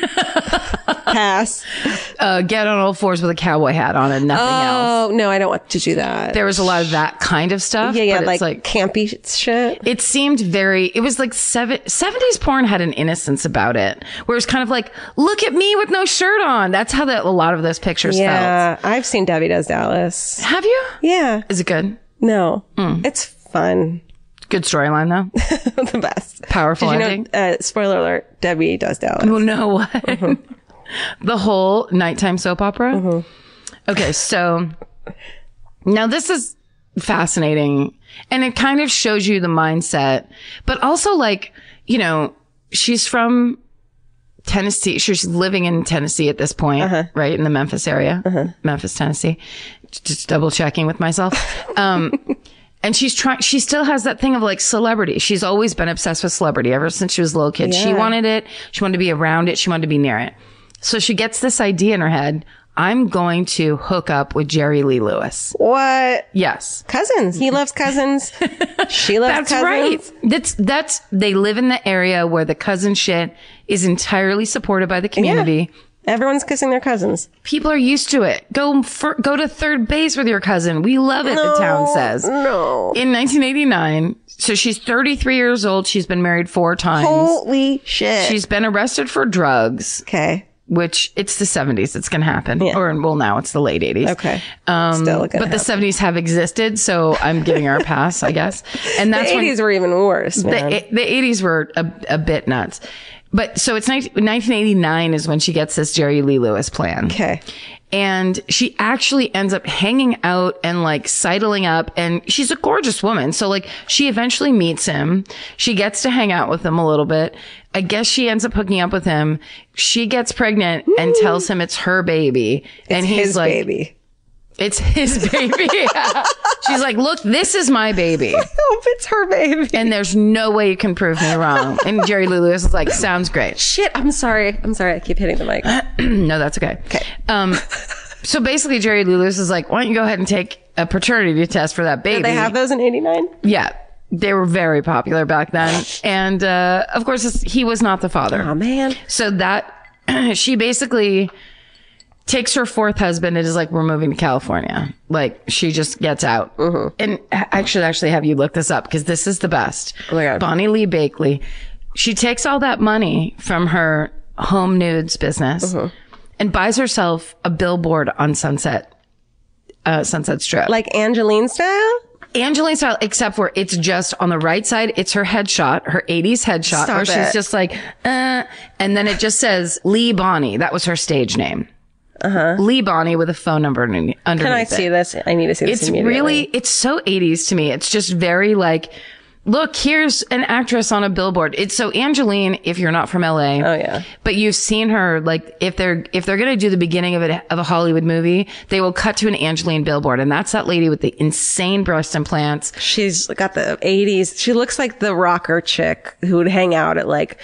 Pass. uh, get on all fours with a cowboy hat on and nothing else. Oh, no, I don't want to do that. There was a lot of that kind of stuff. yeah, yeah, but like, it's like campy sh- shit. it seemed very. It was like seven, 70s porn had an innocence about it, where it's kind of like, look at me with no shirt on. That's how that a lot of those pictures felt. Yeah, I've seen Debbie Does Dallas. Have you? Yeah. Is it good? No, it's fun. <laughs> Good storyline though. the best. Powerful Did you ending. know, uh, spoiler alert, Debbie Does Dallas. Well, no, what? <laughs> the whole nighttime soap opera? Okay, so now this is fascinating and it kind of shows you the mindset, but also like, you know, she's from Tennessee. She's living in Tennessee at this point, right? In the Memphis area, Memphis, Tennessee. J- Just double checking with myself. Um, and she's trying, she still has that thing of like celebrity. She's always been obsessed with celebrity ever since she was a little kid. She wanted it. She wanted to be around it. She wanted to be near it. So she gets this idea in her head. I'm going to hook up with Jerry Lee Lewis. What? Yes. Cousins. He loves <laughs> cousins. she loves That's cousins. right. That's that's they live in the area where the cousin shit is entirely supported by the community. Everyone's kissing their cousins. People are used to it. Go for, go to third base with your cousin. We love it. the town says. No. In 1989, so she's 33 years old. She's been married four times. Holy shit. She's been arrested for drugs, okay. which it's the 70s. It's going to happen. Or, well, now it's the late 80s. Okay. Um, Still but gonna the 70s have existed, so I'm giving her a pass, I guess. And that's The when 80s were even worse. Man. the, the 80s were a, a bit nuts. But so it's 19, 1989 is when she gets this Jerry Lee Lewis plan. okay. And she actually ends up hanging out and like sidling up and she's a gorgeous woman. So like she eventually meets him. She gets to hang out with him a little bit. I guess she ends up hooking up with him. She gets pregnant and tells him it's her baby. and he's His like, baby. It's his <laughs> baby. Yeah. She's like, look, this is my baby. hope Oh, it's her baby. And there's no way you can prove me wrong. And Jerry Lee Lewis is like, sounds great. Shit, I'm sorry. I'm sorry. I keep hitting the mic. <clears throat> no, that's okay. Okay. Um, so basically, Jerry Lee Lewis is like, why don't you go ahead and take a paternity test for that baby? They have those in 89? yeah. They were very popular back then. And, uh, of course, it's- he was not the father. Oh, man. So that <clears throat> she basically takes her fourth husband and is like, "We're moving to California." Like she just gets out. Mm-hmm. And I I should actually have you look this up because this is the best. Oh my God. Bonnie Lee Bakley. She takes all that money from her home nudes business Mm-hmm. and buys herself a billboard on Sunset. Uh, Sunset Strip. Like Angeline style? Angeline style, except for it's just on the right side. It's her headshot, her 80s headshot, Stop where she's it. just like, uh, and then it just says Lee Bonnie. That was her stage name. Uh-huh. Lee Bonnie with a phone number underneath Can I see this? I need to see this It's immediately. really, it's so 80s to me. It's just very like, look, here's an actress on a billboard. It's so Angeline, if you're not from LA. Oh, yeah. But you've seen her, like, if they're, if they're going to do the beginning of it, of a Hollywood movie, they will cut to an Angeline billboard. And that's that lady with the insane breast implants. She's got the 80s. She looks like the rocker chick who would hang out at like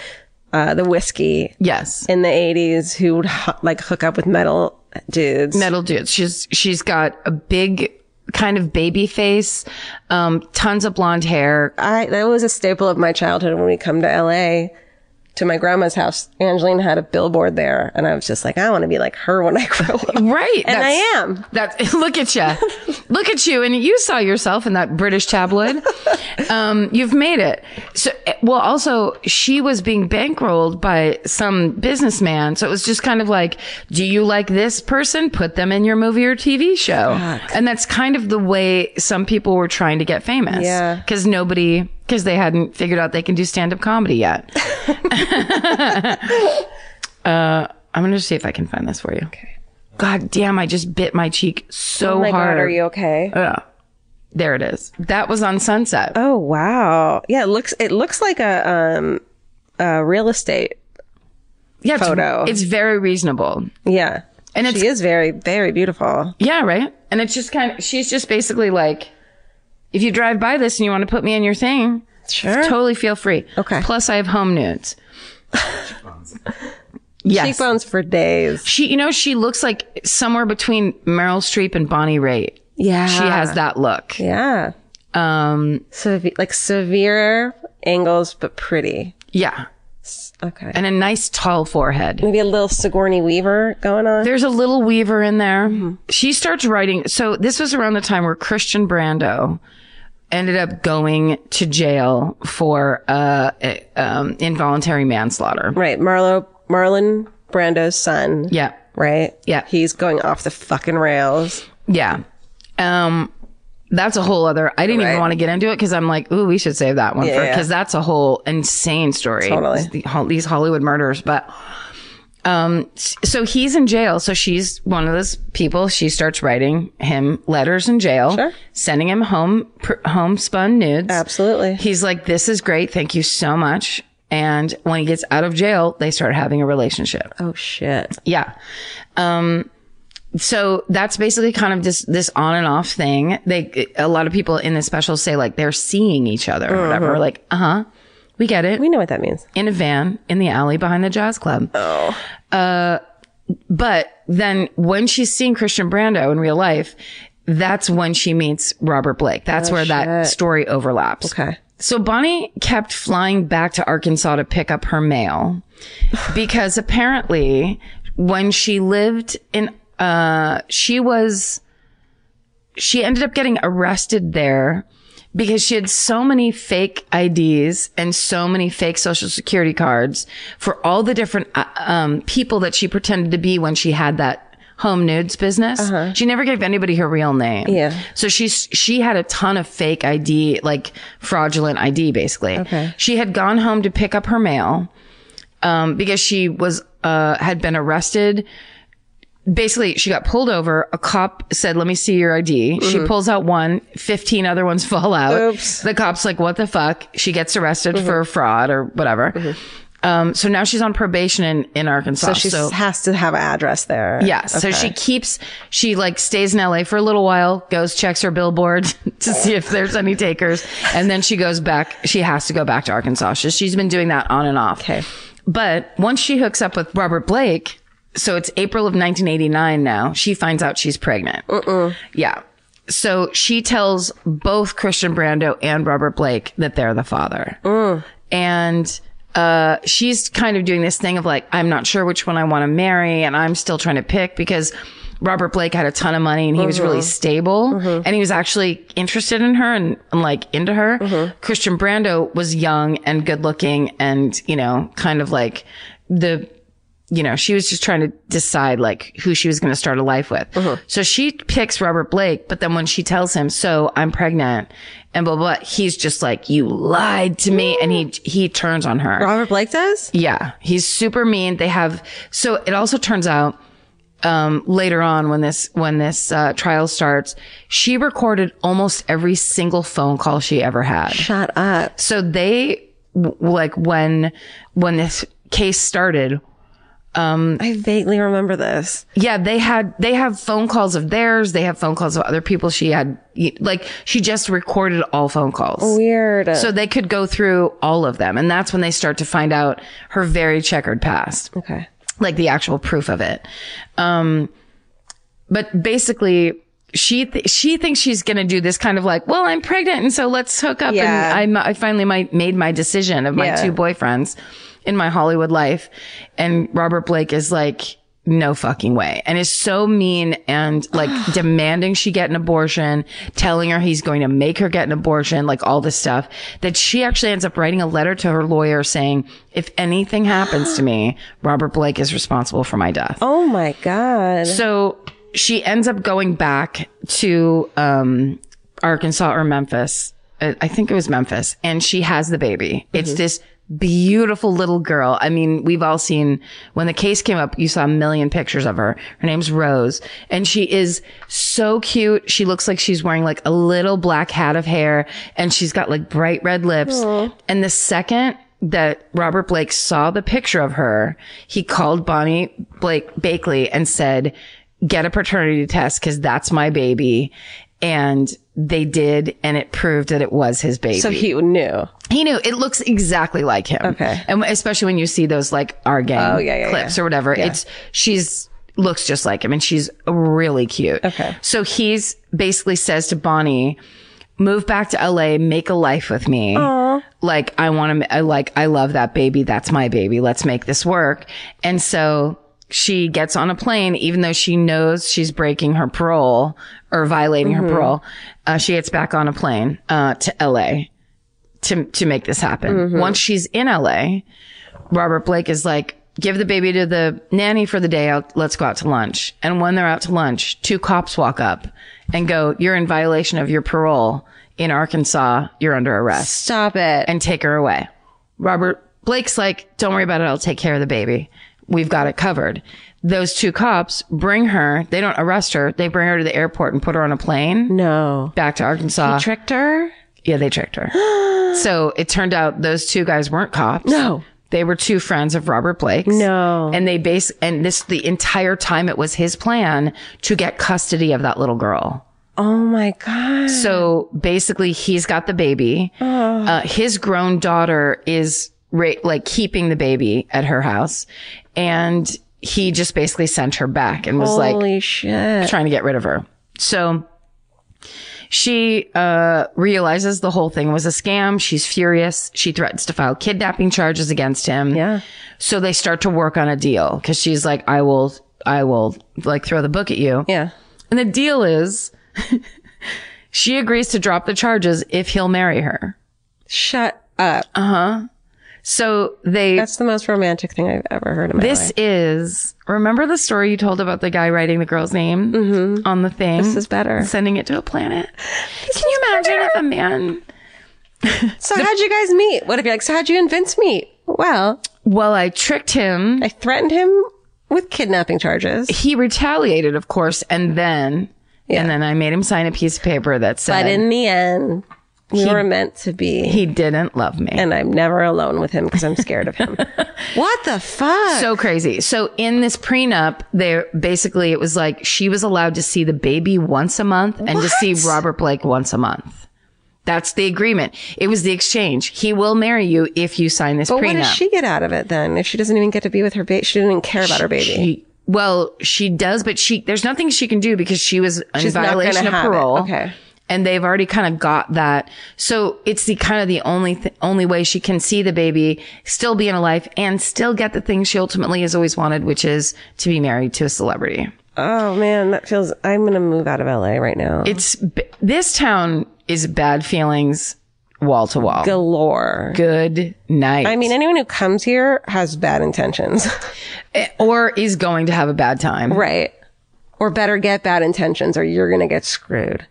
uh, the whiskey Yes. in the 80s who would ho- like hook up with metal dudes. metal dudes. She's she's got a big kind of baby face, um, tons of blonde hair. I that was a staple of my childhood when we come to LA to my grandma's house. Angeline had a billboard there and I was just like, I want to be like her when I <laughs> grow up. Right. And I that's- <laughs> am. That look at you, look at you, and you saw yourself in that British tabloid. Um, you've made it. So, eh, well, also she was being bankrolled by some businessman, so it was just kind of like, do you like this person? Put them in your movie or TV show, and that's kind of the way some people were trying to get famous. Yeah. because nobody, because they hadn't figured out they can do stand up comedy yet. uh, I'm gonna see if I can find this for you. Okay. God damn, I just bit my cheek so Oh my hard. God, are you okay? There it is. That was on Sunset. oh wow. Yeah, it looks it looks like a um a real estate. yeah, it's- photo. It's, very reasonable. Yeah. And it's She is very, very beautiful. yeah, right. And it's just kind of she's just basically like, if you drive by this and you want to put me in your thing, Sure. totally feel free. Okay. Plus, I have <laughs> home nudes. yes. Cheekbones for days. She, you know, she looks like somewhere between Meryl Streep and Bonnie Raitt. Yeah. She has that look. Yeah. Um, Seve- like severe angles, but pretty. yeah. Okay. And a nice tall forehead. Maybe a little Sigourney Weaver going on. There's a little Weaver in there. She starts writing. So this was around the time where Christian Brando ended up going to jail for, uh, uh, um, involuntary manslaughter. Right, Marlo Marlon Brando's son. Yeah. Right? Yeah. He's going off the fucking rails. Yeah. Um, that's a whole other. I didn't even Right. want to get into it because I'm like, ooh, we should save that one for Yeah. because that's a whole insane story. Totally. The- ho- these Hollywood murders, but um, s- so he's in jail. So she's one of those people. She starts writing him letters in jail, Sure. sending him home pr- homespun nudes. Absolutely. He's like, this is great. Thank you so much. And when he gets out of jail, they start having a relationship. Oh shit. Yeah. Um, so that's basically kind of just this on and off thing. They, a lot of people in this special say like they're seeing each other or whatever. Like, uh huh. We get it. Uh-huh. We know what that means. In a van, in the alley behind the jazz club. Oh. Uh, but then when she's seeing Christian Brando in real life, that's when she meets Robert Blake. That's where that story overlaps. Oh, Okay. So Bonnie kept flying back to Arkansas to pick up her mail because apparently when she lived in, uh, she was, she ended up getting arrested there because she had so many fake IDs and so many fake social security cards for all the different, uh, um, people that she pretended to be when she had that home nudes business. She never gave anybody her real name. Yeah. So she's she had a ton of fake ID, like fraudulent ID, basically. Okay. She had gone home to pick up her mail, um, because she was uh had been arrested. Basically, she got pulled over. A cop said, "Let me see your ID." She pulls out one. Fifteen other ones <laughs> fall out. Mm-hmm. Oops. Mm-hmm. The cop's like, "What the fuck?" She gets arrested for fraud or whatever. Um, so now she's on probation in, in Arkansas. So she has to have an address there. Yeah. So she keeps, she like stays in LA for a little while, goes, checks her billboard <laughs> to see if there's any takers. And then she goes back. She has to go back to Arkansas. She, she's been doing that on and off. Okay. But once she hooks up with Robert Blake, so it's April of 1989 now, she finds out she's pregnant. Yeah. So she tells both Christian Brando and Robert Blake that they're the father. And uh, she's kind of doing this thing of like, I'm not sure which one I want to marry, and I'm still trying to pick because Robert Blake had a ton of money and he was really stable and he was actually interested in her and, and like into her. Christian Brando was young and good looking and, you know, kind of like the you know, she was just trying to decide like who she was going to start a life with. So she picks Robert Blake, but then when she tells him, so I'm pregnant and blah, blah, blah, he's just like, you lied to me. And he, he turns on her. Robert Blake does? Yeah, he's super mean. They have so it also turns out um, later on when this when this uh, trial starts, she recorded almost every single phone call she ever had. Shut up. So they w- like when when this case started, I vaguely remember this. yeah, they had they have phone calls of theirs. They have phone calls of other people. She had like she just recorded all phone calls. Weird. So they could go through all of them, and that's when they start to find out her very checkered past. okay. like the actual proof of it. Um, but basically, she th- she thinks she's gonna do this kind of like, well, I'm pregnant, and so let's hook up. Yeah. And I, I finally my, made my decision of my Yeah. two boyfriends in my Hollywood life, and Robert Blake is like. No fucking way. And is so mean and like <sighs> demanding she get an abortion, telling her he's going to make her get an abortion, like all this stuff that she actually ends up writing a letter to her lawyer saying, if anything happens <gasps> to me, Robert Blake is responsible for my death. Oh my God. So she ends up going back to um, Arkansas or Memphis. Uh, I I think it was Memphis, and she has the baby. It's this beautiful little girl. I mean, we've all seen when the case came up, you saw a million pictures of her. Her name's Rose, and she is so cute. She looks like she's wearing like a little black hat of hair, and she's got like bright red lips. And the second that Robert Blake saw the picture of her, he called Bonnie Blake Bakley and said, get a paternity test because that's my baby. And they did, and it proved that it was his baby. So he knew. He knew it looks exactly like him. Okay. Oh, And especially when you see those like our gang yeah, yeah, clips or whatever, it's she's looks just like him and she's really cute. Okay. So he's basically says to Bonnie, move back to LA, make a life with me. Like I want to I like I love that baby. That's my baby. Let's make this work. And so she gets on a plane, even though she knows she's breaking her parole or violating Mm-hmm. her parole. Uh, she gets back on a plane uh, to LA to to make this happen. Once she's in LA, Robert Blake is like, give the baby to the nanny for the day. I'll, let's go out to lunch. And when they're out to lunch, two cops walk up and go, you're in violation of your parole in Arkansas. You're under arrest Stop it. and take her away. Robert Blake's like, don't worry about it. I'll take care of the baby. We've got it covered. Those two cops bring her. They don't arrest her. They bring her to the airport and put her on a plane no. back to Arkansas. Tricked her? Yeah, they <gasps> tricked her. so it turned out those two guys weren't cops. No. They were two friends of Robert Blake's. No. And they base and this the entire time it was his plan to get custody of that <gasps> little girl. Oh my God. So basically he's got <sighs> the baby. Uh, his grown daughter is ra- like keeping the baby at her house and he just basically sent her back and was like Holy shit. trying to get rid of her. So she uh, realizes the whole thing was a scam. She's furious. She threatens to file kidnapping charges against him. Yeah. So they start to work on a deal because she's like, I will, I will like throw the book at you. Yeah. And the deal is <laughs> she agrees to drop the charges if he'll marry her. Shut up. So they. That's the most romantic thing I've ever heard in my this life. is remember the story you told about the guy writing the girl's name on the thing. Mm-hmm. This is better. sending it to a planet. Can you imagine if a man? So how'd you guys meet? What if you're like, so how'd you and Vince meet? Well, Well, I tricked <laughs> him. I threatened him with kidnapping charges. He retaliated, of course, and then and then I made him sign a piece of paper that said But in the end, We were meant to be. He didn't love me. and I'm never alone with him because I'm scared of him. <laughs> what the fuck? so crazy. So in this prenup, there basically it was like she was allowed to see the baby once a month and to see Robert Blake once a month. That's the agreement. It was the exchange. He will marry you if you sign this but prenup. what does she get out of it then? If she doesn't even get to be with her baby, she didn't even care about her baby. She- well, she does, but she there's nothing she can do because she was in She's not gonna violation of have it. parole. Okay. And they've already kind of got that. So it's the kind of the only th- only way she can see the baby, still be in a life, and still get the thing she ultimately has always wanted, which is to be married to a celebrity. oh man, that feels. I'm gonna move out of LA right now. It's It's b- this town is bad feelings wall to wall. galore. Good night. I mean, anyone who comes here has bad intentions, <laughs> Eh, or is going to have a bad time. right? Or better get bad intentions, or you're gonna get screwed.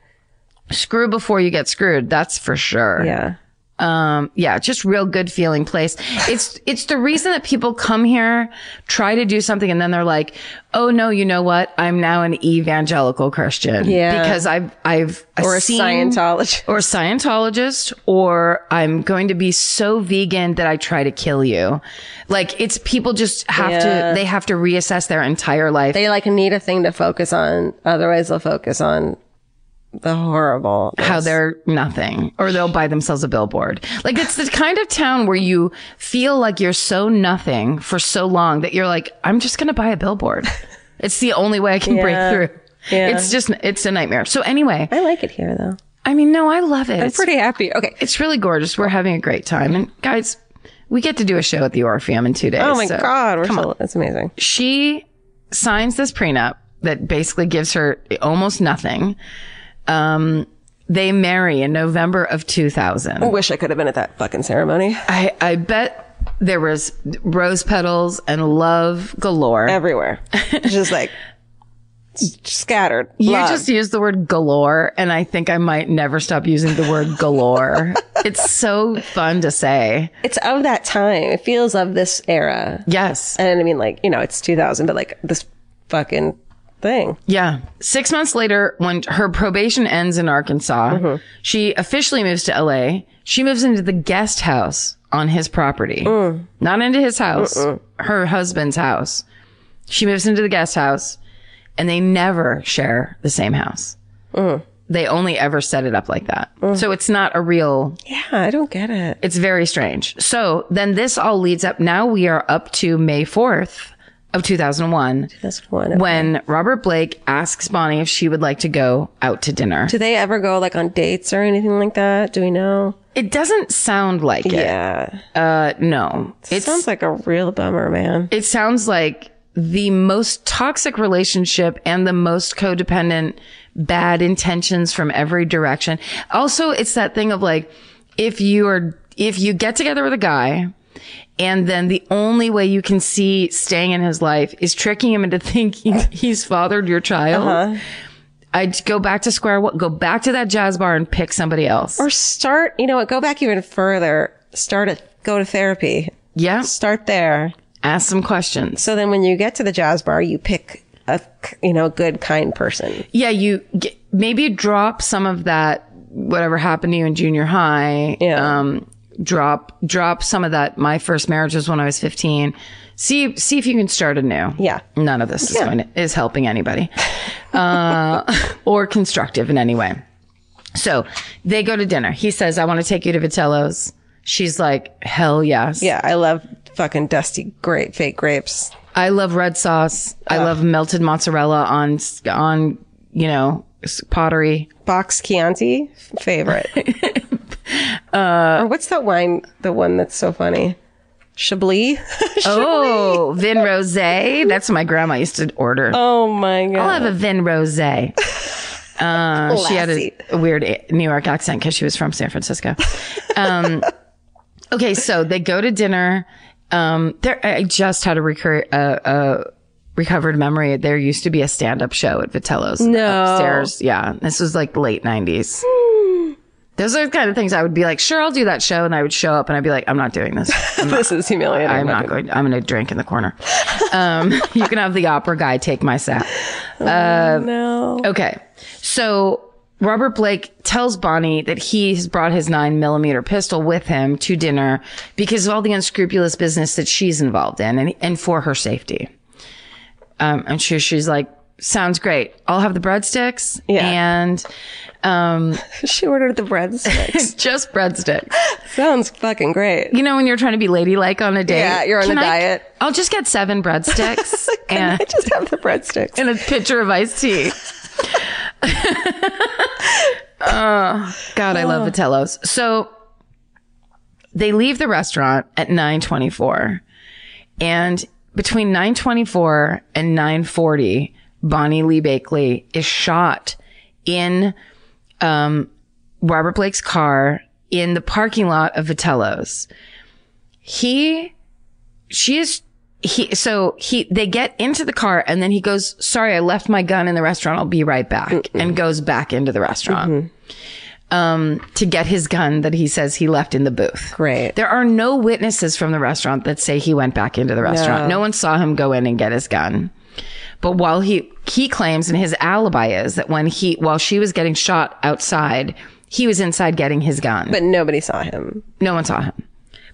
Screw before you get screwed. That's for sure. Yeah. um yeah just real good feeling place it's it's the reason that people come here try to do something and then they're like oh no you know what i'm now an evangelical christian Yeah. because i've i've Or a seen- Scientologist. or a scientologist or i'm going to be so vegan that i try to kill you like it's people just have Yeah. to they have to reassess their entire <laughs> life They like need a thing to focus on. Otherwise, they'll focus on the horrible. how they're nothing or they'll buy themselves a billboard. Like it's the kind of town where you feel like you're so nothing for so long that you're like, I'm just going to buy a <laughs> billboard. It's the only way I can Yeah. break through. Yeah. It's just, it's a nightmare. So anyway, I like it here though. I mean, no, I love it. I'm It's, pretty happy. Okay. it's really gorgeous. We're having a great time. And guys, we get to do a show at the Orpheum in two days. Oh my so- god, we're so, that's amazing. she signs this prenup that basically gives her almost nothing. Um, they marry in November of 2000. I wish I could have been at that fucking <laughs> ceremony. I, I bet there was rose petals and love galore. Everywhere, just <laughs> like s- scattered. you Love. just used the word galore, and I think I might never stop using the word galore. it's so fun to say. it's of that time. It feels of this era. Yes. And I mean, like you know, it's 2000, but like this fucking thing. Yeah. Six months later, when her probation ends in Arkansas, she officially moves to LA. She moves into the guest house on his property, not into his house, her husband's house. She moves into the guest house and they never share the same house. They only ever set it up like that. So it's not a real Yeah, I don't get it. it's very strange. So then this all leads up. Now we are up to May 4th of 2001 That's one. When when Robert Blake asks Bonnie if she would like to go out to dinner. do they ever go like on dates or anything like that? Do we know? It doesn't sound like it. Yeah, Uh, no. it It's, sounds like a real bummer, man. it sounds like the most toxic relationship and the most codependent bad intentions from every direction. Also, it's that thing of like, if you are, if you get together with a guy and then the only way you can see staying in his life is tricking him into <laughs> thinking he's fathered your child. I'd go back to square one, go back to that jazz bar and pick somebody else. Or start. You know what? Go back even further. Start at go to therapy. yeah. Start there. Ask some questions. So then when you get to the jazz bar, you pick a, you know, good, kind person. yeah, you g maybe drop some of that whatever happened to you in junior high. Yeah. Um, drop drop some of that. My first marriage was when I was fifteen. See see if you can start anew. Yeah. None of this is going to, is helping anybody, uh, <laughs> or constructive in any way. So they go to dinner. He says, "I want to take you to Vitello's." She's like, "Hell yes." Yeah. I love fucking dusty grape, fake grapes. I love red sauce. I love melted mozzarella on s- on you know s- pottery. Box Chianti, favorite. <laughs> uh, or what's that wine? The one that's so funny. Chablis. <laughs> Oh, vin rosé. That's what my grandma used to order. oh my I'll god. have a vin rosé. Uh, she had a, Classy. a weird a- New York accent because she was from San Francisco. <laughs> Um, okay, so they go to dinner. Um, there, I just had a recur, uh, uh, recovered memory. There used to be a stand-up show at Vitello's upstairs. Yeah, this was like late '90s. Hmm. Those are the kind of things I would be like, sure, I'll do that show, and I would show up and I'd be like, I'm not <laughs> doing this. <laughs> this is humiliating. I'm not going. I'm going to drink in the corner. Um, <laughs> you can have the opera guy take my sack. No. Okay, so Robert Blake tells Bonnie that he has brought his nine millimeter pistol with him to dinner because of all the unscrupulous business that she's involved in and, and for her safety. Um, I'm sure she's like, sounds great. I'll have the breadsticks Yeah. and, um, She ordered the breadsticks. just breadsticks. <laughs> Sounds fucking great. You know, when you're trying to be ladylike on a date. Yeah, you're on Can a I- diet. I'll just get <laughs> seven breadsticks I and, just have the breadsticks. and a pitcher of iced <laughs> tea. oh, God, I love Vitello's. So they leave the restaurant at 924 and between 924 and 940, Bonnie Lee Bakley is shot in, um, Robert Blake's car in the parking lot of Vitello's. He, she is, he, so he, they get into the car and then he goes, sorry, I left my gun in the restaurant. I'll be right back and goes back into the restaurant. Um, to get his gun that he says he left in the booth. Great. There are no witnesses from the restaurant that say he went back into the restaurant. No one saw him go in and get his gun. But while he he claims and his alibi is that when he while she was getting shot outside, he was inside getting his gun. But But nobody saw him. no one saw him.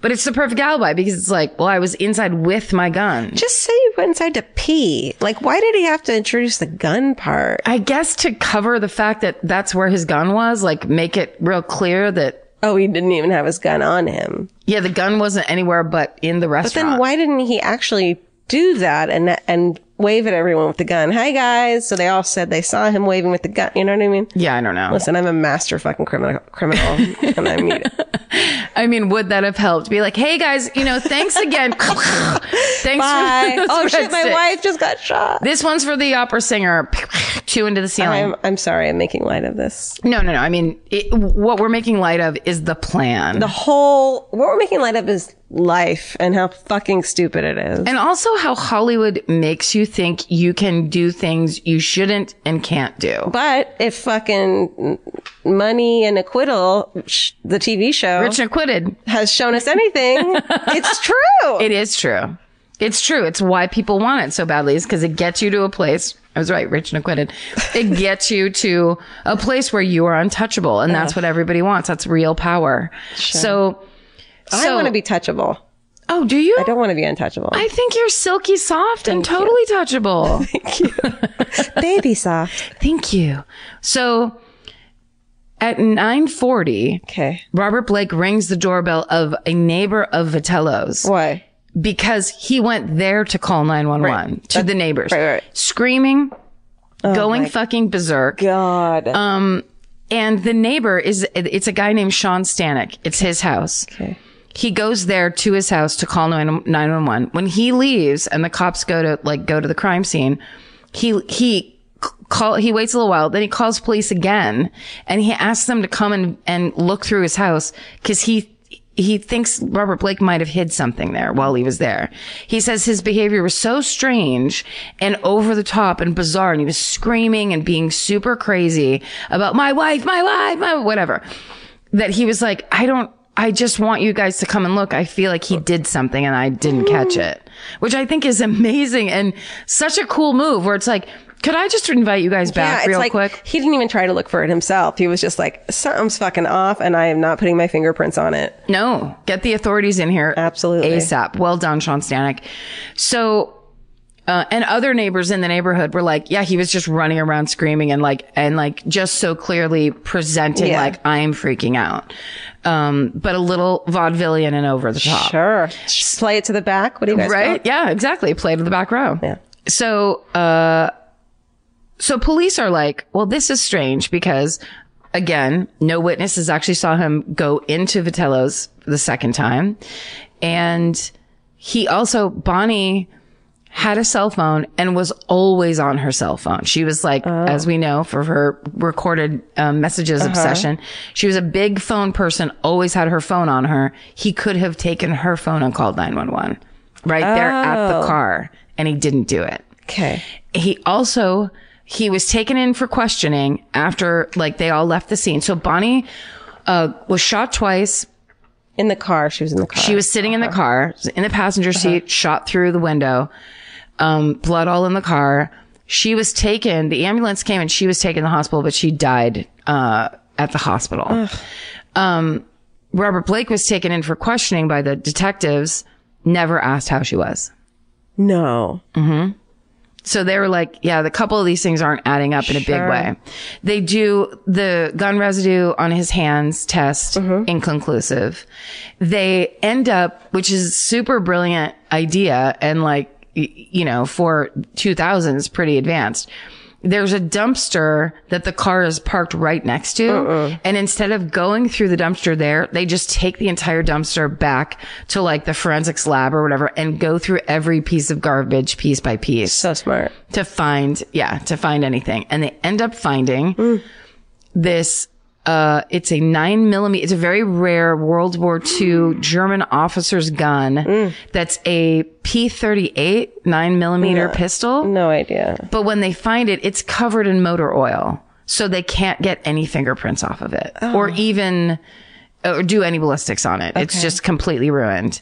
But it's the perfect alibi because it's like, well, I was inside with my gun. Just say you went inside to pee. Like, why did he have to introduce the gun part? I guess to cover the fact that that's where his gun was, like make it real clear that Oh, he didn't even have his gun on him. yeah, the gun wasn't anywhere but in the But then restaurant. why didn't he actually do that and and wave at everyone with the gun? Hi guys. So they all said they saw him waving with the gun. You know what I mean? yeah, I don't know. Listen, I'm a master fucking criminal <laughs> criminal and I'm I mean, would that have helped? Be like, hey guys, you know, <laughs> thanks again. thanks. Bye. <laughs> those oh shit, my breadsticks. wife just got shot. This one's for the opera singer. <laughs> Two into the ceiling. I'm I'm sorry, I'm making light of this. no, no, no. I mean, it, what we're making light of is the plan. The whole what we're making light of is life and how fucking stupid it is. and also how Hollywood makes you think you can do things you shouldn't and can't do. But if fucking money and acquittal, sh- the TV show Rich and acquitted. has shown us <laughs> anything, it's true. It is true. It's true. It's why people want it so badly is because it gets you to a place. I was right, rich and acquitted. It gets you to a place where you are untouchable. And that's what everybody wants. That's real power. So, I want to be touchable. Oh, do you? I, Don't want to be untouchable. think you're silky soft and totally touchable. Baby soft. Thank you. So at 940, Okay. Robert Blake rings the doorbell of a neighbor of Vitello's. Why? because he went there to call 911 to the neighbors right, right. screaming going fucking berserk Um, God. and the neighbor is it's a guy named Sean Stanek it's his house okay he goes there to his house to call 9- 911 when he leaves and the cops go to like go to the crime scene he he c- call he waits a little while then he calls police again and he asks them to come and and look through his house cuz he he thinks Robert Blake might have hid something there while he was there. He says his behavior was so strange and over the top and bizarre and he was screaming and being super crazy about my wife, my wife, my whatever. That he was like, I don't I just want you guys to come and look. I feel like he did something and I didn't catch Mm. it, which I think is amazing and such a cool move where it's like, could I just invite you guys yeah, back it's real like quick? he didn't even try to look for it himself. He was just like, something's fucking off, and I am not putting my fingerprints on it. No, get the authorities in here. Absolutely. ASAP. Well done, Sean Stanek. So, uh, and other neighbors in the neighborhood were like, yeah, he was just running around screaming and like, and like just so clearly presenting Yeah. like, I'm freaking out. Um, but a little vaudevillian and over the top. Sure. Just play it to the back. What do you guys Right? want? Yeah, exactly. Play to the back row. Yeah. So, uh, so police are like, well, this is strange because again, no witnesses actually saw him go into Vitello's the second time. And he also, Bonnie had a cell phone and was always on her cell phone. She was like, as we know for her recorded um, messages obsession, she was a big phone person, always had her phone on her. He could have taken her phone and called 911 right there at the car and he didn't do it Okay. he also he was taken in for questioning after like they all left the scene so bonnie uh, was shot twice In the car. She was in the car. she was sitting in the car in the passenger seat shot through the window um, blood all in the car She was taken, the ambulance came and she was taken to the hospital, but she died uh, at the hospital. Um, Robert Blake was taken in for questioning by the detectives, never asked how she was. No. So they were like, yeah, the couple of these things aren't adding up in a big way. They do the gun residue on his hands test inconclusive. They end up, which is super brilliant idea and like, y- you know, for 2000s, pretty advanced. There's a dumpster that the car is parked right next to. And instead of going through the dumpster there, they just take the entire dumpster back to like the forensics lab or whatever and go through every piece of garbage piece by piece So smart. to find yeah to find anything and they end up finding this uh it's a nine millimeter it's a very rare world war ii german officer's gun that's a p38 nine millimeter pistol No idea. but when they find it it's covered in motor oil so they can't get any fingerprints off of it or Oh. even uh, or do any ballistics on it it's just completely ruined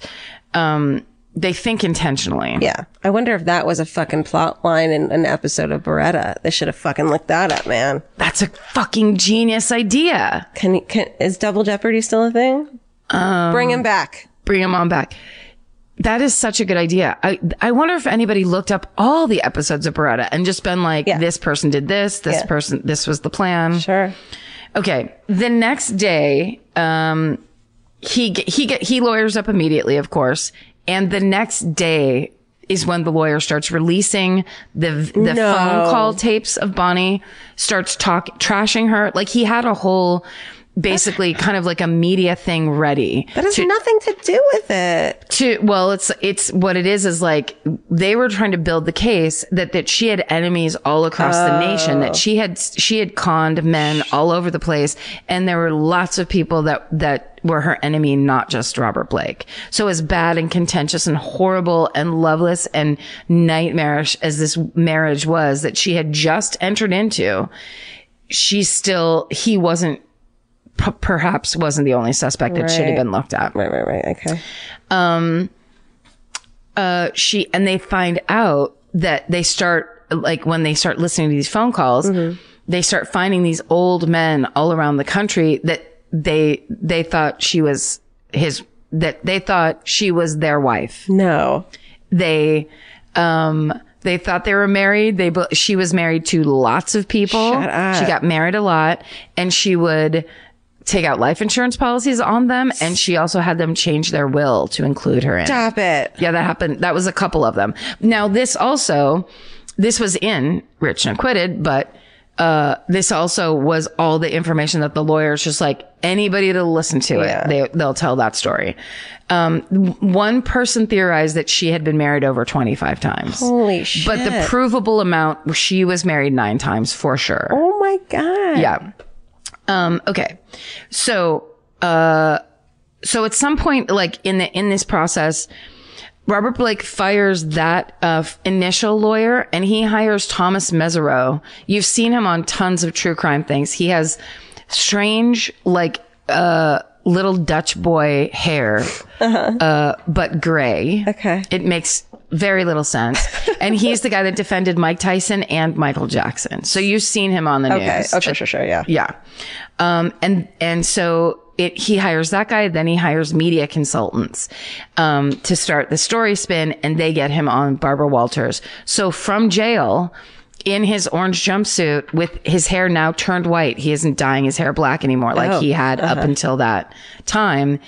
um they think intentionally Yeah. I wonder if that was a fucking plot line in an episode of Beretta. They should have fucking looked that up, man. that's a fucking genius idea Can, can is Double Jeopardy still a thing? Bring him back. bring him on back. That is such a good idea. I I wonder if anybody looked up all the episodes of Beretta and just been like, Yeah. this person did this, this Yeah. person, this was the plan. Sure. Okay. The next day, um, he g- he get he lawyers up immediately, of course, and the next day is when the lawyer starts releasing the the No. phone call tapes of Bonnie, starts talk trashing her. Like he had a whole, basically, kind of like a media thing ready. That has nothing to do with it. to well it's it's what it is is like they were trying to build the case that that she had enemies all across the nation that she had she had conned men all over the place and there were lots of people that that were her enemy not just Robert Blake so as bad and contentious and horrible and loveless and nightmarish as this marriage was that she had just entered into she still he wasn't p- perhaps wasn't the only suspect that should have Right. been looked at Right, right, right. Okay. Uh, she and they find out that they start like when they start listening to these phone calls they start finding these old men all around the country that they they thought she was his that they thought she was their wife No. they um they thought they were married they bo- she was married to lots of people she got married a lot and she would take out life insurance policies on them and she also had them change their will to include her in it. Stop it. Yeah, that happened. That was a couple of them. Now, this also, this was in Rich and Acquitted, but uh, this also was all the information that the lawyers just like anybody to listen to it, they they'll tell that story. Um, w- one person theorized that she had been married over twenty five times, Holy shit. but the provable amount she was married nine times for sure. oh my God. Yeah. Um, okay. So, uh, so at some point, like in the, in this process, Robert Blake fires that uh, f- initial lawyer and he hires Thomas Mesereau. You've seen him on tons of true crime things. He has strange, like, uh, little Dutch boy hair, uh but gray. Uh-huh. Okay. It makes very <laughs> little sense. and he's the guy that defended Mike Tyson and Michael Jackson. So you've seen him on the Okay. news. Oh, sure, sure, sure. Yeah. Yeah. Um, and, and so it, he hires that guy, then he hires media consultants, um, to start the story spin and they get him on Barbara Walters. So from jail, in his orange jumpsuit with his hair now turned white, he isn't dyeing his hair black anymore like he had up until that time.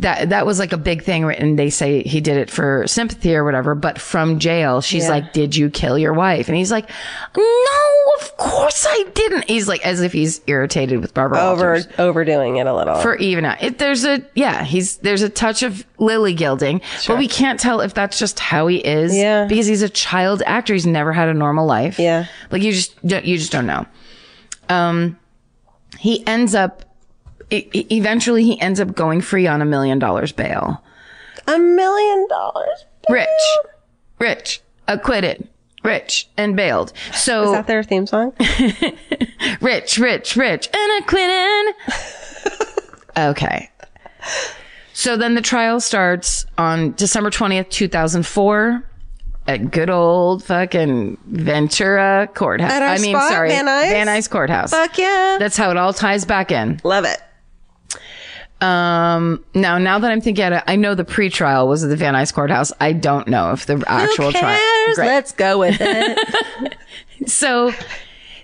That, that was like a big thing written. They say he did it for sympathy or whatever, but from jail, she's like, did you kill your wife? And he's like, no, of course I didn't. He's like, as if he's irritated with Barbara Over, Walters overdoing it a little. for even out. It, there's a yeah, he's there's a touch of Lily Gilding, but we can't tell if that's just how he is. Yeah. because he's a child actor. He's never had a normal life. Yeah. like you just don't- you just don't know. Um, he ends up. e- e- Eventually, he ends up going free on a million dollars bail. a million dollars. Rich, rich, acquitted, rich, and bailed. So Is that their theme song? rich, rich, rich, <laughs> and acquitted. okay. So then the trial starts on December 20th, 2004. at good old fucking Ventura Courthouse. At our I mean, spot, sorry, Van Nuys? Van Nuys Courthouse. <laughs> Fuck yeah. That's how it all ties back in. Love it. Um, now, now that I'm thinking at it, I know the pretrial was at the Van Nuys Courthouse. I don't know if the actual Who trial. cares? Great. Let's go with it. So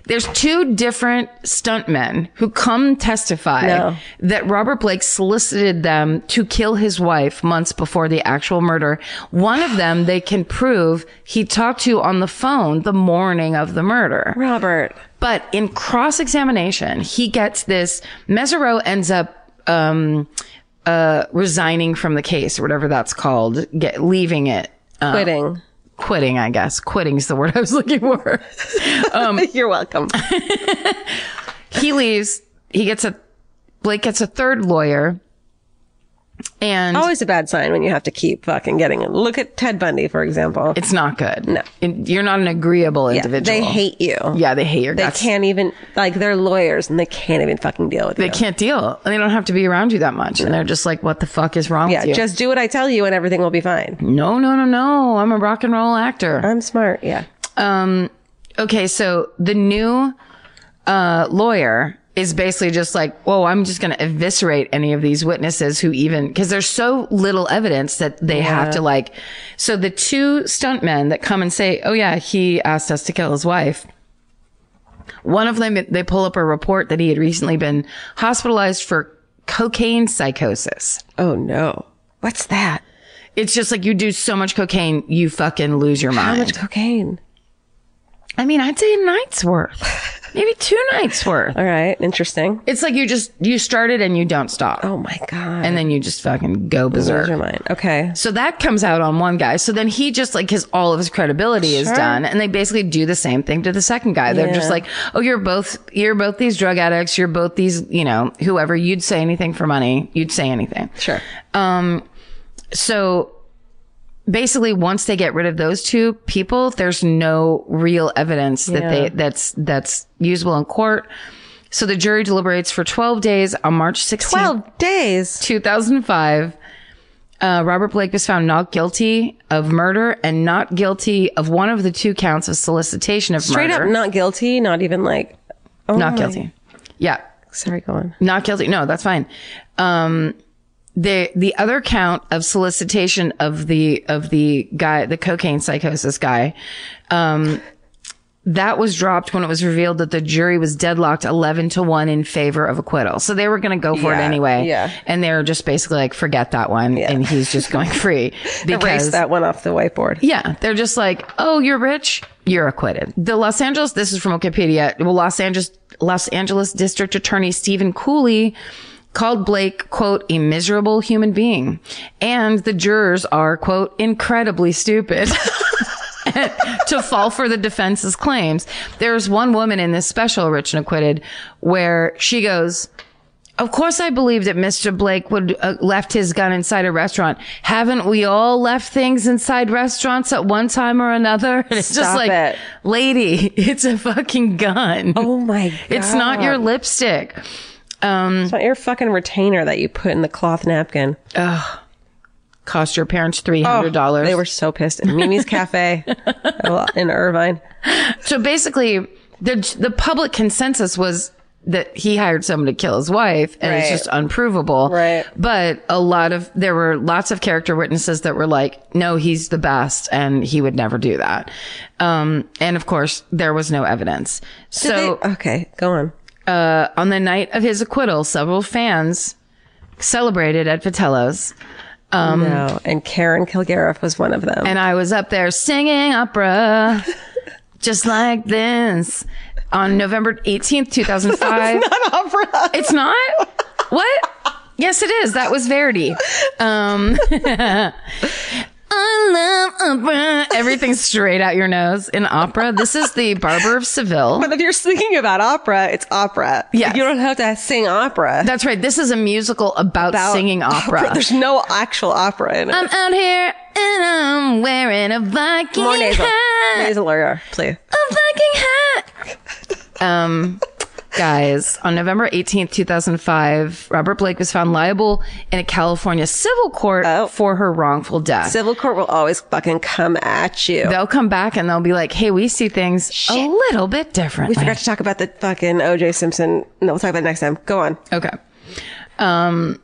there's two different stuntmen who come testify No. that Robert Blake solicited them to kill his wife months before the actual murder. One of them they can prove he talked to on the phone the morning of the murder. <laughs> Robert. But in cross examination, he gets this. Mesereau ends up um, uh, resigning from the case, or whatever that's called, get, leaving it, Um, uh, Quitting. quitting. I guess quitting's the word I was looking for. <laughs> You're welcome. he leaves. He gets a Blake gets a third lawyer, and Always a bad sign when you have to keep fucking getting it. Look at Ted Bundy, for example. it's not good. No, you're not an agreeable Yeah, individual. They hate you. Yeah, they hate your They guts. can't even, like, they're lawyers and they can't even fucking deal with They you. can't deal. They don't have to be around you that much, and they're just like, "What the fuck is wrong Yeah, with you?" just do what I tell you and everything will be fine. no, no, no, no. I'm a rock and roll actor. I'm smart. Yeah. Um, okay, so the new uh, lawyer is basically just like, whoa, I'm just going to eviscerate any of these witnesses who even, because there's so little evidence that they have to like. So the two stuntmen that come and say, oh, yeah, he asked us to kill his wife. One of them, they pull up a report that he had recently been hospitalized for cocaine psychosis. Oh, no. What's that? It's just like you do so much cocaine, you fucking lose your mind. How much cocaine? I mean, I'd say a <laughs> night's worth, maybe two nights worth. All right. Interesting. It's like you just you started and you don't stop, Oh, my God. and then you just fucking go Lose your berserk. mind. Okay. So that comes out on one guy. So then he just like his all of his credibility is done, and they basically do the same thing to the second guy. They're just like, oh, you're both you're both these drug addicts. You're both these you know whoever you'd say anything for money. You'd say anything. Sure. So basically once they get rid of those two people, there's no real evidence that they that's that's usable in court. So the jury deliberates for 12 days on March 16, 12 days. 2005. Uh, Robert Blake was found not guilty of murder and not guilty of one of the two counts of solicitation of Straight murder. up not guilty. Not even like, not guilty. Yeah, sorry, go on. not guilty. No, that's fine. Um, the the other count of solicitation of the of the guy, the cocaine psychosis guy, um, that was dropped when it was revealed that the jury was deadlocked eleven to one in favor of acquittal. So they were going to go for it Yeah, anyway. yeah. and they were just basically like, forget that one, and he's just going free Erase because that one off <laughs> the whiteboard. yeah, they're just like, oh, you're rich, you're acquitted. The Los Angeles, this is from Wikipedia. Well, Los Angeles, Los Angeles District Attorney Stephen Cooley called Blake, quote, a miserable human being. And the jurors are, quote, incredibly stupid. <laughs> to fall for the defense's claims. There's one woman in this special, Rich and Acquitted, where she goes, of course, I believe that Mr. Blake would uh, left his gun inside a restaurant. Haven't we all left things inside restaurants at one time or another? And it's just Stop like, it. lady, <laughs> it's a fucking gun. Oh, my God. it's not your lipstick. It's not your fucking retainer that you put in the cloth napkin. Cost your parents three hundred dollars. Oh, They were so pissed at Mimi's Cafe <laughs> in Irvine. so basically, the the public consensus was that he hired someone to kill his wife, and it's Right. just unprovable. Right. But a lot of there were lots of character witnesses that were like, "No, he's the best, and he would never do that." Um, and of course, there was no evidence. so They- okay, go on. uh, on the night of his acquittal, several fans celebrated at Vitello's. no, and Karen Kilgariff was one of them. Um, and I was up there singing opera <laughs> just like this on November 18th, <laughs> 2005. It's not opera. It's not? What? Yes, it is. That was Verdi. Um, <laughs> I love opera. Everything straight out your nose in opera. This is the Barber of Seville. but if you're speaking about opera, it's opera. Yes. you don't have to sing opera. That's right. This is a musical about, About singing opera. <laughs> There's no actual opera in it. I'm out here and I'm wearing a Viking More <laughs> nasal, uh, hat. nasal or please. I'm fucking hot. Um, guys, on November 18th, 2005, Robert Blake was found liable in a California civil court Oh. for her wrongful death. Civil court will always fucking come at you. they'll come back and they'll be like, "Hey, we see things a little bit different." we forgot to talk about the fucking OJ Simpson. No, we'll talk about it next time. Go on. Okay. Um.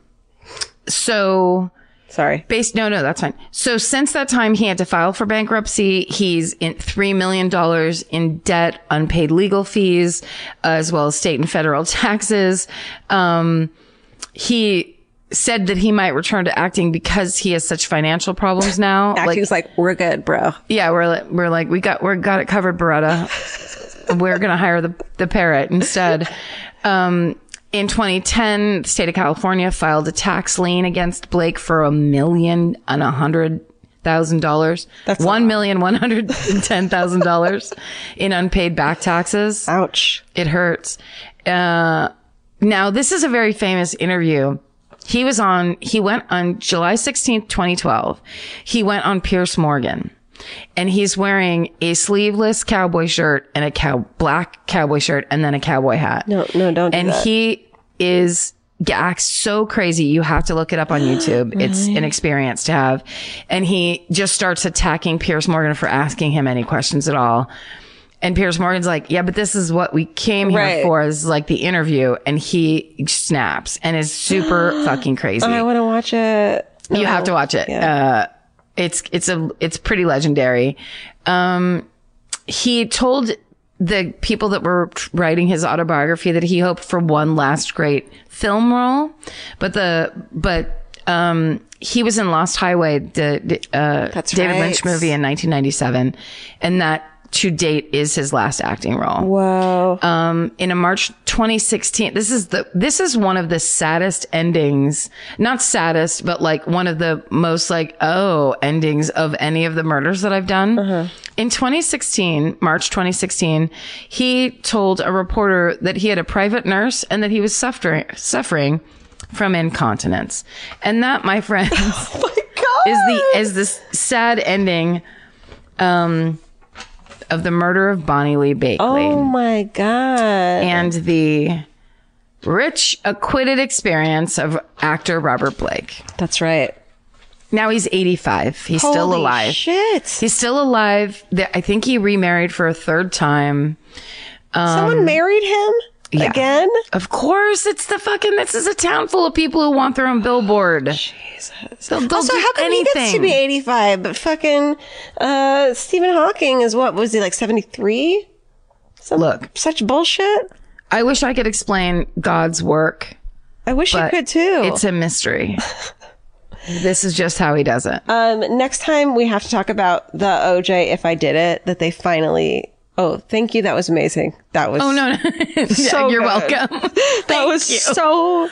So Sorry. based, no, no, that's fine. So since that time, he had to file for bankruptcy. He's in three million dollars in debt, unpaid legal fees, as well as state and federal <laughs> taxes. Um, he said that he might return to acting because he has such financial problems now. Acting's like, we're good, bro. Yeah, we're like, we're like we got we got it covered, Beretta. we're gonna hire the the parrot instead. Um, in 2010, the state of California filed a tax lien against Blake for a million and a hundred thousand dollars. That's one million one hundred and ten thousand dollars in unpaid back taxes. Ouch. It hurts. Uh, now this is a very famous interview. He was on, he went on July 16th, 2012. He went on Pierce Morgan and he's wearing a sleeveless cowboy shirt and a cow, black cowboy shirt and then a cowboy hat. No, no, don't do And that. he is acts so crazy. You have to look it <gasps> up on YouTube. It's an experience to have. And he just starts attacking Pierce Morgan for asking him any questions at all. And Pierce Morgan's like, yeah, but this is what we came here Right. for. This is like the interview. And he snaps and <gasps> is super fucking crazy. I want to watch it. You have to watch it. Uh, it's it's a it's pretty legendary. Um, he told the people that were writing his autobiography that he hoped for one last great film role, but the but um he was in Lost Highway, the, the, uh, That's David right. Lynch movie in 1997, and that to date is his last acting role Whoa. um, in a March 2016. This is the this is one of the saddest endings, not saddest, but like one of the most like oh endings of any of the murders that I've done. In 2016, March 2016, he told a reporter that he had a private nurse and that he was suffering suffering from incontinence, and that, my friends, is the is this sad ending. Um, of the murder of Bonnie Lee Bakley oh my God. and the rich acquitted experience of actor Robert Blake. That's right. Now he's 85. He's still Holy alive. Shit. He's still alive. The- I think he remarried for a third time. Um, Someone married him again? Of course, it's the fucking. This is a town full of people who want their own billboard. Jesus. They'll, they'll Also, do how come anything. he gets to be 85? But fucking uh, Stephen Hawking is what? Was he like 73? Some, Look. Such bullshit. I wish I could explain God's work. I wish you but could too. It's <laughs> a mystery. this is just how he does it. Um, next time we have to talk about the OJ if I did it that they finally. Oh, thank you. That was amazing. That was. oh <laughs> no, no. Yeah, <laughs> so you're good. welcome. That was <laughs> so.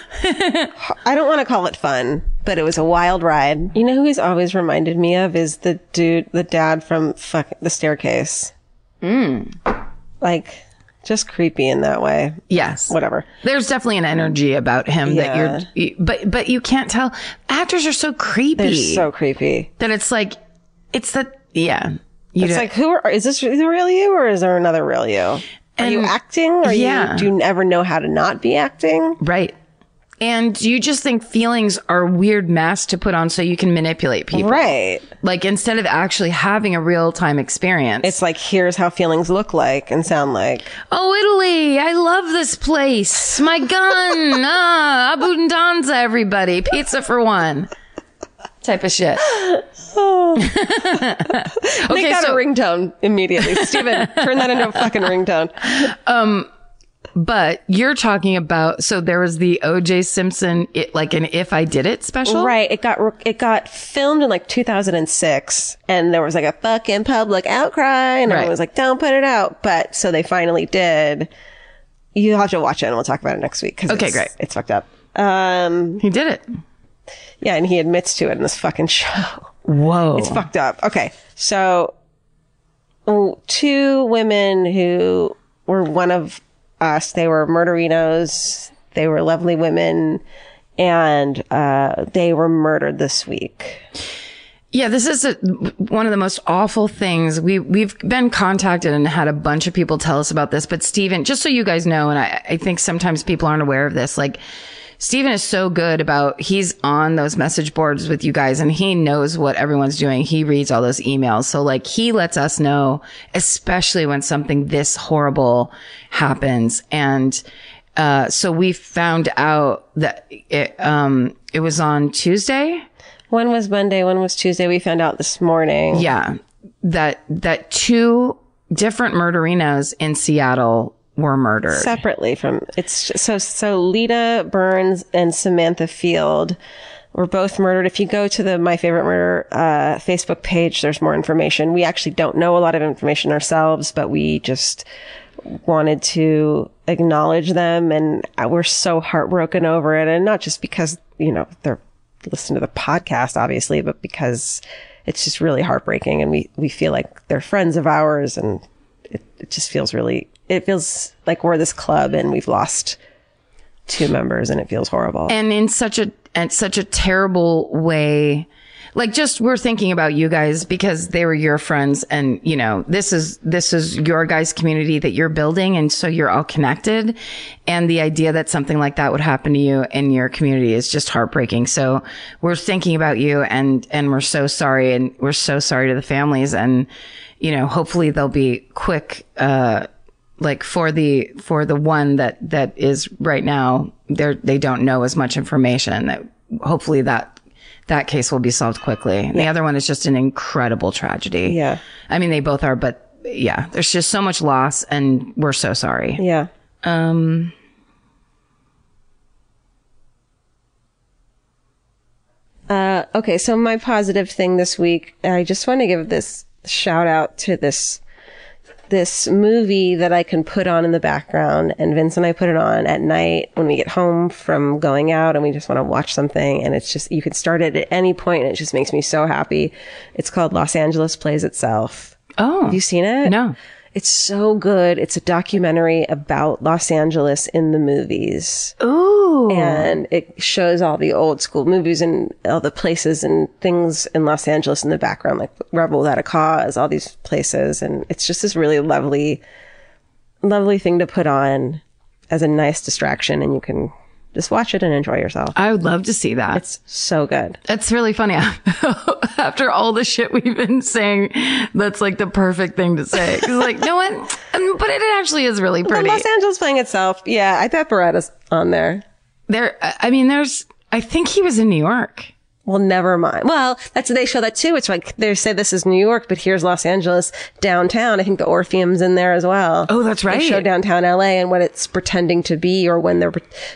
I don't want to call it fun, but it was a wild ride. You know who he's always reminded me of is the dude, the dad from fuck the staircase. Hmm. Mm. Like, just creepy in that way. Yes. Whatever. There's definitely an energy about him Yeah. that you're, you- but but you can't tell. Actors are so They're creepy so creepy. that it's like, it's that yeah. You It's don't- like, who are, is this the real you or is there another real you? Are you And- acting? Or Um, yeah. you, do you ever know how to not be acting? right, and you just think feelings are weird masks to put on so you can manipulate people. Right. Like instead of actually having a real time experience. It's like, here's how feelings look like and sound like. oh Italy, I love this place. <laughs> My gun, ah, abundanza, everybody, pizza for one, type of shit. Oh. <laughs> Make that so- a ringtone <laughs> immediately. Steven, turn that into a fucking ringtone. But you're talking about so there was the O.J. Simpson it like an if I did it special, Right. It got rec- it got filmed in like 2006, and there was like a fucking public outcry, and Right. everyone was like, "Don't put it out." But so they finally did. You have to watch it, and we'll talk about it next week. 'cause Okay, it's- great. It's fucked up. Um, He did it. yeah, and he admits to it in this fucking show. Whoa, It's fucked up. Okay, so oh, two women who were one of us. They were murderinos. They were lovely women, and uh, they were murdered this week. Yeah, this is a, one of the most awful things. We we've been contacted and had a bunch of people tell us about this. But Steven, just so you guys know, and I, I think sometimes people aren't aware of this, like Steven is so good about he's on those message boards with you guys and he knows what everyone's doing. He reads all those emails. So like he lets us know, especially when something this horrible happens. And uh, so we found out that it um it was on Tuesday. One was Monday, one was Tuesday. We found out this morning. Yeah. That that two different murderinos in Seattle were murdered. Separately from it's just, so so Lita Burns and Samantha Field were both murdered. If you go to the My Favorite Murder uh, Facebook page, there's more information. We actually don't know a lot of information ourselves, but we just wanted to acknowledge them, and I- we're so heartbroken over it, and not just because you know they're listen to the podcast, obviously, but because it's just really heartbreaking, and we we feel like they're friends of ours, and it, it just feels really it feels like we're this club, and we've lost two members, and it feels horrible. and in such a and such a terrible way like just we're thinking about you guys because they were your friends and you know this is this is your guys community that you're building and so you're all connected and the idea that something like that would happen to you in your community is just heartbreaking so we're thinking about you and and we're so sorry and we're so sorry to the families and you know hopefully they'll be quick uh like for the for the one that that is right now they're they don't know as much information that hopefully that that case will be solved quickly and the other one is just an incredible tragedy Yeah. i mean they both are but yeah there's just so much loss and we're so sorry yeah. um Uh, okay, so my positive thing this week, I just want to give this shout out to this this movie that I can put on in the background, and Vince and I put it on at night when we get home from going out, and we just want to watch something, and it's just you can start it at any point, and it just makes me so happy. It's called Los Angeles Plays Itself. oh Have you seen it? no It's so good. It's a documentary about Los Angeles in the movies ooh and it shows all the old school movies and all the places and things in Los Angeles in the background, like Rebel Without a Cause, all these places, and it's just this really lovely, lovely thing to put on as a nice distraction, and you can just watch it and enjoy yourself. i would love to see that It's so good. That's really funny. <laughs> After all the shit we've been saying, that's like the perfect thing to say. 'Cause, like, no one, um, but it actually is really And pretty. Los Angeles playing itself. Yeah, I bet Beretta's on there. There, I I mean, there's, I think he was in New York. Well, never mind. Well, that's they show that too. It's like they say this is New York, but here's Los Angeles downtown. I think the Orpheum's in there as well. Oh, that's right. They show downtown LA and what it's pretending to be, or when they're,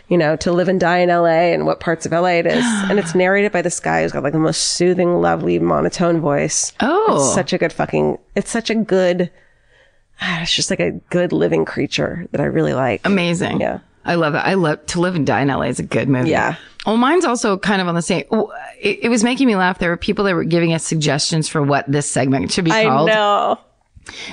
you know, to live and die in LA, and what parts of LA <gasps> it is. and it's narrated by this guy who's got like the most soothing, lovely monotone voice. Oh. it's such a good fucking. It's such a good. ah, It's just like a good living creature that I really like. Amazing. Yeah. I love it. I love to live and die in LA is a good movie. Yeah. Well, mine's also kind of on the same. oh, It, it was making me laugh. There were people that were giving us suggestions for what this segment should be I called. know.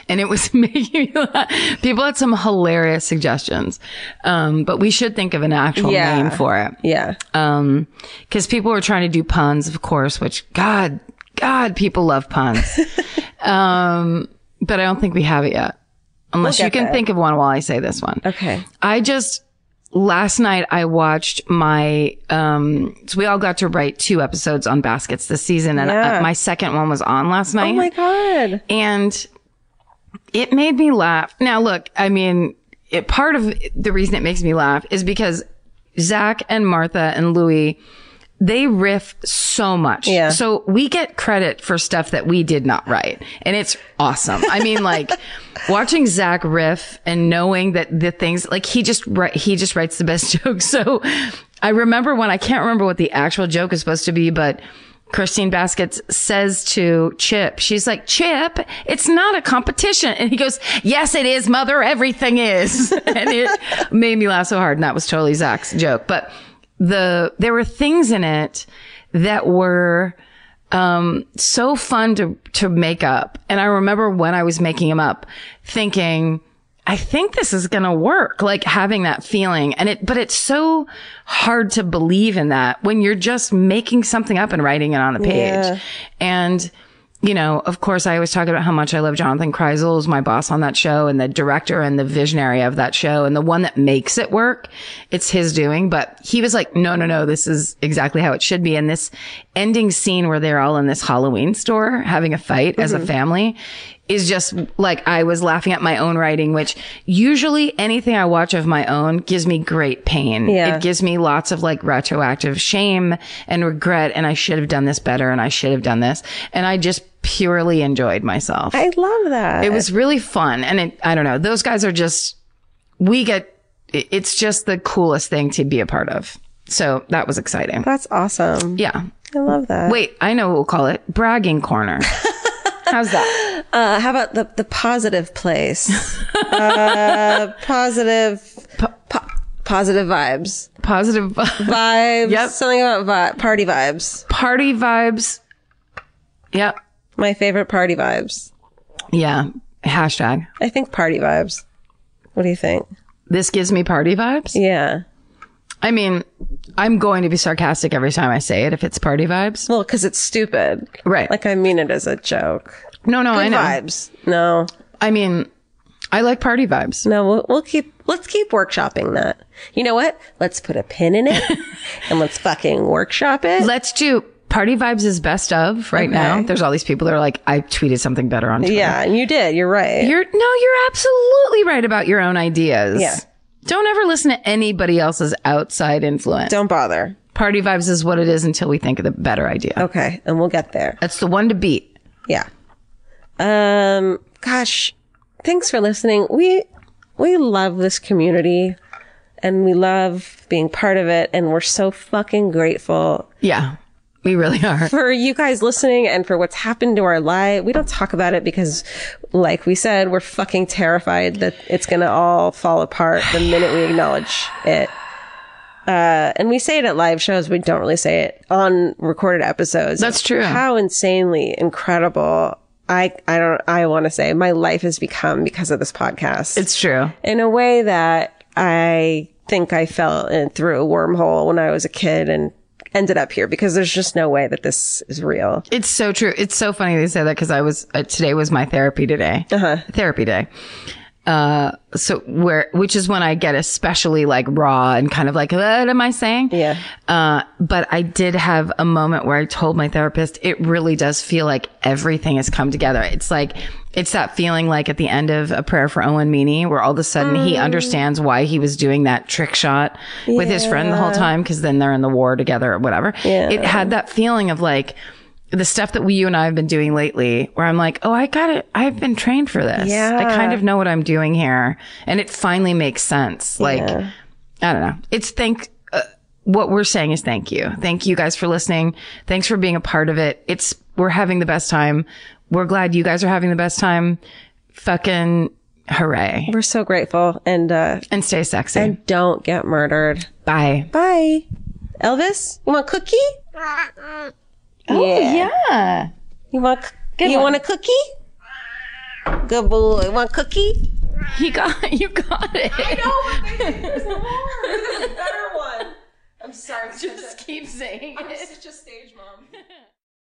and it was <laughs> making me laugh. People had some hilarious suggestions. Um, but we should think of an actual Yeah. name for it. Yeah. um because people were trying to do puns of course which god god people <laughs> love puns um but i don't think we have it yet unless you get can there. think of one while i say this one Okay. i just last night i watched my um so we all got to write two episodes on baskets this season and Yeah. uh, my second one was on last night Oh my god. and it made me laugh. Now, look, I mean, it, part of the reason it makes me laugh is because Zach and Martha and Louie, they riff so much. Yeah. So we get credit for stuff that we did not write. And it's awesome. I mean, like watching Zach riff and knowing that the things like he just, wri- he just writes the best <laughs> jokes. So I remember when I can't remember what the actual joke is supposed to be, but Christine Baskets says to Chip, she's like, Chip, it's not a competition. And he goes, Yes, it is, mother. Everything is. <laughs> and it made me laugh so hard. And that was totally Zach's joke. But the, there were things in it that were, um, so fun to, to make up. And I remember when I was making them up thinking, I think this is going to work, like having that feeling. And it, but it's so hard to believe in that when you're just making something up and writing it on the page. Yeah. And, you know, of course, I always talk about how much I love Jonathan Kreisel, who's my boss on that show and the director and the visionary of that show and the one that makes it work. It's his doing, but he was like, no, no, no, this is exactly how it should be. And this ending scene where they're all in this Halloween store having a fight as a family is just like I was laughing at my own writing, which usually anything I watch of my own gives me great pain. Yeah. It gives me lots of like retroactive shame and regret. And I should have done this better. And I should have done this. And I just purely enjoyed myself. I love that. it was really fun. And it, I don't know. Those guys are just, we get, it- it's just the coolest thing to be a part of. So that was exciting. That's awesome. Yeah. I love that. Wait, I know what we'll call it. Bragging corner. <laughs> How's that? Uh, how about the, the positive place? uh, positive, po- positive vibes. Positive <laughs> Vibes. Yep. Something about vi- party vibes. party vibes. Yep. My favorite party vibes. Yeah. Hashtag. I think party vibes. What do you think? This gives me party vibes. Yeah. I mean, I'm going to be sarcastic every time I say it if it's party vibes. Well, because it's stupid. Right. Like, I mean it as a joke. No, no, I know. Vibes. No. I mean, I like party vibes. No, we'll, we'll keep, let's keep workshopping that. You know what? Let's put a pin in it and let's fucking workshop it. Let's do party vibes is best of right now. There's all these people that are like, I tweeted something better on Twitter. yeah, and you did. You're right. You're no, you're absolutely right about your own ideas. Yeah. Don't ever listen to anybody else's outside influence. Don't bother. Party vibes is what it is until we think of the better idea. Okay. And we'll get there. That's the one to beat. Yeah. Um, gosh, thanks for listening. We, we love this community and we love being part of it. And we're so fucking grateful Yeah. We really are. for you guys listening and for what's happened to our life. We don't talk about it because, like we said, we're fucking terrified that it's going to all fall apart the minute we acknowledge it. Uh, and we say it at live shows. We don't really say it on recorded episodes. That's true. How insanely incredible. I, I don't, I want to say my life has become because of this podcast It's true. in a way that I think I fell in through a wormhole when I was a kid and ended up here because there's just no way that this is real. It's so true. It's so funny they say that because I was uh, today was my therapy today, therapy day. Uh, so where which is when I get especially like raw and kind of like what am I saying? Yeah. Uh, but I did have a moment where I told my therapist it really does feel like everything has come together. It's like it's that feeling like at the end of a prayer for Owen Meany where all of a sudden he understands why he was doing that trick shot with his friend the whole time because then they're in the war together or whatever. It had that feeling of like the stuff that we, you and I have been doing lately, where I'm like, oh, I got it. I've been trained for this. Yeah. I kind of know what I'm doing here. And it finally makes sense. Like, I don't know. It's thank, uh, what we're saying is thank you. Thank you guys for listening. Thanks for being a part of it. It's, we're having the best time. We're glad you guys are having the best time. Fucking hooray. We're so grateful and uh And stay sexy. don't get murdered. Bye. Bye. Elvis, you want a cookie? Oh, yeah. You want c- you want a cookie? Good boy. You want a cookie? He got, <laughs> you got it. Better one. <laughs> Just keep saying it. It's just stage mom.